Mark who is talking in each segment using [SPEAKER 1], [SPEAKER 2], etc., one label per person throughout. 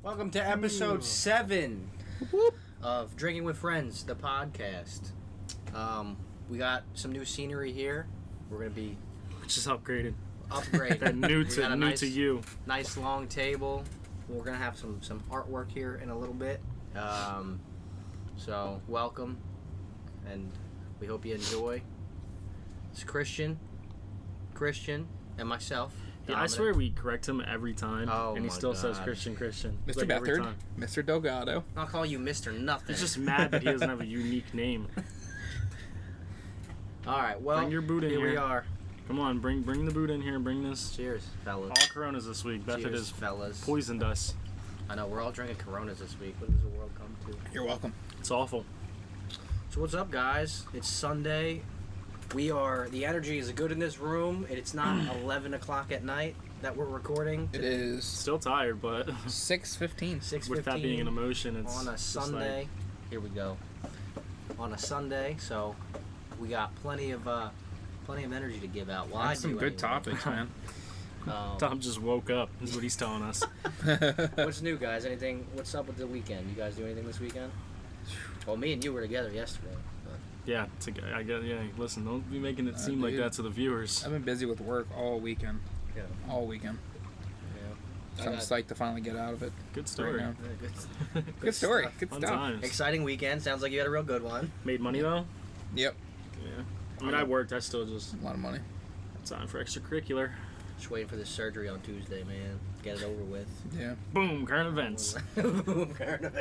[SPEAKER 1] Welcome to episode seven of Drinking with Friends, the podcast. Um, we got some new scenery here. We're gonna be
[SPEAKER 2] Just upgraded.
[SPEAKER 1] upgrading.
[SPEAKER 2] That new
[SPEAKER 1] We got
[SPEAKER 2] to
[SPEAKER 1] a
[SPEAKER 2] new
[SPEAKER 1] nice,
[SPEAKER 2] to you.
[SPEAKER 1] Nice long table. We're gonna have some some artwork here in a little bit. Um, so welcome, and we hope you enjoy. It's Christian, Christian, and myself.
[SPEAKER 2] Yeah, I
[SPEAKER 1] Dominic.
[SPEAKER 2] swear we correct him every time,
[SPEAKER 1] Oh
[SPEAKER 2] and he
[SPEAKER 1] my
[SPEAKER 2] still says
[SPEAKER 1] God.
[SPEAKER 2] Christian Christian.
[SPEAKER 3] Mr.
[SPEAKER 2] Like, every
[SPEAKER 3] Bethard,
[SPEAKER 2] time.
[SPEAKER 3] Mr. Delgado.
[SPEAKER 1] I'll call you Mister Nothing.
[SPEAKER 2] He's just mad that he doesn't have a unique name.
[SPEAKER 1] All right. Well,
[SPEAKER 2] Bring your boot in
[SPEAKER 1] here we
[SPEAKER 2] here.
[SPEAKER 1] are.
[SPEAKER 2] Come on, bring bring the boot in here. Bring this.
[SPEAKER 1] Cheers, fellas.
[SPEAKER 2] All Coronas this week. Bethard
[SPEAKER 1] Cheers,
[SPEAKER 2] has
[SPEAKER 1] fellas.
[SPEAKER 2] poisoned us.
[SPEAKER 1] I know we're all drinking Coronas this week. What does the world come to?
[SPEAKER 3] You're welcome.
[SPEAKER 2] It's awful.
[SPEAKER 1] So what's up, guys? It's Sunday. We are. The energy is good in this room. and It's not 11 o'clock at night that we're recording.
[SPEAKER 3] It is
[SPEAKER 2] Still tired, but
[SPEAKER 3] six fifteen.
[SPEAKER 1] Six
[SPEAKER 2] with that being an
[SPEAKER 1] fifteen
[SPEAKER 2] emotion, it's
[SPEAKER 1] on a
[SPEAKER 2] just like-
[SPEAKER 1] Sunday. Here we go. On a Sunday, so we got plenty of uh, plenty of energy to give out. Well, I
[SPEAKER 3] That's some
[SPEAKER 1] do
[SPEAKER 3] good
[SPEAKER 1] anyway.
[SPEAKER 3] topics, man.
[SPEAKER 1] Um,
[SPEAKER 2] Tom just woke up. Is what he's telling us.
[SPEAKER 1] What's new, guys? Anything? What's up with the weekend? You guys do anything this weekend? Well, me and you were together yesterday.
[SPEAKER 2] yeah, it's like, I guess. Yeah, listen, don't be making it
[SPEAKER 3] Uh,
[SPEAKER 2] seem like
[SPEAKER 3] dude.
[SPEAKER 2] that to the viewers.
[SPEAKER 3] I've been busy with work all weekend.
[SPEAKER 1] Yeah.
[SPEAKER 3] All weekend.
[SPEAKER 1] Yeah.
[SPEAKER 3] So I'm psyched to finally get out of it.
[SPEAKER 2] Good story.
[SPEAKER 3] now.
[SPEAKER 1] Good,
[SPEAKER 3] Good, story.
[SPEAKER 1] stuff.
[SPEAKER 3] Good
[SPEAKER 2] Fun
[SPEAKER 3] stuff.
[SPEAKER 2] times.
[SPEAKER 1] Exciting weekend. Sounds like you had a real good one.
[SPEAKER 2] Made money though.
[SPEAKER 3] Yep.
[SPEAKER 2] Yeah. I mean, I worked. I still just
[SPEAKER 3] A lot of money.
[SPEAKER 2] time for extracurricular.
[SPEAKER 1] Just waiting for this surgery on Tuesday, man. Get it over with.
[SPEAKER 3] Yeah.
[SPEAKER 2] Boom, current events.
[SPEAKER 1] Fair enough.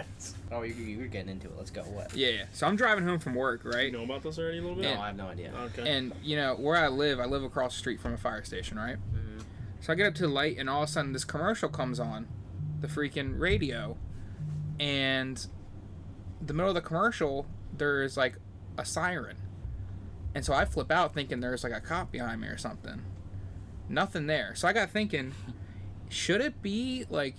[SPEAKER 1] Oh, you, you- you're getting into it. Let's go. What?
[SPEAKER 3] Yeah. yeah. So I'm driving home from work, right?
[SPEAKER 2] You know about this already a little bit?
[SPEAKER 1] No,
[SPEAKER 3] Yeah.
[SPEAKER 1] I have no idea.
[SPEAKER 2] Okay.
[SPEAKER 3] And you know where I live, I live across the street from a fire station, right?
[SPEAKER 1] Mhm.
[SPEAKER 3] So I get up to the light, and all of a sudden this commercial comes on, the freaking radio, and the middle of the commercial there's like a siren, and so I flip out thinking there's like a cop behind me or something. Nothing there. So I got thinking, should it be like,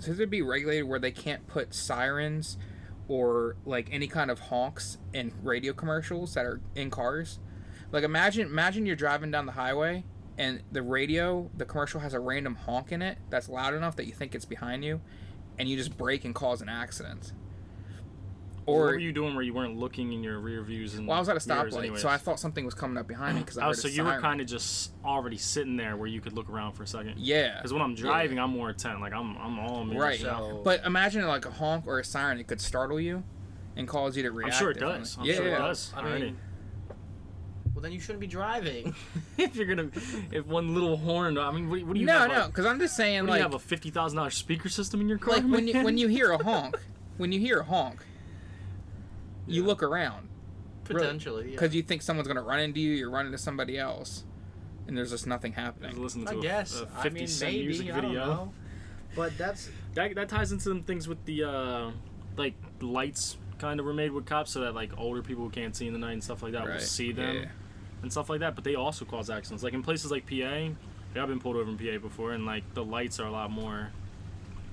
[SPEAKER 3] should it be regulated where they can't put sirens? Or like any kind of honks in radio commercials that are in cars, like imagine imagine you're driving down the highway and the radio, the commercial has a random honk in it that's loud enough that you think it's behind you and you just brake and cause an accident.
[SPEAKER 2] what
[SPEAKER 3] Or
[SPEAKER 2] were you doing where you weren't looking in your rear views and
[SPEAKER 3] well, I was at a
[SPEAKER 2] mirrors
[SPEAKER 3] stoplight,
[SPEAKER 2] anyways?
[SPEAKER 3] so I thought something was coming up behind me because I
[SPEAKER 2] Oh,
[SPEAKER 3] heard
[SPEAKER 2] so
[SPEAKER 3] a
[SPEAKER 2] you were
[SPEAKER 3] siren.
[SPEAKER 2] kind of just already sitting there where you could look around for a second.
[SPEAKER 3] yeah.
[SPEAKER 2] Because when I'm driving, I'm more attentive. Like I'm, I'm all me.
[SPEAKER 3] Right.
[SPEAKER 1] So-
[SPEAKER 3] But imagine like a honk or a siren, it could startle you and cause you to
[SPEAKER 2] I'm
[SPEAKER 3] react.
[SPEAKER 2] sure it
[SPEAKER 3] differently.
[SPEAKER 2] does. I'm
[SPEAKER 3] yeah,
[SPEAKER 2] sure
[SPEAKER 3] yeah.
[SPEAKER 2] it does.
[SPEAKER 1] I mean-
[SPEAKER 2] already.
[SPEAKER 1] Well, then you shouldn't be driving.
[SPEAKER 2] if you're gonna, if one little horn, I mean, what, what do you
[SPEAKER 3] No,
[SPEAKER 2] have?
[SPEAKER 3] no,
[SPEAKER 2] Like,
[SPEAKER 3] because I'm just saying
[SPEAKER 2] what do
[SPEAKER 3] like
[SPEAKER 2] you have a fifty thousand dollars speaker system in your car?
[SPEAKER 3] like when you
[SPEAKER 2] man?
[SPEAKER 3] when you hear a honk, when you hear a honk, you
[SPEAKER 2] Yeah.
[SPEAKER 3] look around.
[SPEAKER 1] Potentially. Yeah.
[SPEAKER 3] because you think someone's gonna run into you, you're running into somebody else, and there's just nothing
[SPEAKER 2] Just
[SPEAKER 3] happening.
[SPEAKER 2] listen to
[SPEAKER 1] I
[SPEAKER 2] a-
[SPEAKER 1] guess.
[SPEAKER 2] a
[SPEAKER 1] I
[SPEAKER 2] 50
[SPEAKER 1] mean,
[SPEAKER 2] Cent
[SPEAKER 1] maybe.
[SPEAKER 2] music
[SPEAKER 1] I don't
[SPEAKER 2] video.
[SPEAKER 1] know. But that's
[SPEAKER 2] That, that ties into some things with the uh, like lights kind of were made with cops so that like older people who can't see in the night and stuff like that will
[SPEAKER 3] Right,
[SPEAKER 2] see them
[SPEAKER 3] yeah.
[SPEAKER 2] and stuff like that. But they also cause accidents. Like in places like PA, like, I've been pulled over in PA before, and like the lights are a lot more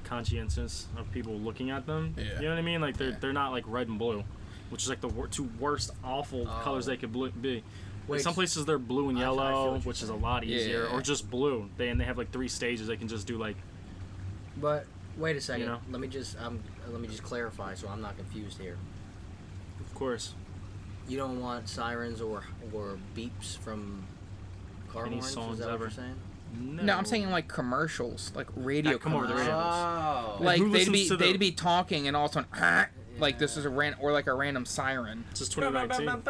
[SPEAKER 2] conscientious of people looking at them.
[SPEAKER 3] Yeah.
[SPEAKER 2] You know what I mean? Like they're
[SPEAKER 3] Yeah.
[SPEAKER 2] they're not like red and blue, which is like the wor- two worst awful
[SPEAKER 1] Oh.
[SPEAKER 2] colors they could blu- be.
[SPEAKER 1] Wait,
[SPEAKER 2] Like some places they're blue and
[SPEAKER 1] I- I feel what
[SPEAKER 2] yellow,
[SPEAKER 1] you're
[SPEAKER 2] which is a
[SPEAKER 1] saying.
[SPEAKER 2] lot
[SPEAKER 3] Yeah,
[SPEAKER 2] easier,
[SPEAKER 3] yeah, yeah.
[SPEAKER 2] or just blue. They and they have like three stages. They can just do like
[SPEAKER 1] But wait a second.
[SPEAKER 2] You know?
[SPEAKER 1] Let me just um, let me just clarify so I'm not confused here.
[SPEAKER 2] of course
[SPEAKER 1] You don't want sirens or or beeps from car
[SPEAKER 2] Any
[SPEAKER 1] horns.
[SPEAKER 2] songs
[SPEAKER 1] is that
[SPEAKER 2] ever.
[SPEAKER 1] what you're saying?
[SPEAKER 2] no.
[SPEAKER 3] No, I'm saying like commercials, like radio.
[SPEAKER 2] That come over the
[SPEAKER 3] commercials.
[SPEAKER 2] radio.
[SPEAKER 1] Oh,
[SPEAKER 3] Like
[SPEAKER 2] Who
[SPEAKER 3] they'd be
[SPEAKER 2] listens to the-
[SPEAKER 3] they'd be talking and all of a sudden, "Ah," like this is a ran or like a random siren,
[SPEAKER 2] It's just 2019.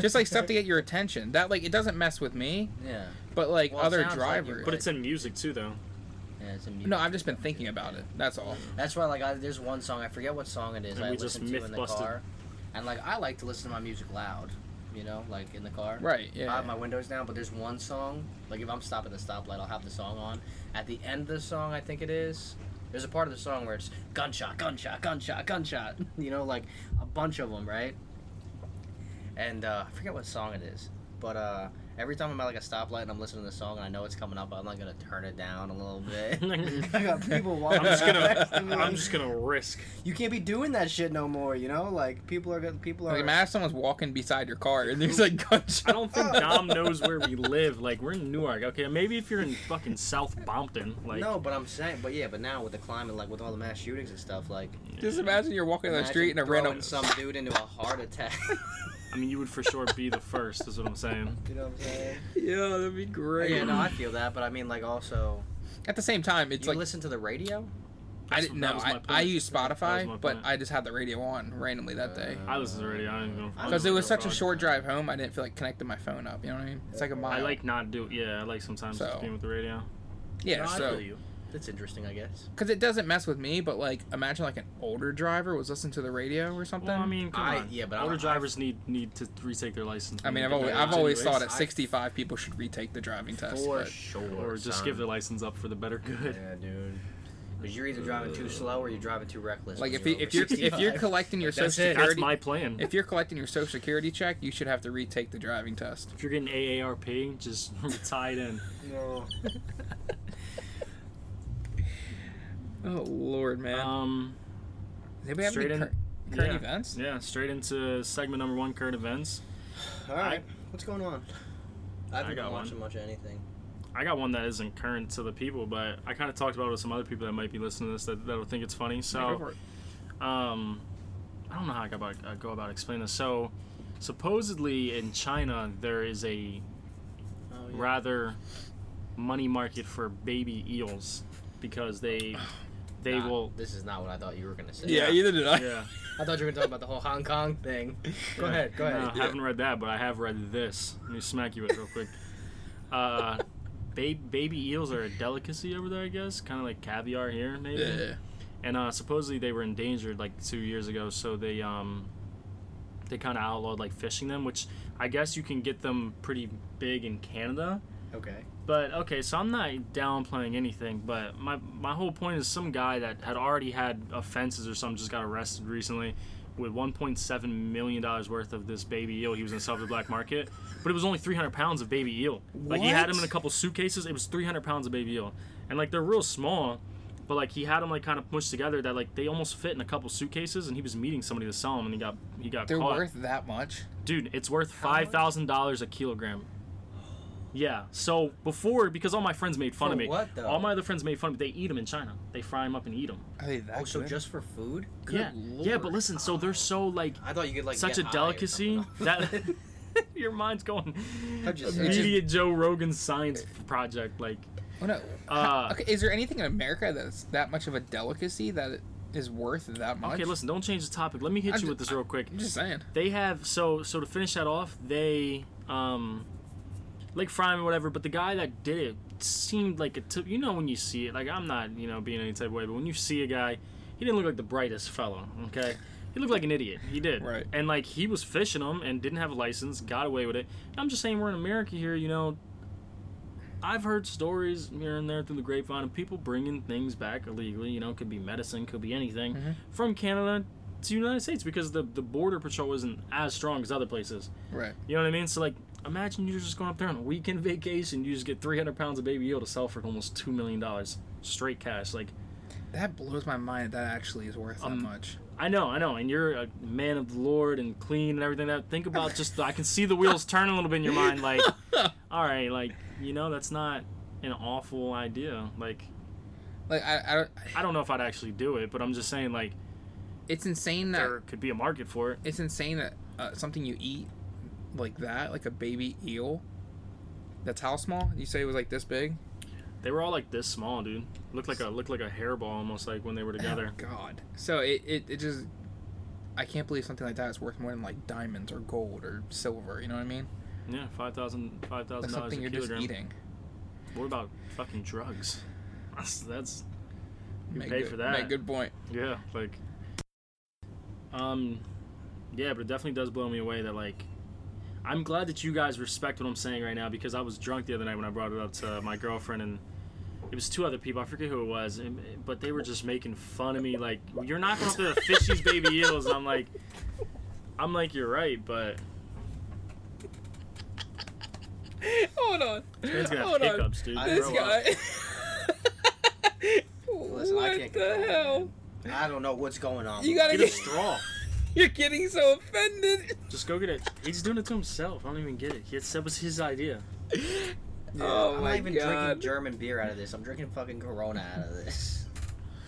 [SPEAKER 3] just like stuff to get your attention. That like it doesn't mess with me,
[SPEAKER 1] yeah,
[SPEAKER 3] but like
[SPEAKER 1] Well, it
[SPEAKER 3] other
[SPEAKER 1] sounds like you're-
[SPEAKER 3] drivers.
[SPEAKER 2] But it's in music too, though.
[SPEAKER 1] yeah. It's a
[SPEAKER 3] no, I've just been thinking about it. That's all.
[SPEAKER 1] That's why, like, I, there's one song I forget what song it is.
[SPEAKER 2] And
[SPEAKER 1] I
[SPEAKER 2] we just
[SPEAKER 1] listen to in the
[SPEAKER 2] myth-busted.
[SPEAKER 1] car, and like I like to listen to my music loud, you know, like in the car.
[SPEAKER 3] Right?
[SPEAKER 1] I
[SPEAKER 3] Yeah.
[SPEAKER 1] have my windows down, but there's one song. Like if I'm stopping at the stoplight, I'll have the song on. At the end of the song, I think it is. There's a part of the song where it's gunshot, gunshot, gunshot, gunshot. You know, like a bunch of them, right? And uh, I forget what song it is, but uh, Every time I'm at like a stoplight and I'm listening to this song and I know it's coming up, I'm like gonna turn it down a little bit. I got people walking
[SPEAKER 2] I'm just
[SPEAKER 1] next to me,
[SPEAKER 2] gonna,
[SPEAKER 1] like,
[SPEAKER 2] I'm just gonna risk.
[SPEAKER 1] You can't be doing that shit no more. You know, like people are gonna people are.
[SPEAKER 3] Like, imagine someone's walking beside your car and there's like gunshots.
[SPEAKER 2] I don't think Dom knows where we live. Like we're in Newark, okay? Maybe if you're in fucking South Bompton, like
[SPEAKER 1] no, but I'm saying, but yeah, but now with the climate, like with all the mass shootings and stuff, like
[SPEAKER 3] Just imagine you're walking down the street and a
[SPEAKER 1] imagine
[SPEAKER 3] random.
[SPEAKER 1] throwing some dude into a heart attack.
[SPEAKER 2] I mean, you would for sure be the first. Is what I'm saying.
[SPEAKER 1] you know what I'm saying?
[SPEAKER 3] Yeah, that'd be great.
[SPEAKER 1] Yeah, no, I feel that, but I mean, like also,
[SPEAKER 3] At the same time, it's
[SPEAKER 1] you
[SPEAKER 3] like
[SPEAKER 1] listen to the radio.
[SPEAKER 3] I
[SPEAKER 2] That's-
[SPEAKER 3] didn't
[SPEAKER 2] that
[SPEAKER 3] know.
[SPEAKER 2] was my
[SPEAKER 3] I, I
[SPEAKER 2] point.
[SPEAKER 3] use
[SPEAKER 2] That was my
[SPEAKER 3] Spotify, but
[SPEAKER 2] point.
[SPEAKER 3] I just had the radio on randomly that day.
[SPEAKER 1] Uh,
[SPEAKER 2] I listened already. I don't even know.
[SPEAKER 3] Because it was such a
[SPEAKER 2] Fraud.
[SPEAKER 3] short drive home, I didn't feel like connecting my phone up. You know what I mean? It's like a mile.
[SPEAKER 2] I like not do. Yeah, I like sometimes
[SPEAKER 3] So.
[SPEAKER 2] just being with the radio.
[SPEAKER 3] yeah.
[SPEAKER 1] No, I
[SPEAKER 3] so
[SPEAKER 1] feel you. That's interesting, I guess.
[SPEAKER 3] because it doesn't mess with me, but like imagine like an older driver was listening to the radio or something.
[SPEAKER 2] Well, I mean, come
[SPEAKER 1] I-
[SPEAKER 2] on.
[SPEAKER 1] yeah, but I-
[SPEAKER 2] older
[SPEAKER 1] I-
[SPEAKER 2] drivers need need to retake their license.
[SPEAKER 3] I mean, I've
[SPEAKER 2] Get
[SPEAKER 3] always
[SPEAKER 2] their
[SPEAKER 3] I've
[SPEAKER 2] license
[SPEAKER 3] always thought
[SPEAKER 2] anyways.
[SPEAKER 3] at 65 people should retake the driving test.
[SPEAKER 1] For
[SPEAKER 3] but-
[SPEAKER 1] sure.
[SPEAKER 2] Or just
[SPEAKER 1] son.
[SPEAKER 2] give their license up for the better good.
[SPEAKER 1] Yeah, dude. Because you're either driving
[SPEAKER 2] Uh,
[SPEAKER 1] too slow or you're driving too reckless.
[SPEAKER 3] like
[SPEAKER 1] when
[SPEAKER 3] if you,
[SPEAKER 1] over
[SPEAKER 3] if you're if you're
[SPEAKER 1] 65.
[SPEAKER 3] collecting your
[SPEAKER 1] That's
[SPEAKER 3] social
[SPEAKER 1] it.
[SPEAKER 2] That's
[SPEAKER 3] security
[SPEAKER 2] my plan. If,
[SPEAKER 3] if you're collecting your social security check, you should have to retake the driving test.
[SPEAKER 2] you're getting AARP, just tie it in.
[SPEAKER 1] No.
[SPEAKER 3] Oh lord, man.
[SPEAKER 2] Um,
[SPEAKER 3] Did we have any
[SPEAKER 2] straight in-
[SPEAKER 3] cur- current
[SPEAKER 2] yeah.
[SPEAKER 3] events?
[SPEAKER 2] yeah, straight into segment number one, current events.
[SPEAKER 1] All right. What's going on? I haven't
[SPEAKER 2] got
[SPEAKER 1] been
[SPEAKER 2] one.
[SPEAKER 1] watching much of anything.
[SPEAKER 2] I got one that isn't current to the people, but I kind of talked about it with some other people that might be listening to this that, that'll think it's funny. So.
[SPEAKER 3] Go for it.
[SPEAKER 2] um, I don't know how I go about, uh, go about explaining this. So, supposedly in China, there is a
[SPEAKER 1] Oh,
[SPEAKER 2] rather money market for baby eels because they they
[SPEAKER 3] Ah.
[SPEAKER 1] Nah,
[SPEAKER 2] will.
[SPEAKER 1] This is not what I thought you were gonna say.
[SPEAKER 3] Yeah, either did I.
[SPEAKER 2] Yeah,
[SPEAKER 1] I thought you were gonna talk about the whole Hong Kong thing. Go ahead. Go
[SPEAKER 2] no,
[SPEAKER 1] ahead.
[SPEAKER 2] I haven't read that, but I have read this. Let me smack you with it real quick. Uh, ba- baby eels are a delicacy over there, I guess. Kind of like caviar here, maybe.
[SPEAKER 3] Yeah.
[SPEAKER 2] and uh, supposedly they were endangered like two years ago so they um they kind of outlawed like fishing them which i guess you can get them pretty big in canada
[SPEAKER 1] Okay.
[SPEAKER 2] but okay so i'm not downplaying anything but my my whole point is some guy that had already had offenses or something just got arrested recently with 1.7 million dollars worth of this baby eel he was gonna sell to the black market but it was only 300 pounds of baby eel like he had
[SPEAKER 3] What?
[SPEAKER 2] them in a couple suitcases it was 300 pounds of baby eel and like they're real small but like he had them like kind of pushed together that like they almost fit in a couple suitcases and he was meeting somebody to sell them and he got he got
[SPEAKER 3] They're
[SPEAKER 2] caught
[SPEAKER 3] worth that much.
[SPEAKER 2] dude it's worth
[SPEAKER 1] much?
[SPEAKER 2] five thousand dollars a kilogram yeah so before because all my friends made fun
[SPEAKER 1] For
[SPEAKER 2] of me
[SPEAKER 1] what, though?
[SPEAKER 2] all my other friends made fun of me they eat them in china they fry them up and eat them
[SPEAKER 3] Are they that
[SPEAKER 1] Oh, so
[SPEAKER 3] good?
[SPEAKER 1] just for food?
[SPEAKER 2] yeah yeah but
[SPEAKER 3] lord.
[SPEAKER 2] listen so they're so like
[SPEAKER 1] I thought you could like
[SPEAKER 2] such a
[SPEAKER 1] get high or
[SPEAKER 2] delicacy
[SPEAKER 1] something.
[SPEAKER 2] that your mind's going
[SPEAKER 1] How'd you say that?
[SPEAKER 2] immediate joe rogan science project like
[SPEAKER 3] Oh, no.
[SPEAKER 2] Uh,
[SPEAKER 3] okay, is there anything in America that's that much of a delicacy that it is worth that much?
[SPEAKER 2] okay listen don't change the topic let me hit
[SPEAKER 3] I'm
[SPEAKER 2] you
[SPEAKER 3] ju-
[SPEAKER 2] with this real quick
[SPEAKER 3] I'm just saying.
[SPEAKER 2] they have so so to finish that off they um like frying or whatever but the guy that did it seemed like a t- you know when you see it like i'm not you know being any type of way but when you see a guy he didn't look like the brightest fellow okay he looked like an idiot he did
[SPEAKER 3] Right.
[SPEAKER 2] and like he was fishing them and didn't have a license got away with it i'm just saying we're in america here you know I've heard stories here and there through the grapevine of people bringing things back illegally. You know, could be medicine, could be anything from Canada to the United States because the, the border patrol isn't as strong as other places.
[SPEAKER 3] Right.
[SPEAKER 2] You know what I mean? So, like, imagine you're just going up there on a weekend vacation, you just get 300 pounds of baby eel to sell for almost $2 million straight cash. Like,
[SPEAKER 3] That blows my mind that actually is worth
[SPEAKER 2] Um,
[SPEAKER 3] that much.
[SPEAKER 2] I know, I know, and you're a man of the Lord and clean and everything. That think about just I can see the wheels turn a little bit in your mind. Like, all right, like you know that's not an awful idea. Like
[SPEAKER 3] Like I, I don't-
[SPEAKER 2] I don't know if I'd actually do it, but I'm just saying like
[SPEAKER 3] it's insane that
[SPEAKER 2] there could be a market for it.
[SPEAKER 3] it's insane that uh, something you eat like that, like a baby eel. That's how small? You say it was like this big?
[SPEAKER 2] They were all like this small, dude. Looked like a looked like a hairball almost like when they were together.
[SPEAKER 3] Oh, God. So it, it, it just I can't believe something like that is worth more than like diamonds or gold or silver, you know what I mean?
[SPEAKER 2] Yeah, five thousand five
[SPEAKER 3] That's
[SPEAKER 2] thousand dollars a
[SPEAKER 3] something you're just
[SPEAKER 2] kilogram.
[SPEAKER 3] eating.
[SPEAKER 2] What about fucking drugs? That's, that's
[SPEAKER 3] Make
[SPEAKER 2] pay
[SPEAKER 3] good,
[SPEAKER 2] for that.
[SPEAKER 3] Make good point.
[SPEAKER 2] Yeah, like, um, yeah, but it definitely does blow me away that like, I'm glad that you guys respect what I'm saying right now because I was drunk the other night when I brought it up to my girlfriend and it was two other people I forget who it was, and, but they were just making fun of me like you're not going up there to fish these baby eels. And I'm like, I'm like you're right, but
[SPEAKER 3] Hold on.
[SPEAKER 2] Man's gonna have
[SPEAKER 3] Hold on.
[SPEAKER 2] hiccups, dude.
[SPEAKER 1] I-
[SPEAKER 3] This
[SPEAKER 1] Grow
[SPEAKER 3] guy.
[SPEAKER 1] up.
[SPEAKER 3] what
[SPEAKER 1] Listen, I can't
[SPEAKER 3] the
[SPEAKER 1] control it,
[SPEAKER 3] hell?
[SPEAKER 1] man. I don't know what's going on.
[SPEAKER 3] You
[SPEAKER 1] but
[SPEAKER 3] gotta
[SPEAKER 2] Get a
[SPEAKER 3] get-
[SPEAKER 2] straw.
[SPEAKER 3] You're getting so offended.
[SPEAKER 2] Just go get it. He's doing it to himself. I don't even get it. He, that was his idea.
[SPEAKER 1] Yeah,
[SPEAKER 3] oh
[SPEAKER 1] I'm
[SPEAKER 3] my
[SPEAKER 1] not even
[SPEAKER 3] god.
[SPEAKER 1] drinking German beer out of this. I'm drinking fucking Corona out of this.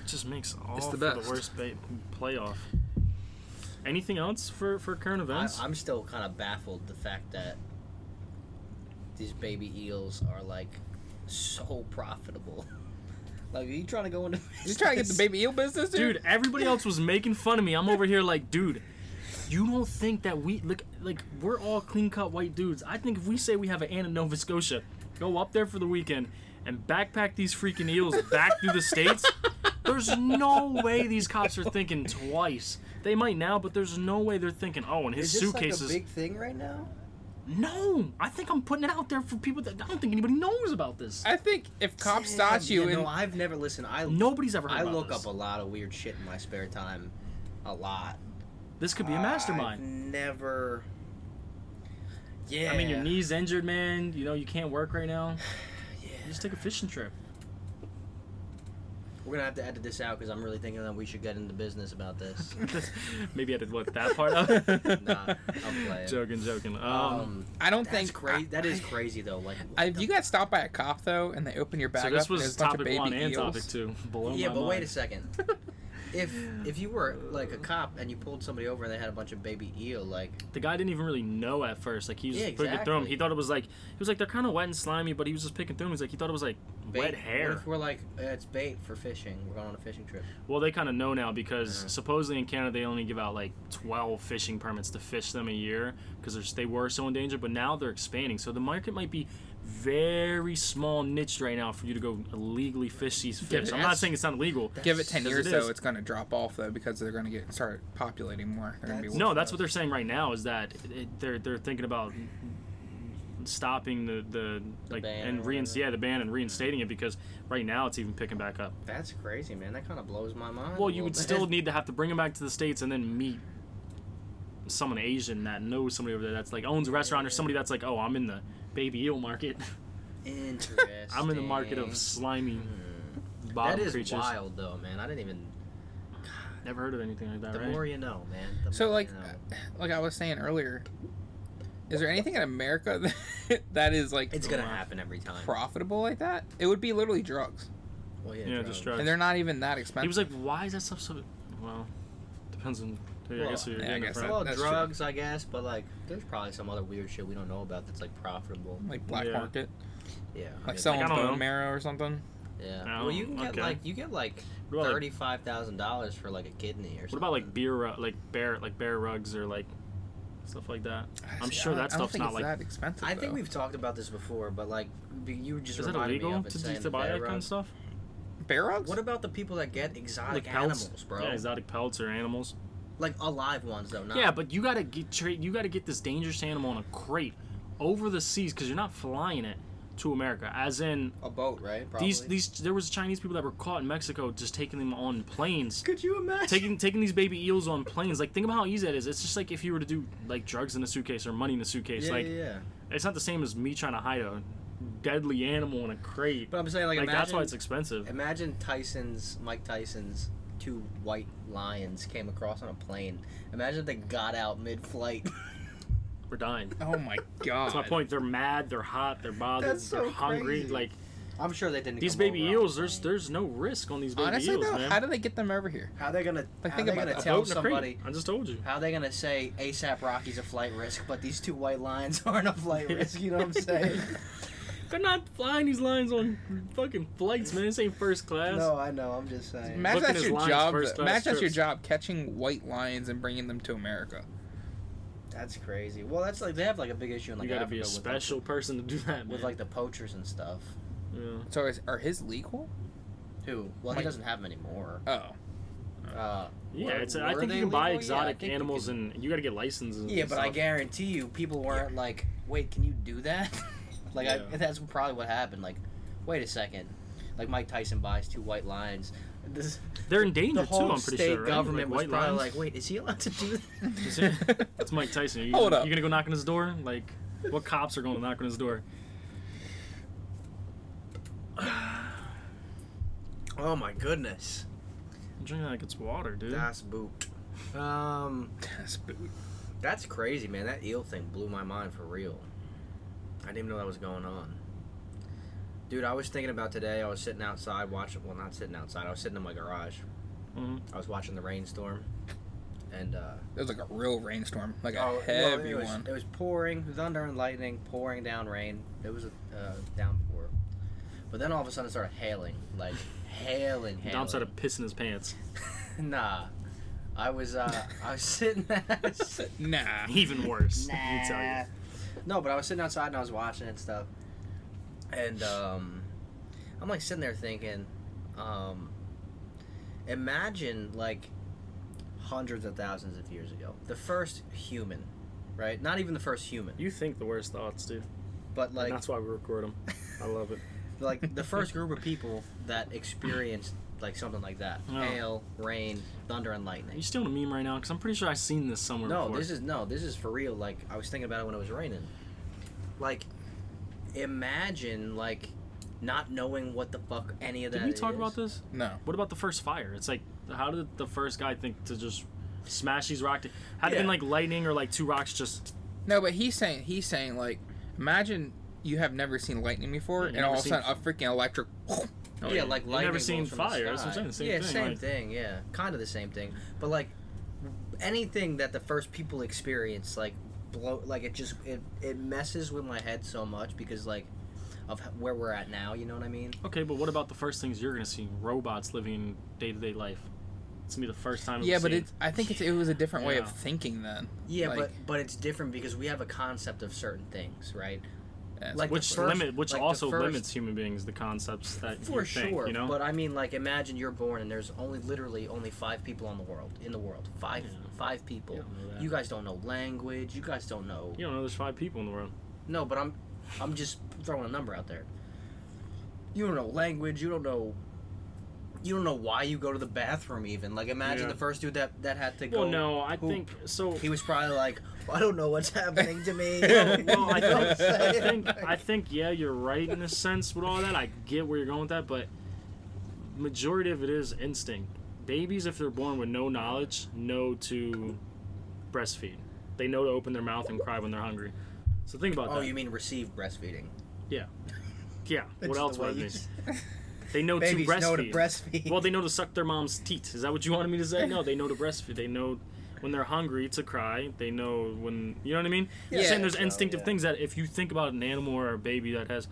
[SPEAKER 2] It just makes all
[SPEAKER 3] It's the
[SPEAKER 2] for
[SPEAKER 3] best.
[SPEAKER 2] worst ba- playoff. Anything else for, for current
[SPEAKER 1] I,
[SPEAKER 2] events?
[SPEAKER 1] I'm still kind of baffled the fact that these baby eels are like so profitable. Like, are you trying to go into?
[SPEAKER 3] you trying to get the
[SPEAKER 1] business?
[SPEAKER 3] baby eel business, dude?
[SPEAKER 2] dude, everybody else was making fun of me. I'm over here like, dude, you don't think that we look like we're all clean cut white dudes. I think if we say we have an Anna Nova Scotia, go up there for the weekend and backpack these freaking eels back through the states. There's no way these cops are thinking twice. They might now, but there's no way they're thinking, oh, and his
[SPEAKER 1] Is this
[SPEAKER 2] suitcase
[SPEAKER 1] like
[SPEAKER 2] is
[SPEAKER 1] a big thing right now?
[SPEAKER 2] No, I think I'm putting it out there for people that I don't think anybody knows about this.
[SPEAKER 3] I think if cops
[SPEAKER 1] Yeah,
[SPEAKER 3] stopped you
[SPEAKER 1] yeah,
[SPEAKER 3] and
[SPEAKER 1] no, I've never listened. I
[SPEAKER 2] Nobody's ever heard
[SPEAKER 1] I
[SPEAKER 2] about
[SPEAKER 1] look
[SPEAKER 2] this.
[SPEAKER 1] up a lot of weird shit in my spare time, a lot.
[SPEAKER 2] This could be a mastermind.
[SPEAKER 1] I've never. Yeah.
[SPEAKER 2] I mean, your knee's injured, man. You know, you can't work right now.
[SPEAKER 1] Yeah.
[SPEAKER 2] You just take a fishing trip.
[SPEAKER 1] We're gonna have to edit this out because I'm really thinking that we should get into business about this.
[SPEAKER 2] Maybe I did what that part up.
[SPEAKER 1] Nah, I'll play it.
[SPEAKER 2] Joking, joking. Um,
[SPEAKER 1] Um,
[SPEAKER 3] I don't
[SPEAKER 1] that's
[SPEAKER 3] think
[SPEAKER 1] crazy. That is
[SPEAKER 3] I-
[SPEAKER 1] crazy though. Like.
[SPEAKER 3] I- if you got stopped by a cop though, and they open your bag
[SPEAKER 2] so
[SPEAKER 3] up,
[SPEAKER 2] this
[SPEAKER 3] and there's
[SPEAKER 2] was
[SPEAKER 3] a bunch of
[SPEAKER 2] topic
[SPEAKER 3] baby
[SPEAKER 2] one and
[SPEAKER 3] eels.
[SPEAKER 2] topic two. Blow
[SPEAKER 1] yeah,
[SPEAKER 2] my
[SPEAKER 1] but wait a
[SPEAKER 2] mind.
[SPEAKER 1] second. if if you were like a cop and you pulled somebody over and they had a bunch of baby eel, like
[SPEAKER 2] The guy didn't even really know at first. Like he was
[SPEAKER 1] Yeah,
[SPEAKER 2] just picking through them. He
[SPEAKER 1] exactly.
[SPEAKER 2] thought it was like he was like they're kind of wet and slimy, but he was just picking through them. He's like he thought it was like
[SPEAKER 1] bait,
[SPEAKER 2] wet
[SPEAKER 1] What
[SPEAKER 2] hair.
[SPEAKER 1] if we're like eh, it's bait for fishing? We're going on a fishing trip.
[SPEAKER 2] Well, they kind of know now because
[SPEAKER 1] Uh-huh.
[SPEAKER 2] supposedly in Canada they only give out like 12 fishing permits to fish them a year because they were so endangered, but now they're expanding. So the market might be very small niche right now for you to go illegally fish these fish.
[SPEAKER 3] it
[SPEAKER 2] I'm
[SPEAKER 3] a
[SPEAKER 2] not
[SPEAKER 3] s-
[SPEAKER 2] saying it's not illegal.
[SPEAKER 3] Give it ten
[SPEAKER 2] Because
[SPEAKER 3] years
[SPEAKER 2] it is.
[SPEAKER 3] though, it's gonna drop off though because they're gonna get start populating more. They're gonna be
[SPEAKER 1] That's-
[SPEAKER 2] No, that's what they're saying right now is that it, they're they're thinking about stopping the the like
[SPEAKER 1] ban or
[SPEAKER 2] and
[SPEAKER 1] whatever.
[SPEAKER 2] reinst yeah the ban and reinstating it because right now it's even picking back up.
[SPEAKER 1] That's crazy, man. That kind of blows my mind.
[SPEAKER 2] Well,
[SPEAKER 1] a little
[SPEAKER 2] you would
[SPEAKER 1] bit.
[SPEAKER 2] still need to have to bring them back to the states and then meet someone Asian that knows somebody over there that's like owns a restaurant or somebody that's like, oh, I'm in the baby eel market.
[SPEAKER 1] Interesting. Hmm.
[SPEAKER 2] I'm in the market of slimy
[SPEAKER 1] That
[SPEAKER 2] bottom
[SPEAKER 1] is
[SPEAKER 2] creatures.
[SPEAKER 1] wild, though, man. I didn't even.
[SPEAKER 2] Never heard of anything like that,
[SPEAKER 1] The
[SPEAKER 2] right?
[SPEAKER 1] more you know, man. The
[SPEAKER 3] So
[SPEAKER 1] more
[SPEAKER 3] like,
[SPEAKER 1] you know.
[SPEAKER 3] like I was saying earlier, is there anything in America that, that is like
[SPEAKER 1] it's gonna happen every time.
[SPEAKER 3] profitable like that? It would be literally drugs,
[SPEAKER 1] Well,
[SPEAKER 2] yeah, just drugs.
[SPEAKER 3] and they're not even that
[SPEAKER 2] he
[SPEAKER 3] expensive.
[SPEAKER 2] was like, why is that stuff so? Well, depends on. I guess who you're
[SPEAKER 3] yeah, I
[SPEAKER 2] getting it
[SPEAKER 3] guess
[SPEAKER 2] from.
[SPEAKER 3] that-
[SPEAKER 1] Well,
[SPEAKER 3] That's true.
[SPEAKER 1] drugs, I guess, but like, there's probably some other weird shit we don't know about that's like profitable.
[SPEAKER 3] like black
[SPEAKER 2] Yeah.
[SPEAKER 3] market,
[SPEAKER 1] Yeah. I
[SPEAKER 3] like
[SPEAKER 1] mean,
[SPEAKER 3] someone's
[SPEAKER 2] don't
[SPEAKER 3] bone
[SPEAKER 2] know.
[SPEAKER 3] marrow or something.
[SPEAKER 1] Yeah.
[SPEAKER 2] Oh,
[SPEAKER 1] well, you can get
[SPEAKER 2] okay.
[SPEAKER 1] like you get like
[SPEAKER 2] What about, like-
[SPEAKER 1] thirty-five thousand dollars for like a kidney or something.
[SPEAKER 2] What about like beer, ru- like bear, like bear rugs or like stuff like that? I'm
[SPEAKER 3] See,
[SPEAKER 2] sure that
[SPEAKER 3] I don't- I don't
[SPEAKER 2] stuff's
[SPEAKER 3] think
[SPEAKER 2] not
[SPEAKER 3] it's
[SPEAKER 2] like.
[SPEAKER 3] that expensive.
[SPEAKER 1] I think
[SPEAKER 3] though.
[SPEAKER 1] we've talked about this before, but like, be- you just
[SPEAKER 2] Is it
[SPEAKER 1] reminded me
[SPEAKER 2] illegal
[SPEAKER 1] of it
[SPEAKER 2] to,
[SPEAKER 1] saying
[SPEAKER 2] to buy
[SPEAKER 1] bear
[SPEAKER 2] that kind of
[SPEAKER 1] rugs.
[SPEAKER 2] stuff?
[SPEAKER 3] bear rugs.
[SPEAKER 1] What about the people that get exotic
[SPEAKER 2] pelts?
[SPEAKER 1] animals, bro?
[SPEAKER 2] Yeah, exotic pelts or animals.
[SPEAKER 1] Like alive ones, though. Not
[SPEAKER 2] Yeah, but you gotta get tra- you gotta get this dangerous animal in a crate over the seas because you're not flying it to America. As in
[SPEAKER 1] a boat, right?
[SPEAKER 2] these these there was Chinese people that were caught in Mexico just taking them on planes,
[SPEAKER 1] Could you imagine?
[SPEAKER 2] taking taking these baby eels on planes. Like think about how easy that is. It's just like if you were to do like drugs in a suitcase or money in a suitcase.
[SPEAKER 1] yeah,
[SPEAKER 2] like
[SPEAKER 1] yeah, yeah.
[SPEAKER 2] it's not the same as me trying to hide a deadly animal in a crate.
[SPEAKER 1] But I'm saying, like,
[SPEAKER 2] like
[SPEAKER 1] imagine,
[SPEAKER 2] that's why it's expensive.
[SPEAKER 1] imagine Tyson's, Mike Tyson's two white lions came across on a plane. Imagine if they got out mid-flight.
[SPEAKER 2] We're dying.
[SPEAKER 3] Oh my god.
[SPEAKER 2] That's my point. They're mad. They're hot. They're bothered.
[SPEAKER 1] That's
[SPEAKER 2] they're
[SPEAKER 1] so
[SPEAKER 2] hungry.
[SPEAKER 1] crazy.
[SPEAKER 2] Like
[SPEAKER 1] I'm sure they didn't.
[SPEAKER 2] these
[SPEAKER 1] come
[SPEAKER 2] baby
[SPEAKER 1] over on
[SPEAKER 2] eels,
[SPEAKER 1] the
[SPEAKER 2] there's
[SPEAKER 1] plane.
[SPEAKER 2] there's no risk on these baby
[SPEAKER 3] Honestly
[SPEAKER 2] eels,
[SPEAKER 3] though,
[SPEAKER 2] man.
[SPEAKER 3] how do they get them over here?
[SPEAKER 1] How they gonna?
[SPEAKER 3] Like,
[SPEAKER 1] how
[SPEAKER 3] think
[SPEAKER 1] they
[SPEAKER 3] about
[SPEAKER 1] gonna
[SPEAKER 2] Boat
[SPEAKER 3] that.
[SPEAKER 1] tell
[SPEAKER 2] in a crate.
[SPEAKER 1] somebody?
[SPEAKER 2] I just told you.
[SPEAKER 1] How they gonna say ASAP Rocky's a flight risk, but these two white lions aren't a flight risk? You know what I'm saying?
[SPEAKER 2] They're not flying these lines on fucking flights, man. This ain't first class.
[SPEAKER 1] no, I know. I'm just saying.
[SPEAKER 3] Imagine
[SPEAKER 2] Looking
[SPEAKER 3] that's
[SPEAKER 2] as
[SPEAKER 3] your
[SPEAKER 2] lions
[SPEAKER 3] job.
[SPEAKER 2] first
[SPEAKER 3] though.
[SPEAKER 2] class
[SPEAKER 3] Imagine that's your
[SPEAKER 2] trips.
[SPEAKER 3] job catching white lions and bringing them to America.
[SPEAKER 1] That's crazy. Well, that's like they have like a big issue in like
[SPEAKER 2] you gotta
[SPEAKER 1] Africa
[SPEAKER 2] be a
[SPEAKER 1] with, like,
[SPEAKER 2] special person to do that, man.
[SPEAKER 1] with like the poachers and stuff.
[SPEAKER 2] yeah.
[SPEAKER 3] So is, are his legal?
[SPEAKER 1] Who? Well,
[SPEAKER 3] Like-
[SPEAKER 1] he doesn't have them anymore.
[SPEAKER 3] Oh,
[SPEAKER 1] Uh,
[SPEAKER 2] Yeah,
[SPEAKER 1] were-
[SPEAKER 2] it's, I
[SPEAKER 1] were
[SPEAKER 2] think
[SPEAKER 1] they
[SPEAKER 2] you can
[SPEAKER 1] legal?
[SPEAKER 2] buy
[SPEAKER 1] Yeah, I
[SPEAKER 2] exotic
[SPEAKER 1] think you
[SPEAKER 2] animals
[SPEAKER 1] can-
[SPEAKER 2] and you gotta get licenses.
[SPEAKER 1] Yeah,
[SPEAKER 2] and
[SPEAKER 1] but I
[SPEAKER 2] stuff.
[SPEAKER 1] guarantee you, people weren't like, "Wait, can you do that?" like, I,
[SPEAKER 2] Yeah.
[SPEAKER 1] that's probably what happened. Like, wait a second. Like Mike Tyson buys two white lions. This,
[SPEAKER 2] they're
[SPEAKER 1] the
[SPEAKER 2] endangered too.
[SPEAKER 1] whole
[SPEAKER 2] I'm pretty
[SPEAKER 1] state
[SPEAKER 2] sure. right?
[SPEAKER 1] government
[SPEAKER 2] like,
[SPEAKER 1] was
[SPEAKER 2] white
[SPEAKER 1] probably
[SPEAKER 2] lions.
[SPEAKER 1] like, "Wait, is he allowed to do that?"
[SPEAKER 2] Is it- That's Mike Tyson. You,
[SPEAKER 3] Hold
[SPEAKER 2] you
[SPEAKER 3] up.
[SPEAKER 2] gonna go knock on his door? Like, what cops are going to knock on his door?
[SPEAKER 1] Oh my goodness,
[SPEAKER 2] I'm drinking like it's water, dude.
[SPEAKER 1] that's boot. Um,
[SPEAKER 3] That's boo-
[SPEAKER 1] that's crazy, man. That eel thing blew my mind for real. I didn't even know that was going on. Dude, I was thinking about today. I was sitting outside watching. Well, not sitting outside. I was sitting in my garage.
[SPEAKER 2] Mhm.
[SPEAKER 1] I was watching the rainstorm, and uh,
[SPEAKER 3] It was like a real rainstorm, like a
[SPEAKER 1] Oh, well,
[SPEAKER 3] heavy
[SPEAKER 1] it was,
[SPEAKER 3] one.
[SPEAKER 1] It was pouring thunder and lightning, pouring down rain. It was a uh, downpour. But then all of a sudden it started hailing, like hailing, hailing.
[SPEAKER 2] Dom started pissing his pants.
[SPEAKER 1] nah, I was uh, I was sitting.
[SPEAKER 3] Nah.
[SPEAKER 2] Even worse.
[SPEAKER 1] nah.
[SPEAKER 2] Let me tell you.
[SPEAKER 1] No, but I was sitting outside and I was watching it and stuff, and um, I'm like sitting there thinking, um, imagine like hundreds of thousands of years ago, the first human, right? Not even the first human,
[SPEAKER 2] You think the worst thoughts, dude.
[SPEAKER 1] but like
[SPEAKER 2] and that's why we record them. I love it.
[SPEAKER 1] like the first group of people that experienced like something like that
[SPEAKER 2] No.
[SPEAKER 1] hail rain thunder and
[SPEAKER 2] Are Oh. you
[SPEAKER 1] lightning
[SPEAKER 2] stealing a meme right now? Because I'm pretty sure I've seen this somewhere
[SPEAKER 1] no
[SPEAKER 2] before.
[SPEAKER 1] this is no this is for real like i was thinking about it when it was raining like imagine like not knowing what the fuck any of that
[SPEAKER 2] Did we talk
[SPEAKER 1] is.
[SPEAKER 2] about this?
[SPEAKER 3] No.
[SPEAKER 2] What about the first fire? It's like, how did the first guy think to just smash these rocks? Had it been
[SPEAKER 1] Yeah.
[SPEAKER 2] like lightning or like two rocks just.
[SPEAKER 3] No, but he's saying he's saying like, imagine you have never seen lightning before,
[SPEAKER 2] Yeah, you
[SPEAKER 3] and all of
[SPEAKER 2] never
[SPEAKER 3] a sudden a freaking electric.
[SPEAKER 2] No,
[SPEAKER 1] yeah, like
[SPEAKER 2] Oh, you've
[SPEAKER 1] lightning.
[SPEAKER 2] Never
[SPEAKER 1] bolts
[SPEAKER 2] seen
[SPEAKER 1] from the
[SPEAKER 2] fire. That's what
[SPEAKER 1] sky.
[SPEAKER 2] I'm saying. Same
[SPEAKER 1] yeah,
[SPEAKER 2] thing.
[SPEAKER 1] same
[SPEAKER 2] like,
[SPEAKER 1] thing. Yeah, kind of the same thing. But like anything that the first people experience, like blow, like it just it it messes with my head so much because like of h- where we're at now. You know what I mean?
[SPEAKER 2] Okay, but what about the first things you're gonna see? Robots living in day to day life. It's gonna be the first time.
[SPEAKER 3] yeah,
[SPEAKER 2] we'll
[SPEAKER 3] but
[SPEAKER 2] see
[SPEAKER 3] it's, I think it's, it was a different way of
[SPEAKER 2] Yeah.
[SPEAKER 3] thinking then.
[SPEAKER 1] Yeah,
[SPEAKER 3] Like-
[SPEAKER 1] but but it's different because we have a concept of certain things, right?
[SPEAKER 3] That's
[SPEAKER 1] Like- the
[SPEAKER 2] which
[SPEAKER 1] first-
[SPEAKER 2] limit, which
[SPEAKER 1] like the
[SPEAKER 2] also
[SPEAKER 1] first-
[SPEAKER 2] limits human beings, the concepts that
[SPEAKER 1] For
[SPEAKER 2] you think,
[SPEAKER 1] sure.
[SPEAKER 2] you know.
[SPEAKER 1] But I mean, like, imagine you're born and there's only literally only five people on the world in the world. Five
[SPEAKER 2] Yeah.
[SPEAKER 1] five people.
[SPEAKER 2] You don't know that.
[SPEAKER 1] You guys don't know language. You guys don't know.
[SPEAKER 2] you don't know there's five people in the world.
[SPEAKER 1] No, but I'm I'm just throwing a number out there. You don't know language, you don't know you don't know why you go to the bathroom even. Like imagine
[SPEAKER 2] Yeah.
[SPEAKER 1] the first dude that that had to go
[SPEAKER 2] Well, no, I
[SPEAKER 1] who-
[SPEAKER 2] think so.
[SPEAKER 1] he was probably like, I don't know what's happening to me.
[SPEAKER 2] well, I
[SPEAKER 1] You know what
[SPEAKER 2] think,
[SPEAKER 1] I'm
[SPEAKER 2] I
[SPEAKER 1] saying?
[SPEAKER 2] think I think yeah, you're right in a sense with all that. I get where you're going with that, but majority of it is instinct. Babies, if they're born with no knowledge, know to breastfeed. They know to open their mouth and cry when they're hungry. So think about
[SPEAKER 1] Oh,
[SPEAKER 2] that.
[SPEAKER 1] you mean receive breastfeeding.
[SPEAKER 2] yeah. What
[SPEAKER 1] That's
[SPEAKER 2] else
[SPEAKER 1] the
[SPEAKER 2] would
[SPEAKER 1] way
[SPEAKER 2] it
[SPEAKER 1] you
[SPEAKER 2] be?
[SPEAKER 1] s-
[SPEAKER 2] They know
[SPEAKER 1] Babies
[SPEAKER 2] to breastfeed.
[SPEAKER 1] know to breastfeed.
[SPEAKER 2] Well, they know to suck their mom's teat. Is that what you wanted me to say? No, they know to breastfeed. They know when they're hungry to cry. They know when you know what I mean. You're
[SPEAKER 3] Yeah.
[SPEAKER 2] saying there's
[SPEAKER 1] Yeah.
[SPEAKER 2] instinctive
[SPEAKER 1] Yeah.
[SPEAKER 2] things that if you think about an animal or a baby that has,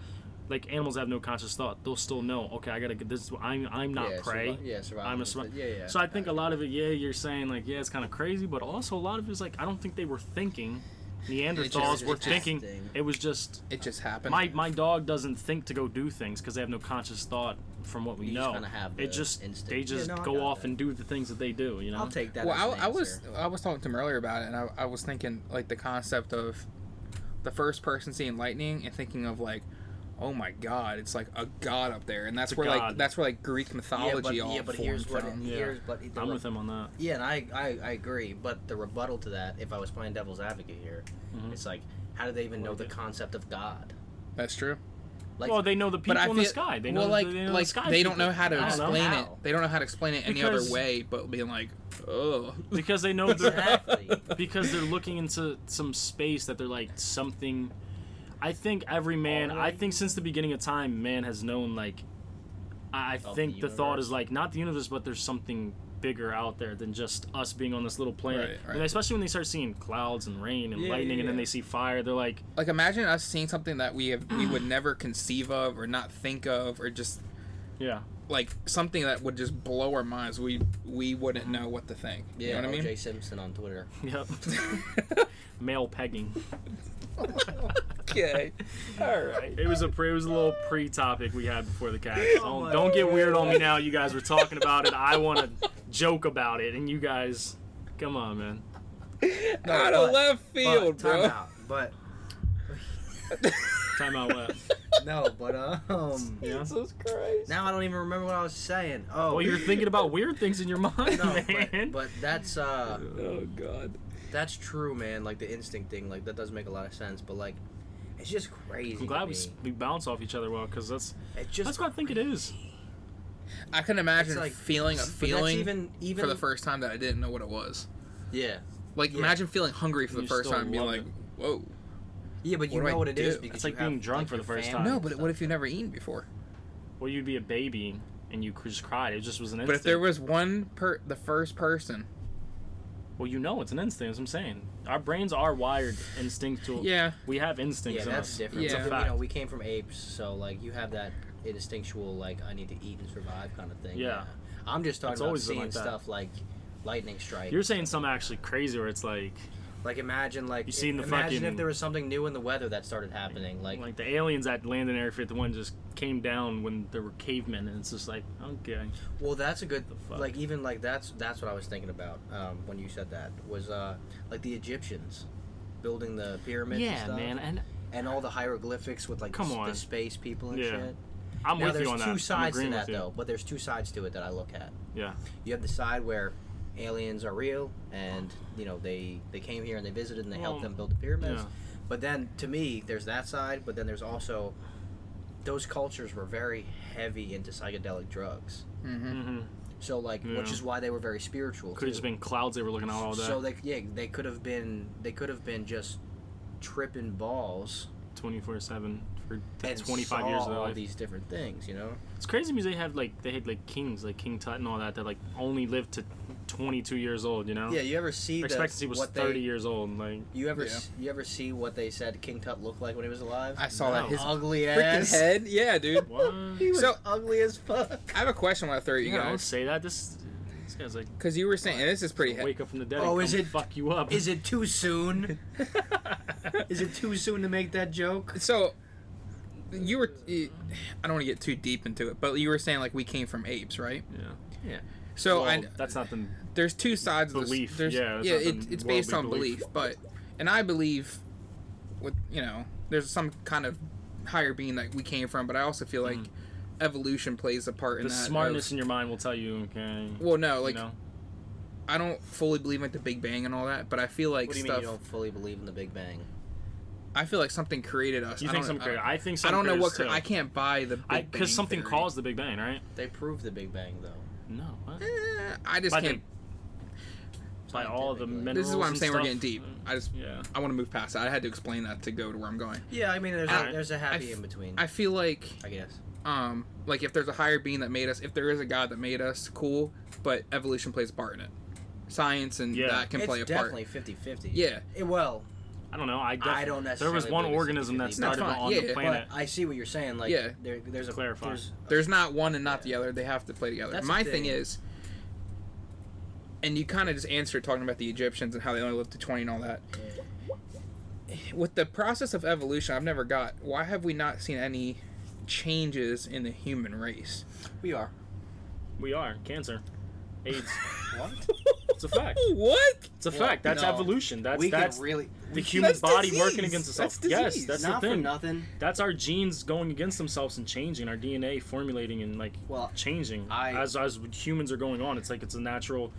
[SPEAKER 2] like animals have no conscious thought, they'll still know. Okay, I gotta get this. I'm I'm not
[SPEAKER 1] yeah,
[SPEAKER 2] prey.
[SPEAKER 1] survi- yeah, survival.
[SPEAKER 2] I'm a
[SPEAKER 1] instinct.
[SPEAKER 2] survi-
[SPEAKER 1] Yeah, yeah.
[SPEAKER 2] So I think a lot of it, yeah, you're saying like, yeah, it's kind of crazy, but also a lot of it is like, I don't think they were thinking.
[SPEAKER 3] just- it
[SPEAKER 2] Neanderthals
[SPEAKER 3] just
[SPEAKER 2] were thinking.
[SPEAKER 1] happened.
[SPEAKER 2] It was just
[SPEAKER 3] it just happened.
[SPEAKER 2] my my dog doesn't think to go do things because they have no conscious thought from what we
[SPEAKER 1] You just
[SPEAKER 2] know.
[SPEAKER 1] kinda have
[SPEAKER 2] it
[SPEAKER 1] the
[SPEAKER 2] just
[SPEAKER 1] instinct.
[SPEAKER 2] they
[SPEAKER 1] Yeah,
[SPEAKER 2] just
[SPEAKER 1] no, I
[SPEAKER 2] go
[SPEAKER 1] got
[SPEAKER 2] off
[SPEAKER 1] that.
[SPEAKER 2] and do the things that they do. You know.
[SPEAKER 1] I'll take that.
[SPEAKER 3] well,
[SPEAKER 1] as an
[SPEAKER 3] I, I was
[SPEAKER 1] answer.
[SPEAKER 3] I was talking to him earlier about it, and I, I was thinking like the concept of the first person seeing lightning and thinking of like, oh my god, it's like a god up there, and that's
[SPEAKER 2] It's a
[SPEAKER 3] where like
[SPEAKER 2] god.
[SPEAKER 3] that's where like Greek mythology all
[SPEAKER 1] yeah, but
[SPEAKER 3] formed
[SPEAKER 1] here's what
[SPEAKER 3] from.
[SPEAKER 2] Yeah.
[SPEAKER 1] here's but the
[SPEAKER 2] I'm
[SPEAKER 1] re-
[SPEAKER 2] with him on that.
[SPEAKER 1] yeah, and I, I I agree, but the rebuttal to that, if I was playing devil's advocate here,
[SPEAKER 3] Mm-hmm.
[SPEAKER 2] Mhm.
[SPEAKER 1] it's like how do they even know
[SPEAKER 2] Like
[SPEAKER 1] the
[SPEAKER 2] it.
[SPEAKER 1] concept of God?
[SPEAKER 3] That's true.
[SPEAKER 1] Like
[SPEAKER 2] well, they know the people
[SPEAKER 3] but I
[SPEAKER 2] in
[SPEAKER 3] feel
[SPEAKER 2] the sky. They know
[SPEAKER 3] well, like
[SPEAKER 2] the, they know
[SPEAKER 3] like
[SPEAKER 2] the sky.
[SPEAKER 3] they don't
[SPEAKER 2] people.
[SPEAKER 3] know how to
[SPEAKER 2] I don't know
[SPEAKER 3] explain
[SPEAKER 1] how.
[SPEAKER 3] it. They don't know how to explain it any
[SPEAKER 2] Because-
[SPEAKER 3] other way but being like, oh,
[SPEAKER 2] because they know they're
[SPEAKER 1] exactly.
[SPEAKER 2] because they're looking into some space that they're like something i think every man i
[SPEAKER 1] Already?
[SPEAKER 2] think since the beginning of time man has known like i I
[SPEAKER 1] the
[SPEAKER 2] think the, thought
[SPEAKER 1] universe.
[SPEAKER 2] is like not the universe but there's something bigger out there than just us being on this little planet
[SPEAKER 3] Right,
[SPEAKER 2] And
[SPEAKER 3] right.
[SPEAKER 2] especially when they start seeing clouds and rain and
[SPEAKER 1] Yeah,
[SPEAKER 2] lightning
[SPEAKER 1] yeah,
[SPEAKER 2] and then
[SPEAKER 1] yeah.
[SPEAKER 2] they see fire they're like
[SPEAKER 3] like imagine us seeing something that we have we would never conceive of or not think of or just
[SPEAKER 2] yeah
[SPEAKER 3] like something that would just blow our minds. We we wouldn't know what to think. You
[SPEAKER 1] yeah,
[SPEAKER 3] know what I mean?
[SPEAKER 1] OJ Simpson on Twitter.
[SPEAKER 2] yep
[SPEAKER 3] oh,
[SPEAKER 2] male pegging
[SPEAKER 3] okay. All right.
[SPEAKER 2] It was a pre, it was a little pre topic we had before the cast.
[SPEAKER 1] Oh
[SPEAKER 2] Don't,
[SPEAKER 1] my
[SPEAKER 2] don't get weird on me now. You guys were talking about it. I want to joke about it, and you guys, come on, man.
[SPEAKER 3] Out
[SPEAKER 1] but-
[SPEAKER 3] of left field,
[SPEAKER 1] but,
[SPEAKER 3] bro.
[SPEAKER 1] time out. But
[SPEAKER 2] Time out uh, left.
[SPEAKER 1] no, but um,
[SPEAKER 2] Yeah.
[SPEAKER 3] Jesus Christ.
[SPEAKER 1] now I don't even remember what I was saying. Oh,
[SPEAKER 2] Well, you're thinking about weird things in your mind,
[SPEAKER 1] no,
[SPEAKER 2] man.
[SPEAKER 1] but, but that's uh.
[SPEAKER 3] Oh God.
[SPEAKER 1] That's true, man. Like the instinct thing, like that does make a lot of sense. But like, it's just crazy.
[SPEAKER 2] I'm
[SPEAKER 1] to
[SPEAKER 2] glad we,
[SPEAKER 1] me.
[SPEAKER 2] s- we bounce off each other well, cause that's
[SPEAKER 1] It's just
[SPEAKER 2] that's what I think it is.
[SPEAKER 3] I couldn't imagine
[SPEAKER 1] like-
[SPEAKER 3] feeling a
[SPEAKER 1] but that's
[SPEAKER 3] feeling
[SPEAKER 1] even- even-
[SPEAKER 3] for the first time that I didn't know what it was.
[SPEAKER 1] Yeah.
[SPEAKER 3] Like
[SPEAKER 1] Yeah.
[SPEAKER 3] imagine feeling hungry
[SPEAKER 2] And
[SPEAKER 3] for the
[SPEAKER 2] you
[SPEAKER 3] first
[SPEAKER 2] still
[SPEAKER 3] time and being
[SPEAKER 2] love
[SPEAKER 3] like,
[SPEAKER 2] it.
[SPEAKER 3] "Whoa."
[SPEAKER 1] Yeah, but you
[SPEAKER 3] What do
[SPEAKER 1] know
[SPEAKER 3] I
[SPEAKER 1] what it is
[SPEAKER 3] do?
[SPEAKER 1] because
[SPEAKER 2] It's
[SPEAKER 1] you
[SPEAKER 2] like being
[SPEAKER 1] have,
[SPEAKER 2] drunk for
[SPEAKER 1] your
[SPEAKER 2] the first
[SPEAKER 1] family
[SPEAKER 2] time.
[SPEAKER 1] and
[SPEAKER 3] No, but
[SPEAKER 1] stuff.
[SPEAKER 3] what if you've never eaten before?
[SPEAKER 2] Well, you'd be a baby and you just cried. It just was an instinct.
[SPEAKER 3] But if there was one per the first person,
[SPEAKER 2] well, you know, it's an instinct. That's what I'm saying. Our brains are wired instinctual.
[SPEAKER 3] yeah,
[SPEAKER 2] We have instincts.
[SPEAKER 1] Yeah,
[SPEAKER 2] in
[SPEAKER 1] that's
[SPEAKER 2] us.
[SPEAKER 1] different.
[SPEAKER 2] It's
[SPEAKER 3] Yeah.
[SPEAKER 2] a
[SPEAKER 1] You know,
[SPEAKER 2] fact.
[SPEAKER 1] we came from apes, so like you have that instinctual, like I need to eat and survive kind of thing.
[SPEAKER 2] Yeah.
[SPEAKER 1] I'm just talking
[SPEAKER 2] It's
[SPEAKER 1] about
[SPEAKER 2] always been
[SPEAKER 1] seeing
[SPEAKER 2] like that.
[SPEAKER 1] stuff like lightning strike.
[SPEAKER 2] You're saying something actually crazy where it's like
[SPEAKER 1] like imagine like
[SPEAKER 2] You seen the
[SPEAKER 1] imagine if
[SPEAKER 2] fucking-
[SPEAKER 1] there was something new in the weather that started happening. Like,
[SPEAKER 2] like the aliens that landed in Area 51 just came down when there were cavemen, and it's just like okay.
[SPEAKER 1] well, that's a good
[SPEAKER 2] The fuck?
[SPEAKER 1] like even like that's that's what I was thinking about um, when you said that was uh, like the Egyptians building the pyramids. and
[SPEAKER 2] Yeah,
[SPEAKER 1] stuff,
[SPEAKER 2] man, and
[SPEAKER 1] And all the hieroglyphics with like
[SPEAKER 2] Come
[SPEAKER 1] the, s-
[SPEAKER 2] on.
[SPEAKER 1] the space people and
[SPEAKER 2] Yeah.
[SPEAKER 1] shit.
[SPEAKER 2] I'm
[SPEAKER 1] now
[SPEAKER 2] with
[SPEAKER 1] there's
[SPEAKER 2] you on that.
[SPEAKER 1] two
[SPEAKER 2] I'm
[SPEAKER 1] sides to
[SPEAKER 2] agreeing
[SPEAKER 1] that
[SPEAKER 2] with you.
[SPEAKER 1] though, but there's two sides to it that I look at.
[SPEAKER 2] Yeah.
[SPEAKER 1] You have the side where aliens are real and you know they they came here and they visited and they helped
[SPEAKER 2] Well,
[SPEAKER 1] them build the pyramids.
[SPEAKER 2] yeah.
[SPEAKER 1] But then to me, there's that side, but then there's also those cultures were very heavy into psychedelic drugs.
[SPEAKER 3] hmm
[SPEAKER 2] Mm-hmm.
[SPEAKER 1] So like, which
[SPEAKER 2] Yeah.
[SPEAKER 1] is why they were very spiritual.
[SPEAKER 2] Could have just
[SPEAKER 1] too.
[SPEAKER 2] been clouds they were looking at all day.
[SPEAKER 1] So they yeah they could have been they could have been just tripping balls
[SPEAKER 2] 24 seven for
[SPEAKER 1] and
[SPEAKER 2] 25
[SPEAKER 1] saw
[SPEAKER 2] years of their
[SPEAKER 1] all
[SPEAKER 2] life.
[SPEAKER 1] these different things, you know.
[SPEAKER 2] It's crazy because they have like they had like kings like King Tut and all that that like only lived to 22 years old. You know.
[SPEAKER 1] Yeah, you ever see
[SPEAKER 2] Their
[SPEAKER 1] the,
[SPEAKER 2] expectancy was
[SPEAKER 1] what
[SPEAKER 2] 30
[SPEAKER 1] they,
[SPEAKER 2] years old. Like
[SPEAKER 1] You ever
[SPEAKER 3] Yeah.
[SPEAKER 1] s- you ever see what they said King Tut looked like when he was alive?
[SPEAKER 3] I saw
[SPEAKER 2] No.
[SPEAKER 3] that his
[SPEAKER 1] ugly
[SPEAKER 3] freaking
[SPEAKER 1] ass
[SPEAKER 3] head. Yeah, dude.
[SPEAKER 2] what?
[SPEAKER 1] He was
[SPEAKER 3] So-
[SPEAKER 1] ugly as fuck.
[SPEAKER 3] I have a question when I throw at you
[SPEAKER 2] yeah, don't
[SPEAKER 3] guys
[SPEAKER 2] say that. This this guy's like
[SPEAKER 3] because you were saying and this is pretty. He-
[SPEAKER 2] wake up from the dead.
[SPEAKER 1] Oh,
[SPEAKER 2] and
[SPEAKER 1] is
[SPEAKER 2] come
[SPEAKER 1] it-
[SPEAKER 2] fuck you up?
[SPEAKER 1] Is it too soon? Is it too soon to make that joke?
[SPEAKER 3] so you were. you- I don't want to get too deep into it, but you were saying like we came from apes, right?
[SPEAKER 2] yeah.
[SPEAKER 3] So
[SPEAKER 2] well,
[SPEAKER 3] I,
[SPEAKER 2] that's not the
[SPEAKER 3] there's two sides
[SPEAKER 2] Belief,
[SPEAKER 3] of this.
[SPEAKER 2] yeah,
[SPEAKER 3] There's,
[SPEAKER 2] it's
[SPEAKER 3] yeah,
[SPEAKER 2] not
[SPEAKER 3] it,
[SPEAKER 2] the
[SPEAKER 3] it's based on
[SPEAKER 2] worldly
[SPEAKER 3] belief.
[SPEAKER 2] belief.
[SPEAKER 3] but and I believe, with you know, there's some kind of higher being that we came from, but I also feel like evolution plays a part in
[SPEAKER 2] Hmm. the
[SPEAKER 3] that. of-
[SPEAKER 2] smartness in your mind will tell you. Okay.
[SPEAKER 3] well, no, like
[SPEAKER 2] you know?
[SPEAKER 3] I don't fully believe like the Big Bang and all that, but I feel like
[SPEAKER 1] What do you
[SPEAKER 3] stuff.
[SPEAKER 1] mean you don't fully believe in the Big Bang?
[SPEAKER 3] I feel like something created us.
[SPEAKER 2] You
[SPEAKER 3] I
[SPEAKER 2] think
[SPEAKER 3] don't-
[SPEAKER 2] some
[SPEAKER 3] I-
[SPEAKER 2] creator? I think some
[SPEAKER 3] I don't know what.
[SPEAKER 2] creators,
[SPEAKER 3] Cre- I can't buy the Big
[SPEAKER 2] too. I
[SPEAKER 3] Bang
[SPEAKER 2] because something
[SPEAKER 3] theory.
[SPEAKER 2] caused the Big Bang, right?
[SPEAKER 1] They proved the Big Bang though.
[SPEAKER 2] No. What?
[SPEAKER 3] Eh, I just
[SPEAKER 2] By the-
[SPEAKER 3] can't.
[SPEAKER 2] By all the
[SPEAKER 1] Scientifically.
[SPEAKER 2] minerals.
[SPEAKER 3] This is why I'm
[SPEAKER 2] and
[SPEAKER 3] saying we're
[SPEAKER 2] stuff. uh,
[SPEAKER 3] getting deep. I just
[SPEAKER 2] Yeah.
[SPEAKER 3] I want to move past. That. I had to explain that to go to where I'm going.
[SPEAKER 1] Yeah, I mean there's a,
[SPEAKER 2] Alright.
[SPEAKER 1] there's a happy
[SPEAKER 3] I f-
[SPEAKER 1] in between. I
[SPEAKER 3] I feel like
[SPEAKER 1] guess.
[SPEAKER 3] um like if there's a higher being that made us if there is a god that made us cool but evolution plays a part in it science and
[SPEAKER 2] Yeah.
[SPEAKER 3] that can
[SPEAKER 1] it's
[SPEAKER 3] play a
[SPEAKER 1] definitely
[SPEAKER 3] part
[SPEAKER 1] 50-50.
[SPEAKER 3] Yeah.
[SPEAKER 1] It- well,
[SPEAKER 2] I don't know. I, definitely
[SPEAKER 1] don't
[SPEAKER 2] There was
[SPEAKER 1] necessarily
[SPEAKER 2] one
[SPEAKER 1] believe it's
[SPEAKER 2] organism that
[SPEAKER 1] 50-50. That's
[SPEAKER 2] started
[SPEAKER 3] fine,
[SPEAKER 2] on
[SPEAKER 3] yeah,
[SPEAKER 2] the planet.
[SPEAKER 1] but I see what you're saying. Like
[SPEAKER 3] Yeah.
[SPEAKER 1] there, there's a
[SPEAKER 2] Clarify.
[SPEAKER 1] There's,
[SPEAKER 3] there's not one and not
[SPEAKER 1] Yeah.
[SPEAKER 3] the other they have to play together
[SPEAKER 1] That's the
[SPEAKER 3] my thing
[SPEAKER 1] thing.
[SPEAKER 3] is and you kind of just answered talking about the egyptians and how they only lived to 20 and all that with the process of evolution i've never got why have we not seen any changes in the human race
[SPEAKER 1] we are.
[SPEAKER 2] we are cancer, AIDS.
[SPEAKER 1] What?
[SPEAKER 2] It's a fact.
[SPEAKER 3] what
[SPEAKER 2] It's a
[SPEAKER 1] Well,
[SPEAKER 2] fact. That's
[SPEAKER 1] no.
[SPEAKER 2] evolution. That's
[SPEAKER 1] we
[SPEAKER 2] that's
[SPEAKER 1] can really.
[SPEAKER 2] the human
[SPEAKER 3] That's
[SPEAKER 2] body
[SPEAKER 3] disease.
[SPEAKER 2] working against itself.
[SPEAKER 3] That's
[SPEAKER 2] yes,
[SPEAKER 3] disease.
[SPEAKER 2] that's
[SPEAKER 1] not
[SPEAKER 2] the
[SPEAKER 1] for
[SPEAKER 2] thing.
[SPEAKER 1] nothing.
[SPEAKER 2] That's our genes going against themselves and changing. Our DNA formulating and like
[SPEAKER 1] Well,
[SPEAKER 2] changing
[SPEAKER 1] I-
[SPEAKER 2] as as humans are going on. It's like it's a natural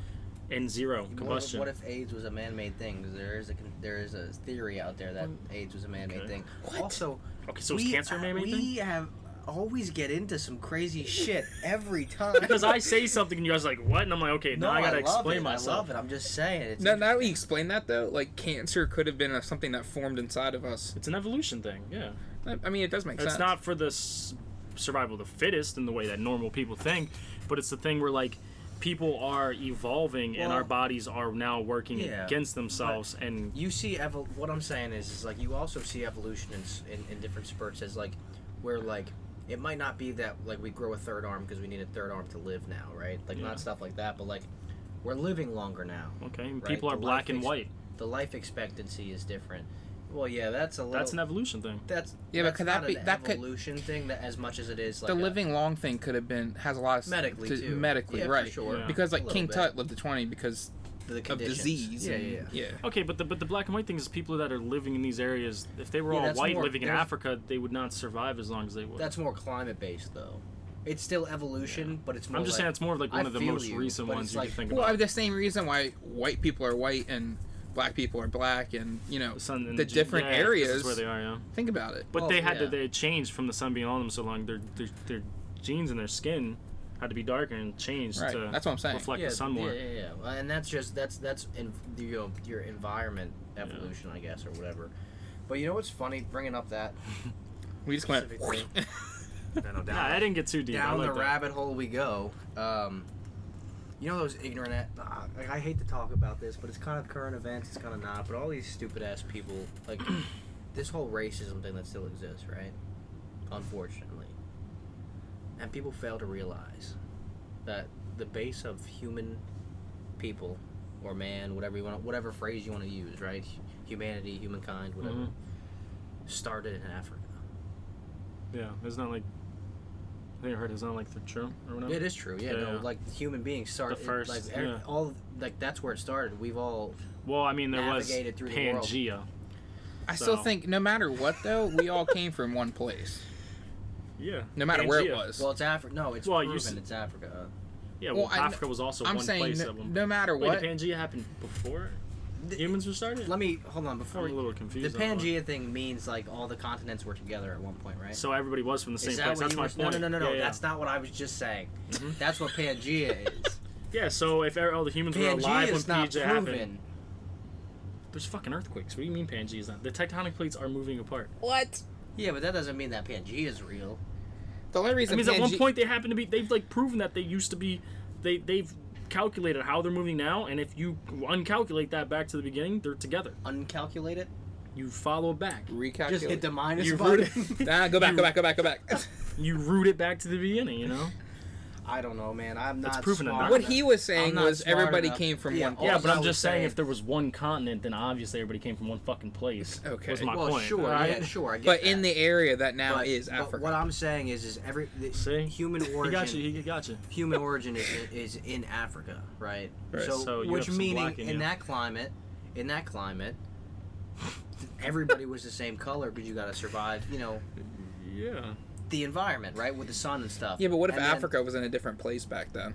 [SPEAKER 2] and zero
[SPEAKER 1] What if-
[SPEAKER 2] combustion.
[SPEAKER 1] What if AIDS was a man-made thing? 'Cause There is a con- there is a theory out there that AIDS was a man-made
[SPEAKER 2] Okay.
[SPEAKER 1] thing.
[SPEAKER 3] Mm. What?
[SPEAKER 1] Also,
[SPEAKER 2] okay, so is cancer man made
[SPEAKER 1] we
[SPEAKER 2] thing?
[SPEAKER 1] have always get into some crazy shit every time.
[SPEAKER 2] Because I say something and you guys are like what, and I'm like okay,
[SPEAKER 1] no,
[SPEAKER 2] now I gotta
[SPEAKER 1] love
[SPEAKER 2] explain
[SPEAKER 1] it. I
[SPEAKER 2] myself.
[SPEAKER 1] love it. I'm just saying. It's
[SPEAKER 3] now, now that we explain that though like cancer could have been a, something that formed inside of us
[SPEAKER 2] It's an evolution thing. Yeah.
[SPEAKER 3] I- i mean it does make
[SPEAKER 2] It's
[SPEAKER 3] sense
[SPEAKER 2] not for the s- survival of the fittest in the way that normal people think, but it's the thing where like people are evolving and
[SPEAKER 1] Well-
[SPEAKER 2] our bodies are now working
[SPEAKER 1] Yeah.
[SPEAKER 2] against themselves and
[SPEAKER 1] you see evol- what I'm saying is is like you also see evolution in, s- in, in different spurts as like where like it might not be that like we grow a third arm because we need a third arm to live now, right? Like
[SPEAKER 2] Yeah.
[SPEAKER 1] not stuff like that, but like we're living longer now.
[SPEAKER 2] okay, and
[SPEAKER 1] Right,
[SPEAKER 2] people
[SPEAKER 1] the
[SPEAKER 2] are black
[SPEAKER 1] life
[SPEAKER 2] and
[SPEAKER 1] ex-
[SPEAKER 2] white.
[SPEAKER 1] The life expectancy is different. Well, yeah, that's a little.
[SPEAKER 2] That's an evolution thing.
[SPEAKER 1] That's
[SPEAKER 3] Yeah, but
[SPEAKER 1] that's
[SPEAKER 3] could that
[SPEAKER 1] not
[SPEAKER 3] be-
[SPEAKER 1] an
[SPEAKER 3] that could-
[SPEAKER 1] evolution thing that as much as it is like uh,
[SPEAKER 3] the
[SPEAKER 1] a-
[SPEAKER 3] living long thing could have been has a lot of
[SPEAKER 1] medically
[SPEAKER 3] to-
[SPEAKER 1] too.
[SPEAKER 3] medically
[SPEAKER 1] Yeah, for
[SPEAKER 3] right
[SPEAKER 1] sure.
[SPEAKER 2] Yeah.
[SPEAKER 3] because
[SPEAKER 1] A
[SPEAKER 3] like
[SPEAKER 1] little
[SPEAKER 3] King
[SPEAKER 1] bit.
[SPEAKER 3] Tut lived to 20 because
[SPEAKER 1] the
[SPEAKER 3] of
[SPEAKER 1] conditions.
[SPEAKER 3] disease
[SPEAKER 1] Yeah,
[SPEAKER 3] and,
[SPEAKER 1] yeah, yeah.
[SPEAKER 2] Okay, but the but the black and white thing is people that are living in these areas. If they were
[SPEAKER 1] Yeah,
[SPEAKER 2] all
[SPEAKER 1] that's
[SPEAKER 2] white
[SPEAKER 1] more-
[SPEAKER 2] living in
[SPEAKER 1] there's-
[SPEAKER 2] Africa, they would not survive as long as they would.
[SPEAKER 1] That's more climate based though. It's still evolution, but it's more.
[SPEAKER 2] I'm just
[SPEAKER 1] like,
[SPEAKER 2] saying it's more of like
[SPEAKER 1] I
[SPEAKER 2] one of the
[SPEAKER 1] feel
[SPEAKER 2] most
[SPEAKER 1] you,
[SPEAKER 2] recent
[SPEAKER 1] but
[SPEAKER 2] ones
[SPEAKER 1] it's
[SPEAKER 2] you
[SPEAKER 1] like-
[SPEAKER 2] could think
[SPEAKER 3] well
[SPEAKER 2] about.
[SPEAKER 3] the same reason why white people are white and black people are black and you know
[SPEAKER 2] The sun and
[SPEAKER 3] the
[SPEAKER 2] ge-
[SPEAKER 3] different
[SPEAKER 2] yeah, 'cause that's
[SPEAKER 3] areas.
[SPEAKER 2] where they are. Yeah,
[SPEAKER 3] think about it
[SPEAKER 2] but
[SPEAKER 1] Well,
[SPEAKER 2] they had
[SPEAKER 1] yeah.
[SPEAKER 2] to they had changed from the sun being on them so long. Their their, their genes and their skin had to be darker and changed
[SPEAKER 3] Right.
[SPEAKER 2] to
[SPEAKER 3] That's what I'm saying.
[SPEAKER 2] reflect the sun
[SPEAKER 1] yeah,
[SPEAKER 2] more.
[SPEAKER 1] Yeah, yeah, yeah. Well, and that's just that's that's in you know, your environment evolution, I guess, or whatever. But you know what's funny? Bringing up that
[SPEAKER 3] We just went.
[SPEAKER 1] Specifically. no, no, down,
[SPEAKER 2] Yeah, I didn't get too deep. I
[SPEAKER 1] down
[SPEAKER 2] like
[SPEAKER 1] the
[SPEAKER 2] that.
[SPEAKER 1] rabbit hole we go. Um, you know those ignorant. a- ah, Like I hate to talk about this, but it's kind of current events. It's kind of not. But all these stupid ass people, like this whole racism thing that still exists, right? Unfortunately, and people fail to realize that the base of human people or man, whatever you want, whatever phrase you want to use, right? Humanity, humankind, whatever,
[SPEAKER 2] Mhm.
[SPEAKER 1] started in Africa.
[SPEAKER 2] Yeah, it's not like. I think I heard it's not like the true or whatever.
[SPEAKER 1] It is true, yeah.
[SPEAKER 2] Yeah,
[SPEAKER 1] no,
[SPEAKER 2] yeah.
[SPEAKER 1] like human beings started
[SPEAKER 2] The first,
[SPEAKER 1] like every-
[SPEAKER 2] yeah.
[SPEAKER 1] all like that's where it started. We've all
[SPEAKER 2] Well, I mean, there was
[SPEAKER 1] Navigated through the world.
[SPEAKER 2] Pangea.
[SPEAKER 3] I still
[SPEAKER 2] So-
[SPEAKER 3] think no matter what though, we all came from one place.
[SPEAKER 2] Yeah.
[SPEAKER 3] No matter where it
[SPEAKER 2] Pangea.
[SPEAKER 3] was.
[SPEAKER 1] well, it's Africa. No, it's
[SPEAKER 2] Well, you
[SPEAKER 1] proven
[SPEAKER 2] s-
[SPEAKER 1] it's Africa. uh,
[SPEAKER 2] Yeah, well,
[SPEAKER 3] Well, I kn-
[SPEAKER 2] Africa was also
[SPEAKER 3] I'm
[SPEAKER 2] one
[SPEAKER 3] saying
[SPEAKER 2] place
[SPEAKER 3] no,
[SPEAKER 2] at one
[SPEAKER 3] no matter
[SPEAKER 2] Wait,
[SPEAKER 3] what.
[SPEAKER 2] the Pangea happened before
[SPEAKER 1] The-
[SPEAKER 2] humans were started?
[SPEAKER 1] Let me hold on
[SPEAKER 2] I'm
[SPEAKER 1] before
[SPEAKER 2] a little
[SPEAKER 1] the
[SPEAKER 2] confused. on that one.
[SPEAKER 1] Pangea thing means like all the continents were together at one point, right?
[SPEAKER 2] So everybody was from the same
[SPEAKER 1] Is that
[SPEAKER 2] place.
[SPEAKER 1] what
[SPEAKER 2] That's
[SPEAKER 1] you
[SPEAKER 2] my
[SPEAKER 1] were-
[SPEAKER 2] point.
[SPEAKER 1] No, no, no, no.
[SPEAKER 2] Yeah, yeah.
[SPEAKER 1] That's not what I was just saying.
[SPEAKER 2] Mhm.
[SPEAKER 1] That's what Pangea is.
[SPEAKER 2] Yeah, so if all the humans were
[SPEAKER 1] Pangea
[SPEAKER 2] alive when
[SPEAKER 1] is not
[SPEAKER 2] Pangea happened,
[SPEAKER 1] proven.
[SPEAKER 2] there's fucking earthquakes. What do you mean Pangea is not? The tectonic plates are moving apart.
[SPEAKER 3] What?
[SPEAKER 1] Yeah, but that doesn't mean that Pangea is real.
[SPEAKER 3] The only reason
[SPEAKER 2] That means at one
[SPEAKER 3] Pangea-
[SPEAKER 2] point they happen to be. They've like proven that they used to be. They they've calculated how they're moving now, and if you uncalculate that back to the beginning, they're together.
[SPEAKER 1] Uncalculate it.
[SPEAKER 2] You follow back.
[SPEAKER 3] recalculate.
[SPEAKER 1] Just hit the minus
[SPEAKER 2] You root
[SPEAKER 1] button.
[SPEAKER 2] it.
[SPEAKER 3] Nah, go back, go back, go back, go back.
[SPEAKER 2] You root it back to the beginning. You know.
[SPEAKER 1] I don't know, man. I'm
[SPEAKER 2] That's
[SPEAKER 1] not
[SPEAKER 2] proven
[SPEAKER 1] smart
[SPEAKER 2] enough.
[SPEAKER 3] what
[SPEAKER 1] enough.
[SPEAKER 3] he was saying
[SPEAKER 1] I'm not
[SPEAKER 3] was
[SPEAKER 1] smart
[SPEAKER 3] everybody
[SPEAKER 1] enough.
[SPEAKER 3] came from
[SPEAKER 1] Yeah,
[SPEAKER 3] one
[SPEAKER 1] all
[SPEAKER 3] place.
[SPEAKER 2] Yeah,
[SPEAKER 1] Well,
[SPEAKER 2] but
[SPEAKER 1] I
[SPEAKER 2] I'm
[SPEAKER 1] was
[SPEAKER 2] just saying,
[SPEAKER 1] saying-
[SPEAKER 2] if there was one continent, then obviously everybody came from one fucking place.
[SPEAKER 3] Okay.
[SPEAKER 2] Was my
[SPEAKER 1] well,
[SPEAKER 2] point.
[SPEAKER 1] sure,
[SPEAKER 2] alright?
[SPEAKER 1] yeah, sure. I get
[SPEAKER 3] but
[SPEAKER 1] that.
[SPEAKER 3] in the area that now
[SPEAKER 1] But-
[SPEAKER 3] is
[SPEAKER 1] but
[SPEAKER 3] Africa.
[SPEAKER 1] what I'm saying is, is every the
[SPEAKER 2] See?
[SPEAKER 1] human
[SPEAKER 2] He
[SPEAKER 1] origin,
[SPEAKER 2] got you. He got you.
[SPEAKER 1] human origin is, is in Africa, right?
[SPEAKER 3] Right.
[SPEAKER 1] So,
[SPEAKER 2] So you
[SPEAKER 1] which
[SPEAKER 2] have some
[SPEAKER 1] meaning
[SPEAKER 2] black in
[SPEAKER 1] in,
[SPEAKER 2] you.
[SPEAKER 1] that climate, in that climate, everybody was the same color because you got to survive, you know,
[SPEAKER 2] Yeah.
[SPEAKER 1] the environment, right, with the sun and stuff.
[SPEAKER 3] yeah, but what if
[SPEAKER 1] And then-
[SPEAKER 3] Africa was in a different place back then?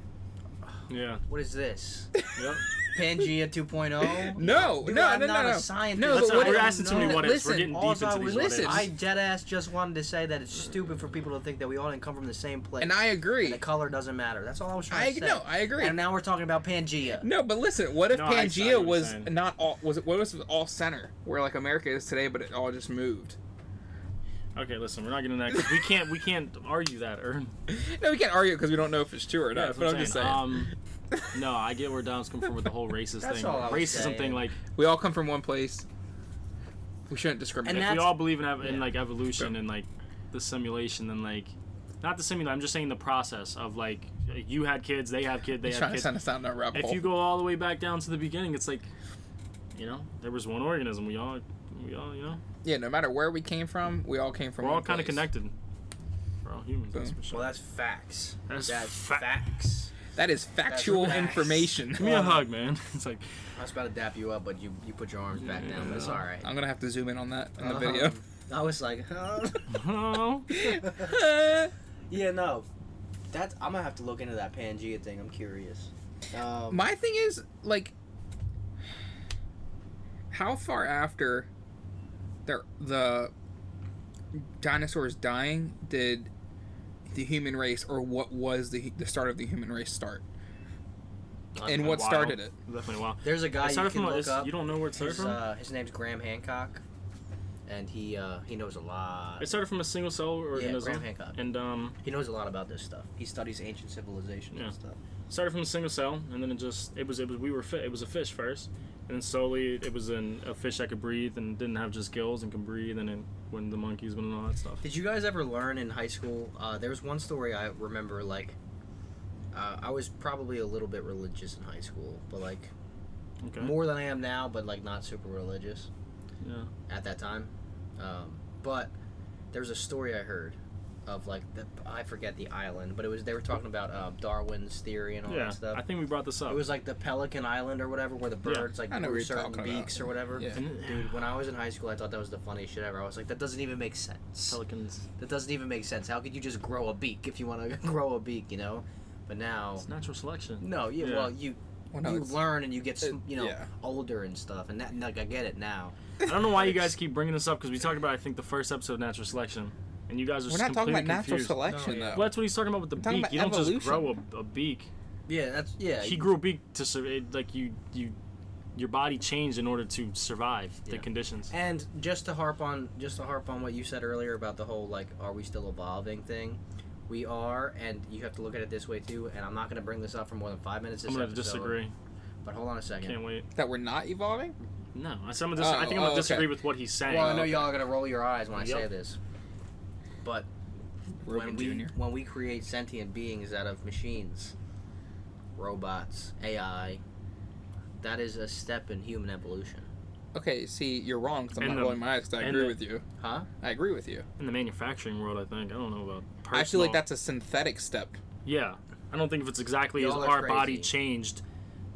[SPEAKER 2] Yeah.
[SPEAKER 1] what is this?
[SPEAKER 2] Yep.
[SPEAKER 1] Pangea oh? 2.0?
[SPEAKER 3] No,
[SPEAKER 1] Dude,
[SPEAKER 3] no,
[SPEAKER 1] I'm
[SPEAKER 3] no,
[SPEAKER 1] not
[SPEAKER 3] no,
[SPEAKER 1] a
[SPEAKER 3] no.
[SPEAKER 1] scientist.
[SPEAKER 3] No,
[SPEAKER 2] Let's
[SPEAKER 3] but
[SPEAKER 2] not,
[SPEAKER 3] what
[SPEAKER 2] we're
[SPEAKER 3] if-
[SPEAKER 2] asking too many
[SPEAKER 3] no,
[SPEAKER 2] what ifs. We're
[SPEAKER 3] listen,
[SPEAKER 2] getting
[SPEAKER 1] all
[SPEAKER 2] deep
[SPEAKER 1] I
[SPEAKER 2] into these
[SPEAKER 1] was-
[SPEAKER 2] what
[SPEAKER 3] listen,
[SPEAKER 2] ifs.
[SPEAKER 1] I dead ass just wanted to say that it's stupid for people to think that we all didn't come from the same place.
[SPEAKER 3] And I agree.
[SPEAKER 1] And the color doesn't matter. That's all I was trying
[SPEAKER 3] I
[SPEAKER 1] to say.
[SPEAKER 3] no, I agree.
[SPEAKER 1] And now we're talking about Pangea.
[SPEAKER 3] No, but listen, what if
[SPEAKER 2] No, I see what
[SPEAKER 3] Pangea
[SPEAKER 2] you're
[SPEAKER 3] was
[SPEAKER 2] saying.
[SPEAKER 3] not all was it what was all center where like America is today, but it all just moved?
[SPEAKER 2] Okay, listen, we're not getting that. 'cause we can't. We can't argue that. Or
[SPEAKER 3] No, we can't argue because we don't know if it's true or not.
[SPEAKER 2] that's
[SPEAKER 3] but
[SPEAKER 2] what
[SPEAKER 3] I'm just saying,
[SPEAKER 2] Um, no, I get where Dom's come from with the whole racist
[SPEAKER 1] That's
[SPEAKER 2] thing.
[SPEAKER 1] all I was
[SPEAKER 2] Racism
[SPEAKER 1] saying.
[SPEAKER 2] thing, like
[SPEAKER 3] we all come from one place. We shouldn't
[SPEAKER 1] And
[SPEAKER 2] if
[SPEAKER 3] discriminate.
[SPEAKER 2] we
[SPEAKER 1] that's-
[SPEAKER 2] all believe in, ev- in
[SPEAKER 1] yeah.
[SPEAKER 2] like evolution and like the simulation, then like not the simulation. I'm just saying the process of like you had kids, they have kids, they
[SPEAKER 3] He's
[SPEAKER 2] have
[SPEAKER 3] trying to
[SPEAKER 2] kids.
[SPEAKER 3] send us down that rabbit
[SPEAKER 2] If
[SPEAKER 3] hole.
[SPEAKER 2] you go all the way back down to the beginning, it's like you know there was one organism. We all, we all, you know,
[SPEAKER 3] yeah, no matter where we came from, we all came from.
[SPEAKER 2] we're all
[SPEAKER 3] one
[SPEAKER 2] kind of
[SPEAKER 3] place.
[SPEAKER 2] connected. We're all humans. That's
[SPEAKER 3] Boom.
[SPEAKER 2] for sure.
[SPEAKER 1] Well, that's facts.
[SPEAKER 2] That's
[SPEAKER 1] That's,
[SPEAKER 2] fa-
[SPEAKER 1] facts.
[SPEAKER 3] That is factual
[SPEAKER 1] facts.
[SPEAKER 3] information.
[SPEAKER 2] Give
[SPEAKER 1] Um,
[SPEAKER 2] me a hug, man. It's like
[SPEAKER 1] I was about to dap you up, but you, you put your arms back down. That's
[SPEAKER 2] Yeah.
[SPEAKER 1] all right.
[SPEAKER 3] I'm gonna have to zoom in on that in the
[SPEAKER 1] Uh-huh.
[SPEAKER 3] video.
[SPEAKER 1] I was like, huh?
[SPEAKER 2] oh.
[SPEAKER 1] yeah, no. That's I'm gonna have to look into that Pangea thing. I'm curious. Um,
[SPEAKER 3] My thing is like, how far after the the dinosaurs dying did the human race, or what was the the start of the human race start? And what started it?
[SPEAKER 2] Definitely wow.
[SPEAKER 1] there's a guy
[SPEAKER 2] It
[SPEAKER 1] you
[SPEAKER 2] started
[SPEAKER 1] can
[SPEAKER 2] from a-
[SPEAKER 1] look
[SPEAKER 2] it's-
[SPEAKER 1] up.
[SPEAKER 2] you don't know where it started
[SPEAKER 1] his,
[SPEAKER 2] from.
[SPEAKER 1] uh, his name's Graham Hancock, and he uh, he knows a lot.
[SPEAKER 2] it started from a single cell
[SPEAKER 1] yeah,
[SPEAKER 2] organism,
[SPEAKER 1] Graham Hancock.
[SPEAKER 2] and um,
[SPEAKER 1] He knows a lot about this stuff. He studies ancient civilizations
[SPEAKER 2] Yeah.
[SPEAKER 1] and stuff.
[SPEAKER 2] started from a single cell, and then it just it was it was we were fi- it was a fish first, and then slowly it was an, a fish that could breathe and didn't have just gills and could breathe, and it, when the monkeys went and all that stuff.
[SPEAKER 1] Did you guys ever learn in high school? Uh, there was one story I remember. Like, uh, I was probably a little bit religious in high school, but like
[SPEAKER 2] Okay.
[SPEAKER 1] more than I am now, but like not super religious
[SPEAKER 2] Yeah.
[SPEAKER 1] at that time. Um, but there was a story I heard of like the I forget the island, but it was they were talking about uh, Darwin's theory and all
[SPEAKER 2] Yeah.
[SPEAKER 1] that stuff.
[SPEAKER 2] I think we brought this up.
[SPEAKER 1] it was like the Pelican Island or whatever, where the
[SPEAKER 2] Yeah.
[SPEAKER 1] birds
[SPEAKER 3] I
[SPEAKER 1] like
[SPEAKER 3] know what
[SPEAKER 1] grew
[SPEAKER 3] you're
[SPEAKER 1] certain
[SPEAKER 3] talking about.
[SPEAKER 1] beaks or whatever.
[SPEAKER 3] Yeah.
[SPEAKER 2] And-
[SPEAKER 1] Dude, when I was in high school, I thought that was the funniest shit ever. I was like, that doesn't even make sense.
[SPEAKER 2] pelicans.
[SPEAKER 1] That doesn't even make sense. How could you just grow a beak if you want to grow a beak, you know? But now,
[SPEAKER 2] It's natural selection.
[SPEAKER 1] no, yeah,
[SPEAKER 2] Yeah.
[SPEAKER 1] well, you
[SPEAKER 3] Well, no,
[SPEAKER 1] you
[SPEAKER 3] it's-
[SPEAKER 1] learn and you get sm-
[SPEAKER 3] it-
[SPEAKER 1] you know
[SPEAKER 3] yeah.
[SPEAKER 1] older and stuff, and that like I get it now.
[SPEAKER 2] I don't know why you guys keep bringing this up because we talked about I think the first episode of natural selection. and you guys are
[SPEAKER 3] We're not talking
[SPEAKER 2] completely
[SPEAKER 3] about natural
[SPEAKER 2] confused.
[SPEAKER 1] No,
[SPEAKER 3] selection,
[SPEAKER 1] yeah.
[SPEAKER 3] though.
[SPEAKER 2] Well, that's what he's talking about with the
[SPEAKER 3] talking
[SPEAKER 2] beak.
[SPEAKER 3] about
[SPEAKER 2] You don't just
[SPEAKER 3] evolution.
[SPEAKER 2] grow a, a beak.
[SPEAKER 1] Yeah, that's yeah.
[SPEAKER 2] He grew a beak to survive. Like you, you, your body changed in order to survive the
[SPEAKER 1] Yeah.
[SPEAKER 2] conditions.
[SPEAKER 1] And just to harp on, just to harp on what you said earlier about the whole like, are we still evolving thing? We are, and you have to look at it this way too. And I'm not going to bring this up for more than five minutes. This
[SPEAKER 2] I'm gonna
[SPEAKER 1] episode,
[SPEAKER 2] disagree.
[SPEAKER 1] But hold on a 2nd
[SPEAKER 2] Can't wait.
[SPEAKER 3] That we're not evolving?
[SPEAKER 2] No, I- so I'm gonna dis- I think I'm
[SPEAKER 3] Oh,
[SPEAKER 2] gonna
[SPEAKER 3] oh,
[SPEAKER 2] disagree
[SPEAKER 3] okay.
[SPEAKER 2] with what he's saying.
[SPEAKER 1] Well, I know y'all are going to roll your eyes when I say
[SPEAKER 2] Yep.
[SPEAKER 1] this, but when
[SPEAKER 3] Ruben
[SPEAKER 1] we
[SPEAKER 3] Jr.
[SPEAKER 1] when we create sentient beings out of machines, robots, AI, that is a step in human evolution,
[SPEAKER 3] Okay, see, you're wrong. 'cause I'm
[SPEAKER 2] And
[SPEAKER 3] not
[SPEAKER 2] the-
[SPEAKER 3] rolling my eyes. 'cause I
[SPEAKER 2] and
[SPEAKER 3] agree
[SPEAKER 2] the-
[SPEAKER 3] with you.
[SPEAKER 1] huh?
[SPEAKER 3] I agree with you.
[SPEAKER 2] in the manufacturing world, I think I don't know about. Personal.
[SPEAKER 3] I feel like that's a synthetic step.
[SPEAKER 2] Yeah, I don't think if it's exactly as
[SPEAKER 1] Y'all are
[SPEAKER 2] our body
[SPEAKER 1] crazy.
[SPEAKER 2] changed.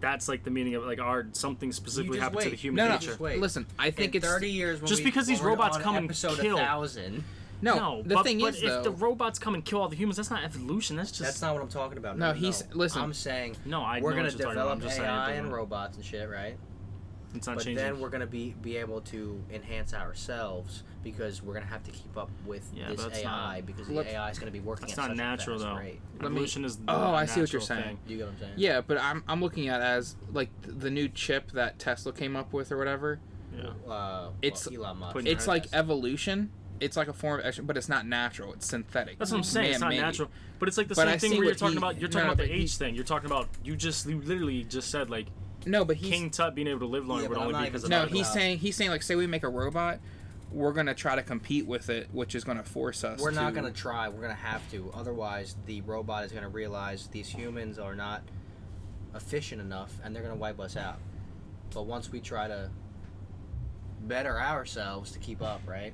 [SPEAKER 2] That's like the meaning of like our something specifically
[SPEAKER 1] just
[SPEAKER 2] happened to
[SPEAKER 1] wait.
[SPEAKER 2] the human
[SPEAKER 3] No, no.
[SPEAKER 2] nature.
[SPEAKER 1] just wait.
[SPEAKER 3] Listen, I think
[SPEAKER 1] in
[SPEAKER 3] it's
[SPEAKER 1] 30 years, when
[SPEAKER 2] Just
[SPEAKER 1] we-
[SPEAKER 2] because these
[SPEAKER 1] when we're
[SPEAKER 2] robots
[SPEAKER 1] on
[SPEAKER 2] come and
[SPEAKER 1] episode
[SPEAKER 2] kill.
[SPEAKER 1] 1000,
[SPEAKER 3] no. the
[SPEAKER 2] but,
[SPEAKER 3] thing
[SPEAKER 2] but
[SPEAKER 3] is
[SPEAKER 2] if
[SPEAKER 3] though,
[SPEAKER 2] the robots come and kill all the humans, that's not evolution. That's just
[SPEAKER 1] That's not what I'm talking about.
[SPEAKER 3] No, he's- listen.
[SPEAKER 1] I'm saying
[SPEAKER 2] no. I
[SPEAKER 1] we're
[SPEAKER 2] know
[SPEAKER 1] gonna
[SPEAKER 2] what you're talking about. I'm
[SPEAKER 1] develop
[SPEAKER 2] just saying,
[SPEAKER 1] AI
[SPEAKER 2] it
[SPEAKER 1] and
[SPEAKER 2] doesn't-
[SPEAKER 1] robots and shit, right?
[SPEAKER 2] It's not
[SPEAKER 1] but
[SPEAKER 2] changing.
[SPEAKER 1] then we're gonna be be able to enhance ourselves because we're gonna have to keep up with
[SPEAKER 2] Yeah,
[SPEAKER 1] this
[SPEAKER 2] but that's
[SPEAKER 1] AI because the
[SPEAKER 3] Look-
[SPEAKER 1] AI is gonna be working.
[SPEAKER 2] That's
[SPEAKER 1] at
[SPEAKER 2] not
[SPEAKER 1] such
[SPEAKER 2] natural,
[SPEAKER 1] a fast
[SPEAKER 2] though.
[SPEAKER 1] Rate.
[SPEAKER 3] me-
[SPEAKER 2] evolution is.
[SPEAKER 3] Oh,
[SPEAKER 2] a
[SPEAKER 3] I see what you're
[SPEAKER 2] natural
[SPEAKER 3] saying.
[SPEAKER 2] thing.
[SPEAKER 1] You get what I'm saying?
[SPEAKER 3] yeah, but I'm I'm looking at it as like th- the new chip that Tesla came up with or whatever.
[SPEAKER 2] Yeah.
[SPEAKER 1] Uh,
[SPEAKER 3] It's-
[SPEAKER 1] well, Elon Musk.
[SPEAKER 2] putting
[SPEAKER 1] right?
[SPEAKER 3] It's like
[SPEAKER 1] That's-
[SPEAKER 3] evolution. It's like a form of action, but it's not natural. It's synthetic.
[SPEAKER 2] That's what I'm saying. It's not
[SPEAKER 3] Man-made.
[SPEAKER 2] natural. But it's like the
[SPEAKER 3] But I
[SPEAKER 2] same
[SPEAKER 3] see
[SPEAKER 2] thing where you're
[SPEAKER 3] what
[SPEAKER 2] talking
[SPEAKER 3] he-
[SPEAKER 2] about. You're
[SPEAKER 3] no,
[SPEAKER 2] talking
[SPEAKER 3] no,
[SPEAKER 2] about the
[SPEAKER 3] but he-
[SPEAKER 2] age thing. You're talking about. You just you literally just said like
[SPEAKER 3] No, but he's
[SPEAKER 2] King Tut being able to live longer
[SPEAKER 1] Yeah,
[SPEAKER 2] would
[SPEAKER 1] but I'm
[SPEAKER 2] only
[SPEAKER 1] not
[SPEAKER 2] be
[SPEAKER 1] even
[SPEAKER 2] because of
[SPEAKER 3] no.
[SPEAKER 1] talking
[SPEAKER 3] He's
[SPEAKER 1] about-
[SPEAKER 3] saying he's saying like say we make a robot, we're gonna try to compete with it, which is gonna force us.
[SPEAKER 1] We're not
[SPEAKER 3] to-
[SPEAKER 1] gonna try. We're gonna have to. Otherwise, the robot is gonna realize these humans are not efficient enough, and they're gonna wipe us out. But once we try to better ourselves to keep up, right?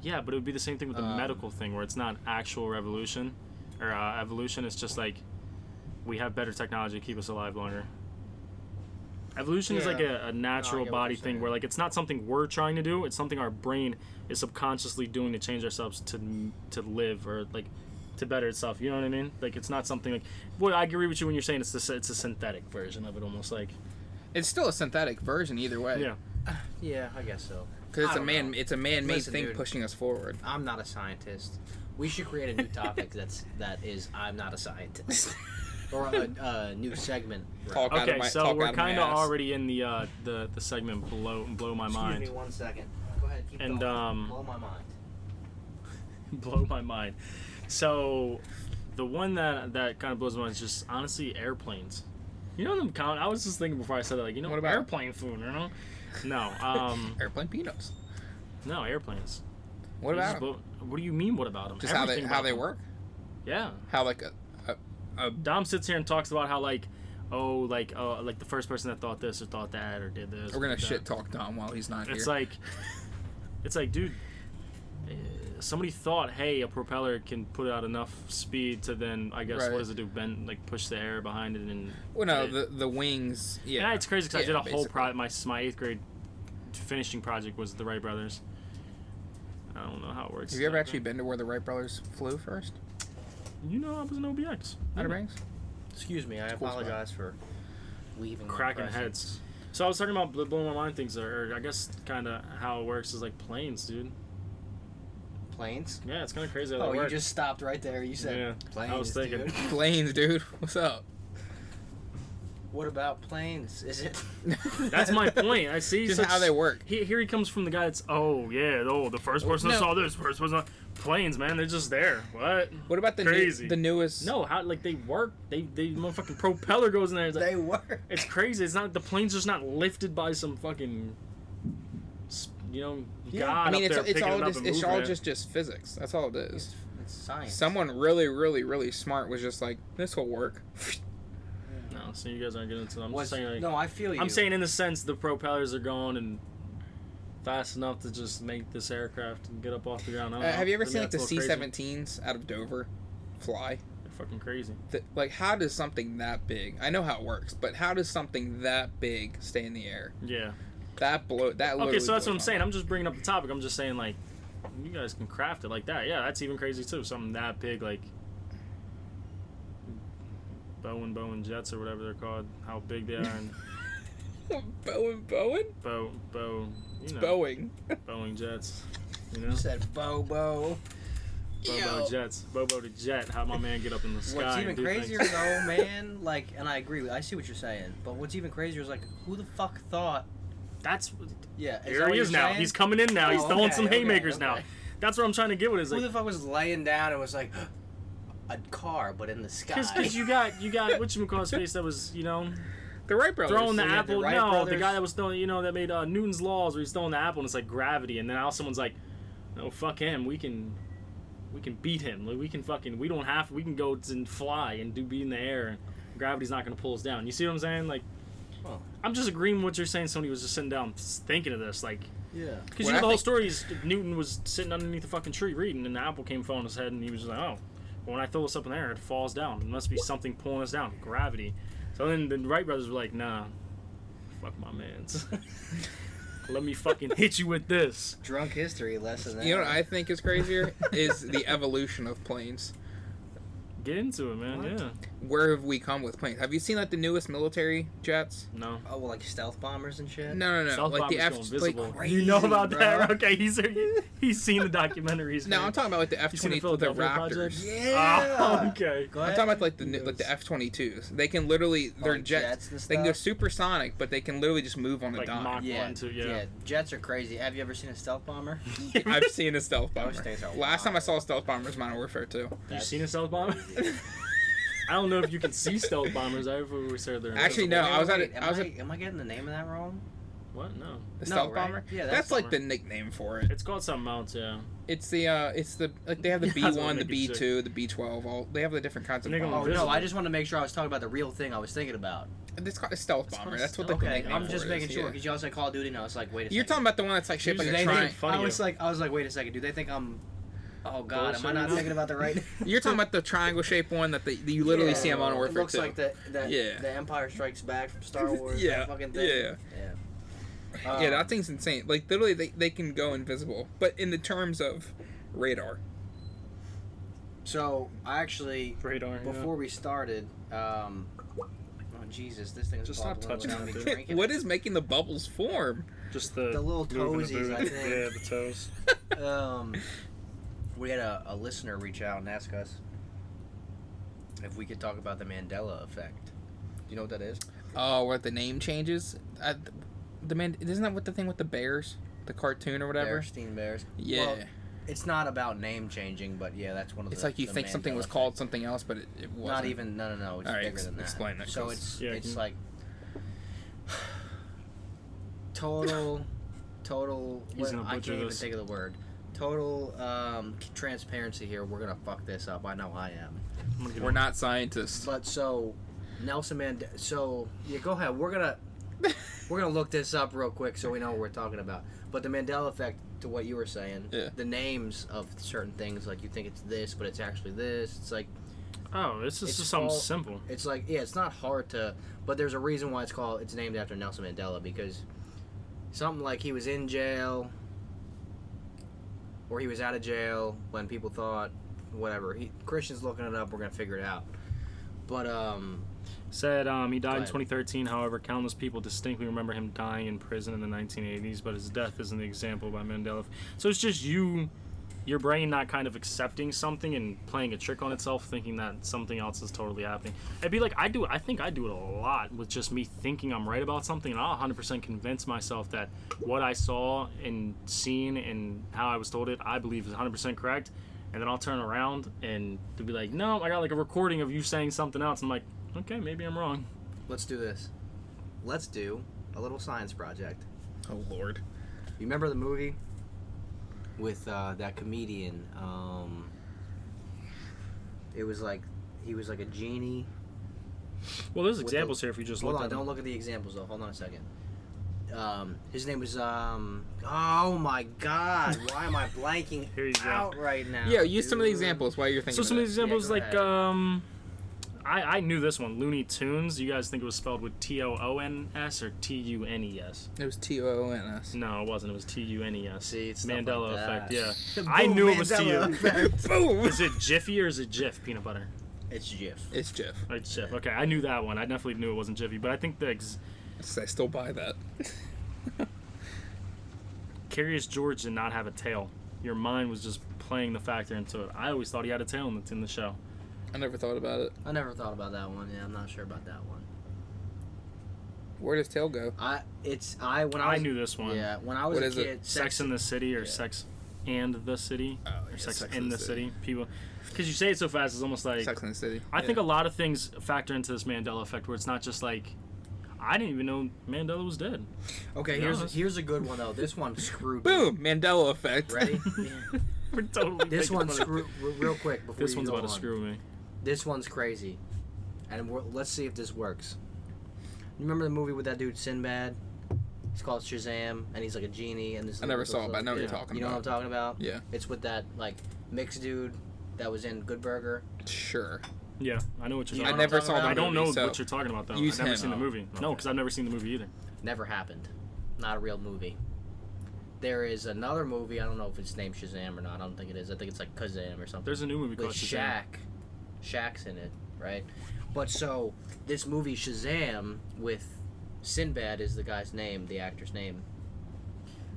[SPEAKER 2] Yeah, but it would be the same thing with the
[SPEAKER 1] Um,
[SPEAKER 2] medical thing where it's not actual revolution or uh, evolution. It's just like we have better technology to keep us alive longer. Evolution is like
[SPEAKER 3] Yeah.
[SPEAKER 2] a, a natural
[SPEAKER 1] get what
[SPEAKER 2] body
[SPEAKER 1] you're
[SPEAKER 2] thing
[SPEAKER 1] saying.
[SPEAKER 2] where like it's not something we're trying to do. It's something our brain is subconsciously doing to change ourselves to m- to live or like to better itself. You know what I mean? Like it's not something like. Well, I agree with you when you're saying it's the, it's a synthetic version of it almost like.
[SPEAKER 3] It's still a synthetic version either way.
[SPEAKER 2] Yeah.
[SPEAKER 1] Yeah, I guess so.
[SPEAKER 3] Because
[SPEAKER 1] I
[SPEAKER 3] it's a
[SPEAKER 1] don't
[SPEAKER 3] man,
[SPEAKER 1] know.
[SPEAKER 3] it's a man-made
[SPEAKER 1] Listen,
[SPEAKER 3] thing
[SPEAKER 1] dude.
[SPEAKER 3] pushing us forward.
[SPEAKER 1] I'm not a scientist. We should create a new topic that's that is I'm not a scientist, or a, a new segment.
[SPEAKER 3] Talk out of
[SPEAKER 2] Okay,
[SPEAKER 3] my,
[SPEAKER 2] so
[SPEAKER 3] talk
[SPEAKER 2] we're
[SPEAKER 3] out of my
[SPEAKER 2] kind of
[SPEAKER 3] ass.
[SPEAKER 2] already in the uh, the the segment blow blow my
[SPEAKER 1] Excuse
[SPEAKER 2] mind.
[SPEAKER 1] me one second. Go ahead. Keep
[SPEAKER 2] And,
[SPEAKER 1] going.
[SPEAKER 2] um,
[SPEAKER 1] blow my mind.
[SPEAKER 2] blow my mind. So, the one that that kind of blows my mind is just honestly airplanes. You know them count. I was just thinking before I said that, like you know,
[SPEAKER 3] What about-
[SPEAKER 2] airplane food? You know, no, um,
[SPEAKER 3] airplane peanuts.
[SPEAKER 2] no airplanes.
[SPEAKER 3] What
[SPEAKER 2] You just
[SPEAKER 3] about 'em?
[SPEAKER 2] blow- what do you mean? What about them?
[SPEAKER 3] just how they
[SPEAKER 2] Everything
[SPEAKER 3] how
[SPEAKER 2] about
[SPEAKER 3] they
[SPEAKER 2] them.
[SPEAKER 3] work?
[SPEAKER 2] Yeah,
[SPEAKER 3] How like a, a
[SPEAKER 2] Dom sits here and talks about how like, oh, like uh, like the first person that thought this or thought that or did this.
[SPEAKER 3] we're
[SPEAKER 2] or
[SPEAKER 3] gonna
[SPEAKER 2] did that.
[SPEAKER 3] shit talk Dom while he's not
[SPEAKER 2] It's
[SPEAKER 3] here.
[SPEAKER 2] like, it's like, dude, eh, somebody thought, hey, a propeller can put out enough speed to then, I guess,
[SPEAKER 3] Right.
[SPEAKER 2] what does it do? Bend, like, push the air behind it, and
[SPEAKER 3] well, no,
[SPEAKER 2] it-
[SPEAKER 3] the the wings. Yeah,
[SPEAKER 2] yeah, it's crazy because I did
[SPEAKER 3] Yeah,
[SPEAKER 2] a whole
[SPEAKER 3] basically.
[SPEAKER 2] pro. My my eighth grade finishing project was the Wright brothers. I don't know how it works.
[SPEAKER 3] Have you ever actually
[SPEAKER 2] exactly.
[SPEAKER 3] been to where the Wright brothers flew first?
[SPEAKER 2] You know, I was an OBX.
[SPEAKER 3] Outer Banks.
[SPEAKER 1] Excuse me. I
[SPEAKER 3] cool spot.
[SPEAKER 1] apologize for leaving. my
[SPEAKER 2] cracking
[SPEAKER 1] presence.
[SPEAKER 2] heads. So I was talking about bl- blowing my mind things, or or I guess kind of how it works is like planes, dude.
[SPEAKER 1] Planes.
[SPEAKER 2] Yeah, it's kind of crazy how
[SPEAKER 1] Oh,
[SPEAKER 2] they
[SPEAKER 1] you
[SPEAKER 2] work.
[SPEAKER 1] just stopped right there. You said
[SPEAKER 2] Yeah,
[SPEAKER 1] planes.
[SPEAKER 2] I was thinking.
[SPEAKER 1] dude.
[SPEAKER 3] Planes, dude. What's up?
[SPEAKER 1] What about planes? Is it?
[SPEAKER 2] That's my point. I see
[SPEAKER 3] Just
[SPEAKER 2] such-
[SPEAKER 3] how they work.
[SPEAKER 2] He, here he comes from the guy that's oh yeah oh the first person
[SPEAKER 3] No.
[SPEAKER 2] that saw this first person planes man they're just there what
[SPEAKER 3] What about the
[SPEAKER 2] Crazy.
[SPEAKER 3] New, the newest?
[SPEAKER 2] no how like they work they they motherfucking propeller goes in there it's, like,
[SPEAKER 1] they were.
[SPEAKER 2] it's crazy it's not the plane's just not lifted by some fucking s- you know god
[SPEAKER 3] I mean,
[SPEAKER 2] up
[SPEAKER 3] it's
[SPEAKER 2] there
[SPEAKER 3] it's
[SPEAKER 2] picking
[SPEAKER 3] all
[SPEAKER 2] it up
[SPEAKER 3] just
[SPEAKER 2] and
[SPEAKER 3] it's
[SPEAKER 2] moving
[SPEAKER 3] all
[SPEAKER 2] it.
[SPEAKER 3] just just physics. That's all it is.
[SPEAKER 1] It's, it's science.
[SPEAKER 3] Someone really, really, really smart was just like, this will work.
[SPEAKER 2] no so you guys aren't getting into that. I'm
[SPEAKER 1] was.
[SPEAKER 2] just saying like,
[SPEAKER 1] no, I feel you.
[SPEAKER 2] I'm saying in the sense the propellers are going and fast enough to just make this aircraft and get up off the ground I don't
[SPEAKER 3] Uh,
[SPEAKER 2] know.
[SPEAKER 3] have you ever
[SPEAKER 2] Maybe
[SPEAKER 3] seen like the
[SPEAKER 2] Uh-huh. that's a
[SPEAKER 3] C
[SPEAKER 2] little crazy.
[SPEAKER 3] 17s out of Dover fly?
[SPEAKER 2] They're fucking crazy
[SPEAKER 3] Th- like, how does something that big? I know how it works, but how does something that big stay in the air?
[SPEAKER 2] yeah
[SPEAKER 3] That blow. That
[SPEAKER 2] Okay,
[SPEAKER 3] literally
[SPEAKER 2] so that's what
[SPEAKER 3] blows
[SPEAKER 2] I'm
[SPEAKER 3] my
[SPEAKER 2] saying.
[SPEAKER 3] mind.
[SPEAKER 2] I'm just bringing up the topic. I'm just saying like, you guys can craft it like that. Yeah, that's even crazy too. Something that big like, Bowen Bowen jets or whatever they're called. How big they are and
[SPEAKER 3] Boeing, Boeing,
[SPEAKER 2] Bo Bo you know
[SPEAKER 3] Boeing.
[SPEAKER 2] Boeing jets. You know,
[SPEAKER 1] You said Bobo.
[SPEAKER 2] Bobo the Jets. Bobo the Jet. How my man get up in the sky.
[SPEAKER 1] What's
[SPEAKER 2] and
[SPEAKER 1] even
[SPEAKER 2] do
[SPEAKER 1] crazier
[SPEAKER 2] things.
[SPEAKER 1] though, man, like, and I agree. with I see what you're saying, but what's even crazier is like, who the fuck thought?
[SPEAKER 2] That's
[SPEAKER 1] Yeah, is that
[SPEAKER 2] here
[SPEAKER 1] what
[SPEAKER 2] he
[SPEAKER 1] you're
[SPEAKER 2] is now.
[SPEAKER 1] saying?
[SPEAKER 2] He's coming in now. He's
[SPEAKER 1] Oh,
[SPEAKER 2] throwing
[SPEAKER 1] okay,
[SPEAKER 2] some
[SPEAKER 1] okay,
[SPEAKER 2] haymakers now.
[SPEAKER 1] okay.
[SPEAKER 2] That's what I'm trying to get with. Is
[SPEAKER 1] Who
[SPEAKER 2] like
[SPEAKER 1] the fuck was laying down and was like, a car, but in the sky?
[SPEAKER 2] because you got you got what you face that was you know
[SPEAKER 3] The Wright brothers.
[SPEAKER 2] throwing the
[SPEAKER 1] yeah, the
[SPEAKER 2] apple.
[SPEAKER 1] Wright
[SPEAKER 2] no, the
[SPEAKER 1] brothers.
[SPEAKER 2] guy that was throwing you know that made uh, Newton's laws where he's throwing the apple and it's like gravity, and then now someone's like, no fuck him. We can we can beat him. Like, we can fucking we don't have we can go and fly and do be in the air. and Gravity's not gonna pull us down. You see what I'm saying? Like.
[SPEAKER 1] Well.
[SPEAKER 2] I'm just agreeing with what you're saying. Somebody was just sitting down thinking of this, like,
[SPEAKER 1] yeah.
[SPEAKER 2] Because you
[SPEAKER 3] What
[SPEAKER 2] know
[SPEAKER 3] I
[SPEAKER 2] the whole
[SPEAKER 3] think-
[SPEAKER 2] story is Newton was sitting underneath the fucking tree reading, and the apple came fell on his head, and he was like, "Oh, well, when I throw this up in the air, it falls down. It must be something pulling us down, gravity." So then the Wright brothers were like, "Nah, fuck my man's. Let me fucking hit you with this."
[SPEAKER 1] Drunk history lesson.
[SPEAKER 3] You know what I think is crazier is the evolution of planes.
[SPEAKER 2] Get into it, man.
[SPEAKER 1] What?
[SPEAKER 2] Yeah.
[SPEAKER 3] Where have we come with planes? Have you seen like the newest military jets?
[SPEAKER 2] No.
[SPEAKER 1] Oh, well, like stealth bombers and shit.
[SPEAKER 3] No, no, no.
[SPEAKER 2] South
[SPEAKER 3] like the F,
[SPEAKER 2] going
[SPEAKER 3] like
[SPEAKER 2] visible.
[SPEAKER 1] crazy,
[SPEAKER 2] you know about that?
[SPEAKER 1] bro.
[SPEAKER 2] Okay, he's he's seen the documentaries.
[SPEAKER 3] no, I'm
[SPEAKER 2] man.
[SPEAKER 3] talking about like the F
[SPEAKER 2] You seen the
[SPEAKER 3] twenty, the
[SPEAKER 2] Philadelphia project?
[SPEAKER 3] Raptors.
[SPEAKER 1] Yeah.
[SPEAKER 2] Oh, okay.
[SPEAKER 1] Go
[SPEAKER 3] I'm
[SPEAKER 1] ahead.
[SPEAKER 3] talking about like the new- like the F twenty twos. They can literally they're
[SPEAKER 1] Like
[SPEAKER 3] jets.
[SPEAKER 1] jets and
[SPEAKER 3] They can go
[SPEAKER 1] stuff?
[SPEAKER 3] supersonic, but they can literally just move on a
[SPEAKER 2] Like
[SPEAKER 3] dime.
[SPEAKER 2] Mach
[SPEAKER 1] yeah,
[SPEAKER 2] one, two, yeah.
[SPEAKER 1] yeah. Jets are crazy. Have you ever seen a stealth bomber?
[SPEAKER 3] I've seen a stealth bomber.
[SPEAKER 1] Those things are
[SPEAKER 3] Last time I
[SPEAKER 1] wild.
[SPEAKER 3] saw a stealth bomber was Modern Warfare 2.
[SPEAKER 2] You've
[SPEAKER 1] That's
[SPEAKER 2] seen a stealth bomber?
[SPEAKER 1] crazy.
[SPEAKER 2] I don't know if you can see stealth bombers. I ever we said they're
[SPEAKER 3] Actually,
[SPEAKER 2] invisible.
[SPEAKER 3] no, I was at
[SPEAKER 1] Wait,
[SPEAKER 3] a-
[SPEAKER 1] am
[SPEAKER 3] I was at-
[SPEAKER 1] am I getting the name of that wrong?
[SPEAKER 2] What? No.
[SPEAKER 3] The
[SPEAKER 1] No,
[SPEAKER 3] stealth
[SPEAKER 1] right?
[SPEAKER 3] bomber.
[SPEAKER 1] Yeah,
[SPEAKER 3] that's,
[SPEAKER 1] that's
[SPEAKER 3] like
[SPEAKER 2] bomber.
[SPEAKER 3] the nickname for it.
[SPEAKER 2] It's called something else, yeah.
[SPEAKER 3] It's the uh, it's the like they have the
[SPEAKER 2] That's
[SPEAKER 3] B
[SPEAKER 2] what
[SPEAKER 3] one, the
[SPEAKER 2] make
[SPEAKER 3] B
[SPEAKER 2] it
[SPEAKER 3] two, the B twelve. All they have the different kinds of
[SPEAKER 2] Nigga,
[SPEAKER 1] Oh no,
[SPEAKER 3] bombs.
[SPEAKER 2] Invisible.
[SPEAKER 1] I just want to make sure I was talking about the real thing I was thinking about.
[SPEAKER 3] It's called a stealth bomber.
[SPEAKER 2] called
[SPEAKER 3] That's what the
[SPEAKER 1] Okay,
[SPEAKER 3] nickname
[SPEAKER 1] I'm
[SPEAKER 3] for
[SPEAKER 1] just
[SPEAKER 3] it
[SPEAKER 1] making
[SPEAKER 3] is,
[SPEAKER 1] sure
[SPEAKER 3] yeah.
[SPEAKER 1] because y'all said Call of Duty, and I was like, wait a
[SPEAKER 3] You're talking
[SPEAKER 1] secking.
[SPEAKER 3] about the one that's like shaped like
[SPEAKER 2] Usually
[SPEAKER 3] a
[SPEAKER 2] they
[SPEAKER 3] triangle.
[SPEAKER 2] think fun
[SPEAKER 1] I
[SPEAKER 2] of
[SPEAKER 1] was
[SPEAKER 2] you.
[SPEAKER 1] like, I was like, wait a second, do they think I'm? Oh God, am I not
[SPEAKER 2] Bullshitting them?
[SPEAKER 1] thinking about the right?
[SPEAKER 3] You're talking about the triangle shaped one that they, that you literally
[SPEAKER 1] Yeah.
[SPEAKER 3] see on Modern
[SPEAKER 1] It
[SPEAKER 3] Warfare
[SPEAKER 1] looks
[SPEAKER 3] two.
[SPEAKER 1] like the, the
[SPEAKER 3] Yeah.
[SPEAKER 1] the Empire Strikes Back from Star Wars.
[SPEAKER 3] Yeah,
[SPEAKER 1] that fucking thing.
[SPEAKER 3] yeah.
[SPEAKER 1] Yeah.
[SPEAKER 3] yeah,
[SPEAKER 1] Um,
[SPEAKER 3] that thing's insane. Like literally, they, they can go invisible, but in the terms of radar.
[SPEAKER 1] So I actually
[SPEAKER 2] Radar.
[SPEAKER 1] before we started, um, oh Jesus, this thing's
[SPEAKER 2] Just stop
[SPEAKER 1] bubbling
[SPEAKER 2] touching
[SPEAKER 1] without
[SPEAKER 2] it,
[SPEAKER 1] me
[SPEAKER 2] dude.
[SPEAKER 1] drinking
[SPEAKER 3] what
[SPEAKER 1] it.
[SPEAKER 3] is making the bubbles form?
[SPEAKER 2] just the,
[SPEAKER 1] The little
[SPEAKER 2] moving the
[SPEAKER 1] toesies,
[SPEAKER 2] boot.
[SPEAKER 1] I think.
[SPEAKER 2] Yeah, the toes.
[SPEAKER 1] um, we had a, a listener reach out and ask us if we could talk about the Mandela effect. Do you know what that is?
[SPEAKER 3] Oh, where the name changes. I, the man isn't that what the thing with the bears, the cartoon or whatever.
[SPEAKER 1] Bearstein Bears.
[SPEAKER 3] Yeah,
[SPEAKER 1] Well, it's not about name changing, but yeah, that's one of the.
[SPEAKER 3] it's like you
[SPEAKER 1] the
[SPEAKER 3] think something
[SPEAKER 1] Mandela
[SPEAKER 3] was
[SPEAKER 1] effect.
[SPEAKER 3] called something else, but it, it wasn't.
[SPEAKER 1] Not even. No, no, no. It's
[SPEAKER 3] All right,
[SPEAKER 1] bigger
[SPEAKER 3] ex-
[SPEAKER 1] than that.
[SPEAKER 3] explain that,
[SPEAKER 1] So
[SPEAKER 3] 'cause-
[SPEAKER 1] it's
[SPEAKER 2] Yeah,
[SPEAKER 1] it's
[SPEAKER 2] can-
[SPEAKER 1] like total, total.
[SPEAKER 2] He's
[SPEAKER 1] What,
[SPEAKER 2] gonna
[SPEAKER 1] I
[SPEAKER 2] butcher
[SPEAKER 1] can't even
[SPEAKER 2] this.
[SPEAKER 1] think of the word. Total um, transparency here. We're gonna fuck this up. I know I am.
[SPEAKER 2] I'm gonna get
[SPEAKER 3] We're
[SPEAKER 2] on-
[SPEAKER 3] not scientists.
[SPEAKER 1] But so Nelson Mandela. So yeah, go ahead. We're gonna we're gonna look this up real quick so we know what we're talking about. But the Mandela effect, to what you were saying,
[SPEAKER 3] Yeah.
[SPEAKER 1] the names of certain things, like you think it's this, but it's actually this. It's like
[SPEAKER 2] Oh, this is
[SPEAKER 1] It's
[SPEAKER 2] just something
[SPEAKER 1] called-
[SPEAKER 2] simple.
[SPEAKER 1] it's like yeah, it's not hard to. But there's a reason why it's called. It's named after Nelson Mandela because something like he was in jail or he was out of jail when people thought whatever. He, Christian's looking it up. We're gonna figure it out. But um.
[SPEAKER 2] Said um, he died in
[SPEAKER 1] Right.
[SPEAKER 2] 2013. However, countless people distinctly remember him dying in prison in the 1980s. But his death is an example by Mandela. So it's just you, your brain not kind of accepting something and playing a trick on itself, thinking that something else is totally happening. It'd be like I do. I think I do it a lot with just me thinking I'm right about something, and I'll 100% convince myself that what I saw and seen and how I was told it, I believe is 100% correct. And then I'll turn around and they'll be like, "No, I got like a recording of you saying something else." I'm like, "Okay, maybe I'm wrong."
[SPEAKER 1] Let's do this. Let's do a little science project.
[SPEAKER 3] Oh lord.
[SPEAKER 1] You remember the movie with uh, that comedian? Um, it was like he was like a genie.
[SPEAKER 2] Well, there's
[SPEAKER 1] With
[SPEAKER 2] examples here if you just
[SPEAKER 1] Hold
[SPEAKER 2] look
[SPEAKER 1] on,
[SPEAKER 2] at them.
[SPEAKER 1] don't look at the examples though. Hold on a second. Um, his name was um. Oh my God! Why am I blanking
[SPEAKER 2] Here you go.
[SPEAKER 1] out right now?
[SPEAKER 3] Yeah, use some of the
[SPEAKER 1] dude?
[SPEAKER 3] examples while you're thinking.
[SPEAKER 2] So some of
[SPEAKER 3] of
[SPEAKER 2] these examples
[SPEAKER 1] go
[SPEAKER 2] like
[SPEAKER 1] ahead.
[SPEAKER 2] um, I I knew this one Looney Tunes. You guys think it was spelled with T O O N S or T U N E S?
[SPEAKER 3] it was T O O N S.
[SPEAKER 2] No, it wasn't. It was T U N E S.
[SPEAKER 1] See, it's stuff like
[SPEAKER 2] Mandela
[SPEAKER 1] that.
[SPEAKER 2] effect. Yeah,
[SPEAKER 1] Boom,
[SPEAKER 2] I knew it was
[SPEAKER 1] Mandela
[SPEAKER 2] T U.
[SPEAKER 1] effect.
[SPEAKER 3] Boom.
[SPEAKER 2] Is it Jiffy or is it Jif peanut butter?
[SPEAKER 1] It's Jif.
[SPEAKER 3] It's Jeff.
[SPEAKER 2] Oh, It's Jif. Okay, I knew that one. I definitely knew it wasn't Jiffy, but I think the ex-
[SPEAKER 3] I still buy that.
[SPEAKER 2] Curious George did not have a tail. Your mind was just playing the factor into it. I always thought he had a tail that's in the show.
[SPEAKER 3] I never thought about it.
[SPEAKER 1] I never thought about that one. Yeah, I'm not sure about that one.
[SPEAKER 3] Where does tail go?
[SPEAKER 1] I it's I when I,
[SPEAKER 2] I
[SPEAKER 1] was,
[SPEAKER 2] knew this one.
[SPEAKER 1] Yeah, when I was
[SPEAKER 3] What
[SPEAKER 1] a
[SPEAKER 3] is it?
[SPEAKER 1] kid,
[SPEAKER 2] Sex, in the City or
[SPEAKER 1] yeah.
[SPEAKER 2] Sex and the City
[SPEAKER 3] Oh,
[SPEAKER 2] or
[SPEAKER 3] yeah,
[SPEAKER 2] Sex, in the City. People, because you say it so fast, it's almost like
[SPEAKER 3] Sex in the City.
[SPEAKER 2] I think a
[SPEAKER 3] Yeah.
[SPEAKER 2] lot of things factor into this Mandela effect, where it's not just like I didn't even know Mandela was dead.
[SPEAKER 1] Okay,
[SPEAKER 2] Yeah.
[SPEAKER 1] here's here's a good one though. This one screwed. me.
[SPEAKER 3] Boom, Mandela effect.
[SPEAKER 1] Ready?
[SPEAKER 2] We're totally
[SPEAKER 1] This
[SPEAKER 2] thinking
[SPEAKER 1] one's
[SPEAKER 2] about it.
[SPEAKER 1] screw re- real quick before
[SPEAKER 2] This
[SPEAKER 1] you
[SPEAKER 2] one's
[SPEAKER 1] go
[SPEAKER 2] about to
[SPEAKER 1] on.
[SPEAKER 2] screw me.
[SPEAKER 1] This one's crazy, and we're, let's see if this works. You remember the movie with that dude Sinbad? It's called Shazam, and he's like a genie. And this
[SPEAKER 3] I never saw it, but I know what you're
[SPEAKER 2] Yeah.
[SPEAKER 3] talking
[SPEAKER 1] You know what I'm
[SPEAKER 3] about.
[SPEAKER 1] talking about?
[SPEAKER 3] Yeah.
[SPEAKER 1] It's with that like mixed dude that was in Good Burger.
[SPEAKER 3] Sure.
[SPEAKER 2] Yeah, I know what you're
[SPEAKER 1] You
[SPEAKER 2] talking
[SPEAKER 1] know what
[SPEAKER 3] I
[SPEAKER 1] I'm
[SPEAKER 3] never
[SPEAKER 1] talking
[SPEAKER 3] saw the
[SPEAKER 1] about?
[SPEAKER 2] about. I don't
[SPEAKER 3] movie,
[SPEAKER 2] know
[SPEAKER 3] so-
[SPEAKER 2] what you're talking about though. I've
[SPEAKER 3] Use
[SPEAKER 2] never
[SPEAKER 3] him.
[SPEAKER 2] seen the movie. No, because I've never seen the movie either.
[SPEAKER 1] Never happened. Not a real movie. There is another movie. I don't know if it's named Shazam or not. I don't think it is. I think it's like Kazam or something.
[SPEAKER 2] There's a new movie
[SPEAKER 1] with
[SPEAKER 2] called
[SPEAKER 1] Shaq. Shaq's in it, right? But so this movie Shazam with Sinbad is the guy's name, the actor's name,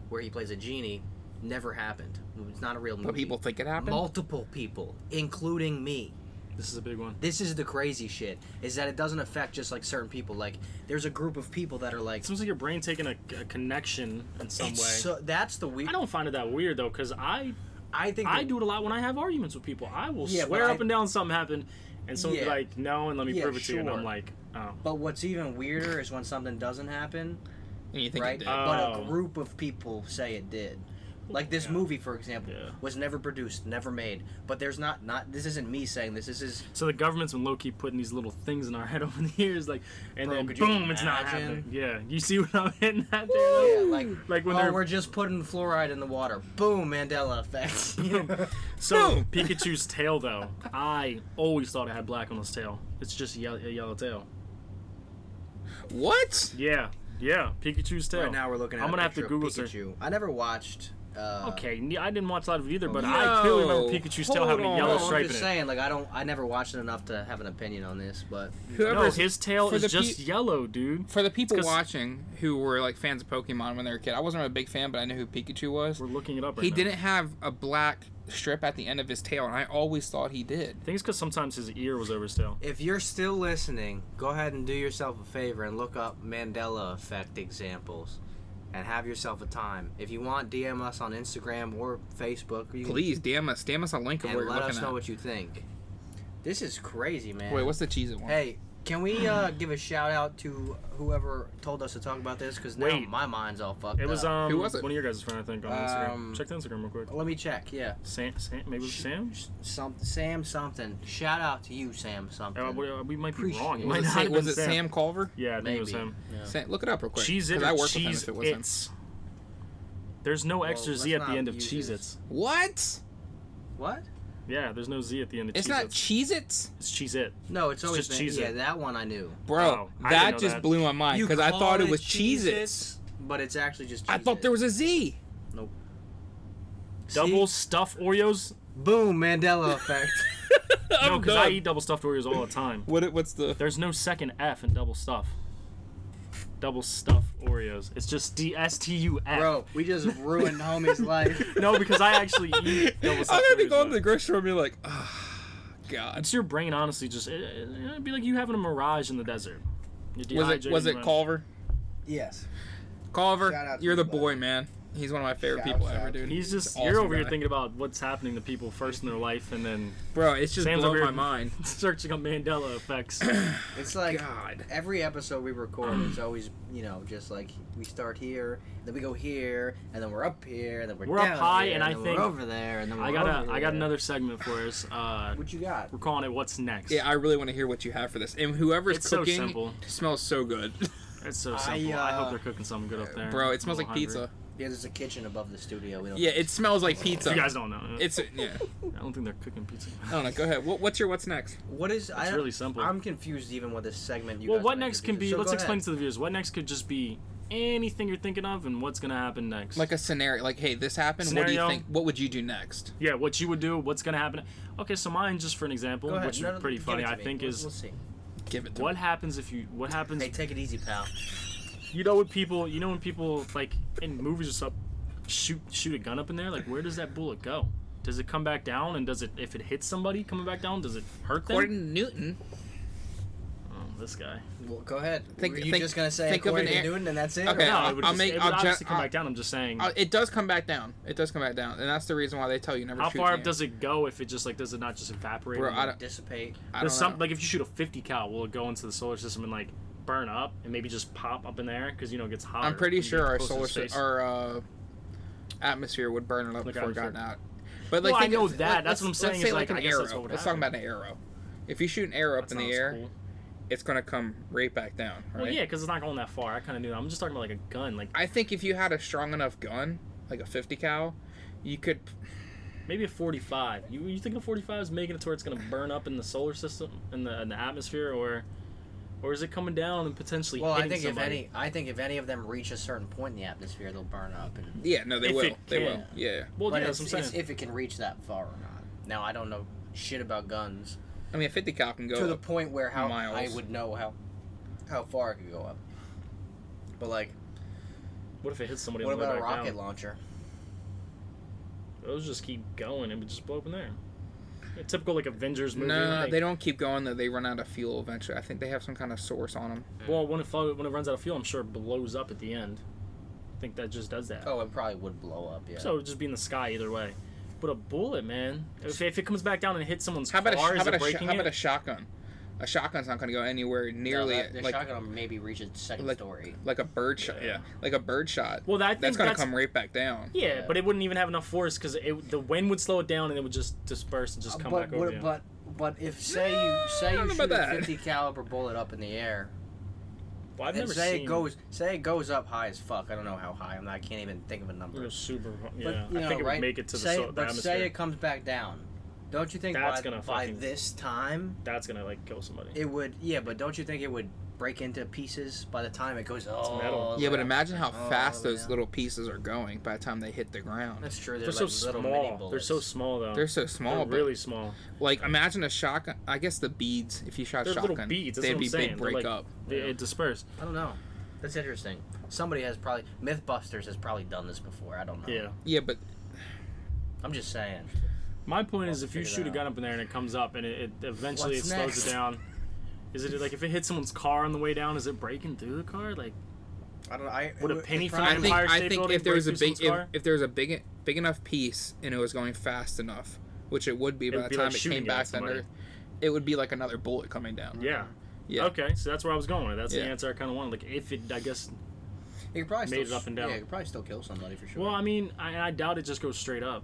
[SPEAKER 1] where he plays a genie, never happened. It's not a real movie.
[SPEAKER 3] But people think it happened.
[SPEAKER 1] Multiple people, including me.
[SPEAKER 2] Shazam. This is a big one.
[SPEAKER 1] This is the crazy shit. Is that it doesn't affect just like certain people. Like there's a group of people that are like.
[SPEAKER 2] It seems like your brain taking a, a connection in some
[SPEAKER 1] It's
[SPEAKER 2] way.
[SPEAKER 1] so, that's the weird.
[SPEAKER 2] I don't find it that weird though, because I
[SPEAKER 1] I think
[SPEAKER 2] I
[SPEAKER 1] that-
[SPEAKER 2] do it a lot when I have arguments with people. I will
[SPEAKER 1] Yeah, but
[SPEAKER 2] swear
[SPEAKER 1] I-
[SPEAKER 2] up and down something happened, and someone will
[SPEAKER 1] Yeah.
[SPEAKER 2] be like, "No," and let me
[SPEAKER 1] Yeah,
[SPEAKER 2] prove it to you, and
[SPEAKER 1] sure.
[SPEAKER 2] I'm like, "Oh."
[SPEAKER 1] But what's even weirder is when something doesn't happen,
[SPEAKER 3] And you think
[SPEAKER 1] right?
[SPEAKER 3] it did.
[SPEAKER 2] Uh,
[SPEAKER 1] But
[SPEAKER 2] Oh.
[SPEAKER 1] a group of people say it did. Like this
[SPEAKER 2] Yeah.
[SPEAKER 1] movie, for example,
[SPEAKER 2] Yeah.
[SPEAKER 1] was never produced, never made. But there's not not this isn't me saying this. This is
[SPEAKER 2] So the government's been low key putting these little things in our head over the years, like, and
[SPEAKER 1] Bro,
[SPEAKER 2] then
[SPEAKER 1] could you
[SPEAKER 2] boom, it's not
[SPEAKER 1] imagine?
[SPEAKER 2] happening. Yeah, you see what I'm hitting at there?
[SPEAKER 1] yeah,
[SPEAKER 2] though?
[SPEAKER 1] like
[SPEAKER 2] Like when
[SPEAKER 1] oh,
[SPEAKER 2] they're
[SPEAKER 1] we're just putting fluoride in the water. Boom, Mandela effect.
[SPEAKER 2] so
[SPEAKER 3] Boom.
[SPEAKER 2] Pikachu's tail though. I always thought it had black on its tail. It's just a yellow, a yellow tail.
[SPEAKER 3] what?
[SPEAKER 2] Yeah, yeah, Pikachu's tail.
[SPEAKER 1] right now we're looking at.
[SPEAKER 2] I'm
[SPEAKER 1] a
[SPEAKER 2] gonna have to
[SPEAKER 1] picture of
[SPEAKER 2] Google
[SPEAKER 1] Pikachu.
[SPEAKER 2] search.
[SPEAKER 1] I never watched. Uh,
[SPEAKER 2] Okay, ne- I didn't watch a lot of it either, but
[SPEAKER 3] Yo,
[SPEAKER 2] I clearly remember Pikachu's tail
[SPEAKER 3] hold
[SPEAKER 2] having a
[SPEAKER 3] on.
[SPEAKER 2] yellow
[SPEAKER 1] No, I'm
[SPEAKER 2] stripe in
[SPEAKER 1] just
[SPEAKER 2] it.
[SPEAKER 1] saying, like I don't, I never watched it enough to have an opinion on this, but
[SPEAKER 2] No,
[SPEAKER 3] Whoever's
[SPEAKER 2] his tail
[SPEAKER 3] for
[SPEAKER 2] is
[SPEAKER 3] the
[SPEAKER 2] just
[SPEAKER 3] pe-
[SPEAKER 2] yellow, dude.
[SPEAKER 3] for the people
[SPEAKER 2] 'cause-
[SPEAKER 3] watching who were like fans of Pokemon when they were a kid, I wasn't a big fan, but I knew who Pikachu was.
[SPEAKER 2] We're looking it up right
[SPEAKER 3] He
[SPEAKER 2] now.
[SPEAKER 3] didn't have a black strip at the end of his tail, and I always thought he did.
[SPEAKER 2] I think it's because sometimes his ear was over his tail.
[SPEAKER 1] If you're still listening, go ahead and do yourself a favor and look up Mandela effect examples and have yourself a time. If you want, DM us on Instagram or Facebook. You can-
[SPEAKER 3] Please, damn us, damn us a link of
[SPEAKER 1] and
[SPEAKER 3] where you're
[SPEAKER 1] let
[SPEAKER 3] looking
[SPEAKER 1] us know
[SPEAKER 3] at.
[SPEAKER 1] what you think. This is crazy, man.
[SPEAKER 3] Wait, what's the cheesy one?
[SPEAKER 1] Hey, can we uh, give a shout out to whoever told us to talk about this? Because now
[SPEAKER 2] Wait.
[SPEAKER 1] my mind's all fucked
[SPEAKER 2] It was uh,
[SPEAKER 1] up.
[SPEAKER 2] um
[SPEAKER 3] Uh, Who was it?
[SPEAKER 2] one of your guys' friend, I think, on Instagram.
[SPEAKER 1] Um,
[SPEAKER 2] Check the Instagram real quick.
[SPEAKER 1] Let me check. Yeah,
[SPEAKER 2] Sam, Sam maybe it was Sam.
[SPEAKER 1] some Sam something. Shout out to you, Sam something.
[SPEAKER 2] Uh, we, we might be
[SPEAKER 1] Appreciate
[SPEAKER 2] wrong.
[SPEAKER 1] it.
[SPEAKER 2] might
[SPEAKER 3] was it,
[SPEAKER 2] not
[SPEAKER 3] Sa-
[SPEAKER 2] have
[SPEAKER 3] was
[SPEAKER 2] been
[SPEAKER 3] it Sam, Culver?
[SPEAKER 2] Yeah, I think
[SPEAKER 1] Maybe.
[SPEAKER 2] it was him.
[SPEAKER 1] Yeah.
[SPEAKER 3] Sam, look it up real quick.
[SPEAKER 2] Cheese it
[SPEAKER 3] 'cause
[SPEAKER 2] or
[SPEAKER 3] I worked with him
[SPEAKER 2] cheese
[SPEAKER 3] if it was him.
[SPEAKER 2] its. There's no extra
[SPEAKER 1] Well,
[SPEAKER 2] Z
[SPEAKER 1] let's
[SPEAKER 2] at the
[SPEAKER 1] not
[SPEAKER 2] end of
[SPEAKER 1] use
[SPEAKER 2] Cheez
[SPEAKER 1] his-
[SPEAKER 2] Its.
[SPEAKER 3] What?
[SPEAKER 1] What?
[SPEAKER 2] Yeah, there's no Z at the end of
[SPEAKER 3] It's
[SPEAKER 2] Cheez
[SPEAKER 3] not
[SPEAKER 2] Its.
[SPEAKER 3] Cheez Its?
[SPEAKER 2] It's Cheez It.
[SPEAKER 1] No, it's
[SPEAKER 2] It's
[SPEAKER 1] always
[SPEAKER 2] just
[SPEAKER 1] been,
[SPEAKER 2] Cheez-It.
[SPEAKER 1] yeah. That one I knew.
[SPEAKER 3] Bro,
[SPEAKER 2] Oh, I didn't
[SPEAKER 3] that
[SPEAKER 2] know
[SPEAKER 3] just
[SPEAKER 2] that.
[SPEAKER 3] blew my mind
[SPEAKER 1] You
[SPEAKER 3] because I
[SPEAKER 1] call
[SPEAKER 3] thought it was Cheez Its.
[SPEAKER 1] Cheez-Its, But it's actually just.
[SPEAKER 3] I thought there was a Z.
[SPEAKER 1] a
[SPEAKER 2] Double stuffed Oreos?
[SPEAKER 1] boom Mandela effect.
[SPEAKER 2] no,
[SPEAKER 3] I'm
[SPEAKER 2] because I
[SPEAKER 3] done.
[SPEAKER 2] eat double stuffed Oreos all the time.
[SPEAKER 3] What? What's the?
[SPEAKER 2] There's no second F in double stuff. Double stuff Oreos. It's just D S T U F.
[SPEAKER 1] Bro, we just ruined homie's life.
[SPEAKER 2] No, because I actually eat double
[SPEAKER 3] I'm
[SPEAKER 2] stuffed
[SPEAKER 3] gonna be
[SPEAKER 2] Oreos,
[SPEAKER 3] going to
[SPEAKER 2] though.
[SPEAKER 3] the grocery store and be like, ah, God.
[SPEAKER 2] It's your brain, honestly. Just it, it, it'd be like you having a mirage in the desert. You're
[SPEAKER 3] Was it?
[SPEAKER 2] dehydrated
[SPEAKER 3] Was
[SPEAKER 2] and
[SPEAKER 3] it
[SPEAKER 2] running.
[SPEAKER 3] Culver?
[SPEAKER 1] Yes. Shout
[SPEAKER 3] Culver,
[SPEAKER 1] out to
[SPEAKER 3] you're
[SPEAKER 1] you,
[SPEAKER 3] the boy, man. He's one of my favorite
[SPEAKER 1] Shout
[SPEAKER 3] people
[SPEAKER 1] out
[SPEAKER 3] ever,
[SPEAKER 1] to
[SPEAKER 3] dude.
[SPEAKER 2] He's just
[SPEAKER 3] an
[SPEAKER 2] you're
[SPEAKER 3] awesome
[SPEAKER 2] over here
[SPEAKER 3] guy.
[SPEAKER 2] thinking about what's happening to people first in their life, and then
[SPEAKER 3] bro. It's just
[SPEAKER 2] Sam's
[SPEAKER 3] blowing
[SPEAKER 2] over
[SPEAKER 3] my
[SPEAKER 2] here.
[SPEAKER 3] mind.
[SPEAKER 2] searching up Mandela effects. It's
[SPEAKER 1] It's like
[SPEAKER 3] God.
[SPEAKER 1] every episode we record, it's always you know just like we start here, then we go here, and then we're up here, and then we're
[SPEAKER 2] We're up
[SPEAKER 1] down
[SPEAKER 2] high,
[SPEAKER 1] here,
[SPEAKER 2] and I
[SPEAKER 1] then
[SPEAKER 2] think-
[SPEAKER 1] we're over there, and then we're
[SPEAKER 2] I got
[SPEAKER 1] over
[SPEAKER 2] a I got
[SPEAKER 1] there.
[SPEAKER 2] another segment for us. Uh,
[SPEAKER 1] What you got?
[SPEAKER 2] we're calling it "What's Next."
[SPEAKER 3] Yeah, I really want to hear what you have for this. And whoever's
[SPEAKER 2] It's so
[SPEAKER 3] cooking
[SPEAKER 2] simple.
[SPEAKER 3] smells so good,
[SPEAKER 2] it's so
[SPEAKER 1] I,
[SPEAKER 2] simple. I, hope
[SPEAKER 1] uh,
[SPEAKER 2] they're cooking something good up there.
[SPEAKER 3] bro. It
[SPEAKER 2] I'm a
[SPEAKER 3] smells like
[SPEAKER 2] little
[SPEAKER 3] pizza.
[SPEAKER 2] hungry.
[SPEAKER 1] Yeah, there's a kitchen above the studio. We don't.
[SPEAKER 3] Yeah, it smells like pizza.
[SPEAKER 2] You guys don't know. uh,
[SPEAKER 3] It's yeah.
[SPEAKER 2] I don't think they're cooking pizza.
[SPEAKER 3] I don't know. Go ahead. What, what's your what's next?
[SPEAKER 1] What is? I
[SPEAKER 2] It's
[SPEAKER 1] don't-
[SPEAKER 2] really simple.
[SPEAKER 1] I'm confused even with this segment. You
[SPEAKER 2] well,
[SPEAKER 1] guys
[SPEAKER 2] what
[SPEAKER 1] wanna
[SPEAKER 2] next can be?
[SPEAKER 1] introduce. So
[SPEAKER 2] let's
[SPEAKER 1] go
[SPEAKER 2] explain
[SPEAKER 1] ahead.
[SPEAKER 2] to the viewers. What next could just be anything you're thinking of, and what's gonna happen next.
[SPEAKER 3] Like a scenario. Like, hey, this happened. What do
[SPEAKER 2] Scenario?
[SPEAKER 3] you think? What would you do next?
[SPEAKER 2] yeah, what you would do, what's gonna happen. Okay, so mine, just for an example,
[SPEAKER 1] Go ahead.
[SPEAKER 2] which
[SPEAKER 1] No,
[SPEAKER 2] is
[SPEAKER 1] no,
[SPEAKER 2] pretty
[SPEAKER 1] give
[SPEAKER 2] funny,
[SPEAKER 1] it to
[SPEAKER 2] I
[SPEAKER 1] me.
[SPEAKER 2] think
[SPEAKER 1] We'll-
[SPEAKER 2] is
[SPEAKER 1] We'll see.
[SPEAKER 3] Give it. To
[SPEAKER 2] what
[SPEAKER 3] Me.
[SPEAKER 2] happens if you. What happens
[SPEAKER 1] Hey, take it easy, pal.
[SPEAKER 2] you know when people you know when people like in movies or something shoot shoot a gun up in there like where does that bullet go Does it come back down? And does it, if it hits somebody coming back down, does it hurt them?
[SPEAKER 3] According to Newton,
[SPEAKER 2] Oh, this guy.
[SPEAKER 1] Well, go ahead.
[SPEAKER 3] Think-
[SPEAKER 1] Were you
[SPEAKER 3] think-
[SPEAKER 1] just gonna say
[SPEAKER 3] think of
[SPEAKER 1] according
[SPEAKER 3] an
[SPEAKER 1] to
[SPEAKER 3] air-
[SPEAKER 1] Newton and that's it?
[SPEAKER 3] Okay.
[SPEAKER 2] no,
[SPEAKER 3] I'll-
[SPEAKER 2] it would,
[SPEAKER 3] I'll
[SPEAKER 2] just,
[SPEAKER 3] make-
[SPEAKER 2] it would
[SPEAKER 3] I'll ju-
[SPEAKER 2] obviously come
[SPEAKER 3] I'll-
[SPEAKER 2] back down. I'm just saying.
[SPEAKER 3] uh, it does come back down. It does come back down, and that's the reason why they tell you never
[SPEAKER 2] how
[SPEAKER 3] shoot
[SPEAKER 2] far
[SPEAKER 3] the
[SPEAKER 2] up does it go if it just like does it not just evaporate?
[SPEAKER 3] Bro,
[SPEAKER 2] and
[SPEAKER 3] I
[SPEAKER 2] then-
[SPEAKER 3] don't-
[SPEAKER 1] Dissipate.
[SPEAKER 3] I don't
[SPEAKER 2] There's some
[SPEAKER 3] know.
[SPEAKER 2] like if you shoot a 50 cal, will it go into the solar system and like burn up and maybe just pop up in the air because you know it gets hot.
[SPEAKER 3] I'm pretty sure our solar sy- our uh, atmosphere would burn it up
[SPEAKER 2] Like
[SPEAKER 3] before it got
[SPEAKER 2] atmosphere.
[SPEAKER 3] out. But
[SPEAKER 2] Well, I know
[SPEAKER 3] let's-
[SPEAKER 2] that.
[SPEAKER 3] let's-
[SPEAKER 2] That's what I'm
[SPEAKER 3] let's
[SPEAKER 2] saying
[SPEAKER 3] say
[SPEAKER 2] is, like,
[SPEAKER 3] an
[SPEAKER 2] I guess
[SPEAKER 3] arrow.
[SPEAKER 2] that's what would
[SPEAKER 3] let's talk
[SPEAKER 2] happen.
[SPEAKER 3] about an arrow. If you shoot an arrow up in the air, it's gonna come right back down. Right?
[SPEAKER 2] Well, yeah, because it's not going that far. I kind of knew. That. I'm just talking about like a gun. Like
[SPEAKER 3] I think if you had a strong enough gun, like a 50 cal, you could.
[SPEAKER 2] maybe a 45. You you think a 45 is making it to where it's gonna burn up in the solar system in the in the atmosphere or or is it coming down and potentially?
[SPEAKER 1] Well, I
[SPEAKER 2] hitting
[SPEAKER 1] think if
[SPEAKER 2] somebody?
[SPEAKER 1] any, I think if any of them reach a certain point in the atmosphere, they'll burn up. And,
[SPEAKER 3] Yeah, no, they
[SPEAKER 2] If
[SPEAKER 3] will.
[SPEAKER 2] it
[SPEAKER 3] They
[SPEAKER 2] can.
[SPEAKER 3] will. Yeah.
[SPEAKER 2] Well,
[SPEAKER 1] but
[SPEAKER 2] yeah,
[SPEAKER 1] it's,
[SPEAKER 2] that's what I'm
[SPEAKER 1] it's
[SPEAKER 2] saying.
[SPEAKER 1] if it can reach that far or not. Now I don't know shit about guns
[SPEAKER 3] I mean, a 50 cal can go.
[SPEAKER 1] to the
[SPEAKER 3] up.
[SPEAKER 1] point where how I
[SPEAKER 3] miles.
[SPEAKER 1] would know how how far it could go up. But like,
[SPEAKER 2] what if it hits somebody?
[SPEAKER 1] what
[SPEAKER 2] on the way
[SPEAKER 1] about a
[SPEAKER 2] back
[SPEAKER 1] rocket
[SPEAKER 2] down?
[SPEAKER 1] launcher?
[SPEAKER 2] Those just keep going and would just blow up in there. A typical like Avengers movie.
[SPEAKER 3] no,
[SPEAKER 2] like,
[SPEAKER 3] they don't keep going though. They run out of fuel eventually. I think they have some kind of source on them.
[SPEAKER 2] Well, when it flo- when it runs out of fuel, I'm sure it blows up at the end. I think that just does that.
[SPEAKER 1] Oh, it probably would blow up. Yeah.
[SPEAKER 2] So it would just be in the sky either way. But a bullet, man. If, if it comes back down and hits someone's
[SPEAKER 3] How about a,
[SPEAKER 2] car,
[SPEAKER 3] how
[SPEAKER 2] is
[SPEAKER 3] about
[SPEAKER 2] it
[SPEAKER 3] a, sh-
[SPEAKER 2] breaking
[SPEAKER 3] how about a
[SPEAKER 2] it? shotgun?
[SPEAKER 3] A shotgun's not going to go anywhere
[SPEAKER 1] No,
[SPEAKER 3] nearly
[SPEAKER 1] that, the
[SPEAKER 3] like
[SPEAKER 1] shotgun will maybe reach its second
[SPEAKER 3] like-
[SPEAKER 1] story.
[SPEAKER 3] like a bird shot.
[SPEAKER 2] Yeah.
[SPEAKER 3] Yeah, like a bird shot.
[SPEAKER 2] Well, that, I think
[SPEAKER 3] that's going to
[SPEAKER 2] that's-
[SPEAKER 3] come right back down.
[SPEAKER 2] Yeah,
[SPEAKER 1] Yeah.
[SPEAKER 2] but it wouldn't even have enough force because the wind would slow it down and it would just disperse and just come
[SPEAKER 1] Uh, but,
[SPEAKER 2] back over
[SPEAKER 1] would-
[SPEAKER 2] you.
[SPEAKER 1] but but if say you
[SPEAKER 3] Eh, I
[SPEAKER 1] say you
[SPEAKER 3] don't know
[SPEAKER 1] shoot
[SPEAKER 3] about
[SPEAKER 1] a
[SPEAKER 3] that.
[SPEAKER 1] 50 caliber bullet up in the air
[SPEAKER 2] Well, I've
[SPEAKER 1] and
[SPEAKER 2] never
[SPEAKER 1] say
[SPEAKER 2] seen
[SPEAKER 1] it goes say it goes up high as fuck i don't know how high i'm not, i can't even think of a number
[SPEAKER 2] real super. Yeah,
[SPEAKER 1] but you
[SPEAKER 2] I
[SPEAKER 1] know,
[SPEAKER 2] think it
[SPEAKER 1] right
[SPEAKER 2] would make it to the,
[SPEAKER 1] say,
[SPEAKER 2] so- the
[SPEAKER 1] but
[SPEAKER 2] atmosphere.
[SPEAKER 1] say it comes back down don't you think
[SPEAKER 2] That's
[SPEAKER 1] by,
[SPEAKER 2] gonna
[SPEAKER 1] by
[SPEAKER 2] fucking-
[SPEAKER 1] this time
[SPEAKER 2] That's gonna like kill somebody.
[SPEAKER 1] it would yeah but don't you think it would break into pieces by the time it goes oh
[SPEAKER 2] metal.
[SPEAKER 3] Yeah, but imagine how
[SPEAKER 1] Oh,
[SPEAKER 3] fast those
[SPEAKER 1] yeah.
[SPEAKER 3] little pieces are going by the time they hit the ground.
[SPEAKER 1] that's true
[SPEAKER 2] They're
[SPEAKER 1] they're,
[SPEAKER 2] so
[SPEAKER 1] like little mini
[SPEAKER 2] small. They're
[SPEAKER 1] bullets.
[SPEAKER 2] so small though.
[SPEAKER 3] They're so small,
[SPEAKER 2] They're
[SPEAKER 3] but
[SPEAKER 2] really small.
[SPEAKER 3] like imagine a shotgun. I guess the beads. If you shot
[SPEAKER 2] They're
[SPEAKER 3] shotgun,
[SPEAKER 2] little beads. That's
[SPEAKER 3] they'd
[SPEAKER 2] what I'm
[SPEAKER 3] be
[SPEAKER 2] saying.
[SPEAKER 3] big
[SPEAKER 2] They're
[SPEAKER 3] break
[SPEAKER 2] like-
[SPEAKER 3] up.
[SPEAKER 2] They- It dispersed.
[SPEAKER 1] i don't know that's interesting somebody has probably mythbusters has probably done this before i don't know
[SPEAKER 2] Yeah.
[SPEAKER 3] Yeah, but
[SPEAKER 1] i'm just saying
[SPEAKER 2] My point
[SPEAKER 1] I'll
[SPEAKER 2] is, if
[SPEAKER 1] figure
[SPEAKER 2] you
[SPEAKER 1] that
[SPEAKER 2] shoot a
[SPEAKER 1] out.
[SPEAKER 2] gun up in there and it comes up and it, it eventually
[SPEAKER 1] What's
[SPEAKER 2] it slows
[SPEAKER 1] next?
[SPEAKER 2] it down, is it like if it hits someone's car on the way down, is it breaking through the car? Like
[SPEAKER 1] i don't i
[SPEAKER 2] Would a
[SPEAKER 1] it
[SPEAKER 2] penny
[SPEAKER 1] probably-
[SPEAKER 3] I
[SPEAKER 2] Empire
[SPEAKER 3] think I
[SPEAKER 2] State
[SPEAKER 3] think
[SPEAKER 2] Building
[SPEAKER 3] if there was a
[SPEAKER 2] breakthrough
[SPEAKER 3] big
[SPEAKER 2] someone's
[SPEAKER 3] if,
[SPEAKER 2] car?
[SPEAKER 3] if there was a big big enough piece and it was going fast enough, which it would be by
[SPEAKER 2] It'd
[SPEAKER 3] the
[SPEAKER 2] be
[SPEAKER 3] time
[SPEAKER 2] like
[SPEAKER 3] it
[SPEAKER 2] shooting
[SPEAKER 3] came
[SPEAKER 2] at
[SPEAKER 3] back down to
[SPEAKER 2] somebody.
[SPEAKER 3] Earth, it would be like another bullet coming down.
[SPEAKER 2] yeah.
[SPEAKER 3] Yeah.
[SPEAKER 2] Okay, so that's where I was going with. it. That's the
[SPEAKER 3] Yeah.
[SPEAKER 2] answer I kind of wanted. Like if it, I guess.
[SPEAKER 1] You could probably
[SPEAKER 2] Made
[SPEAKER 1] still,
[SPEAKER 2] it up and down.
[SPEAKER 1] Yeah, you could probably still kill somebody for sure.
[SPEAKER 2] Well, I mean, I, I doubt it just goes straight up.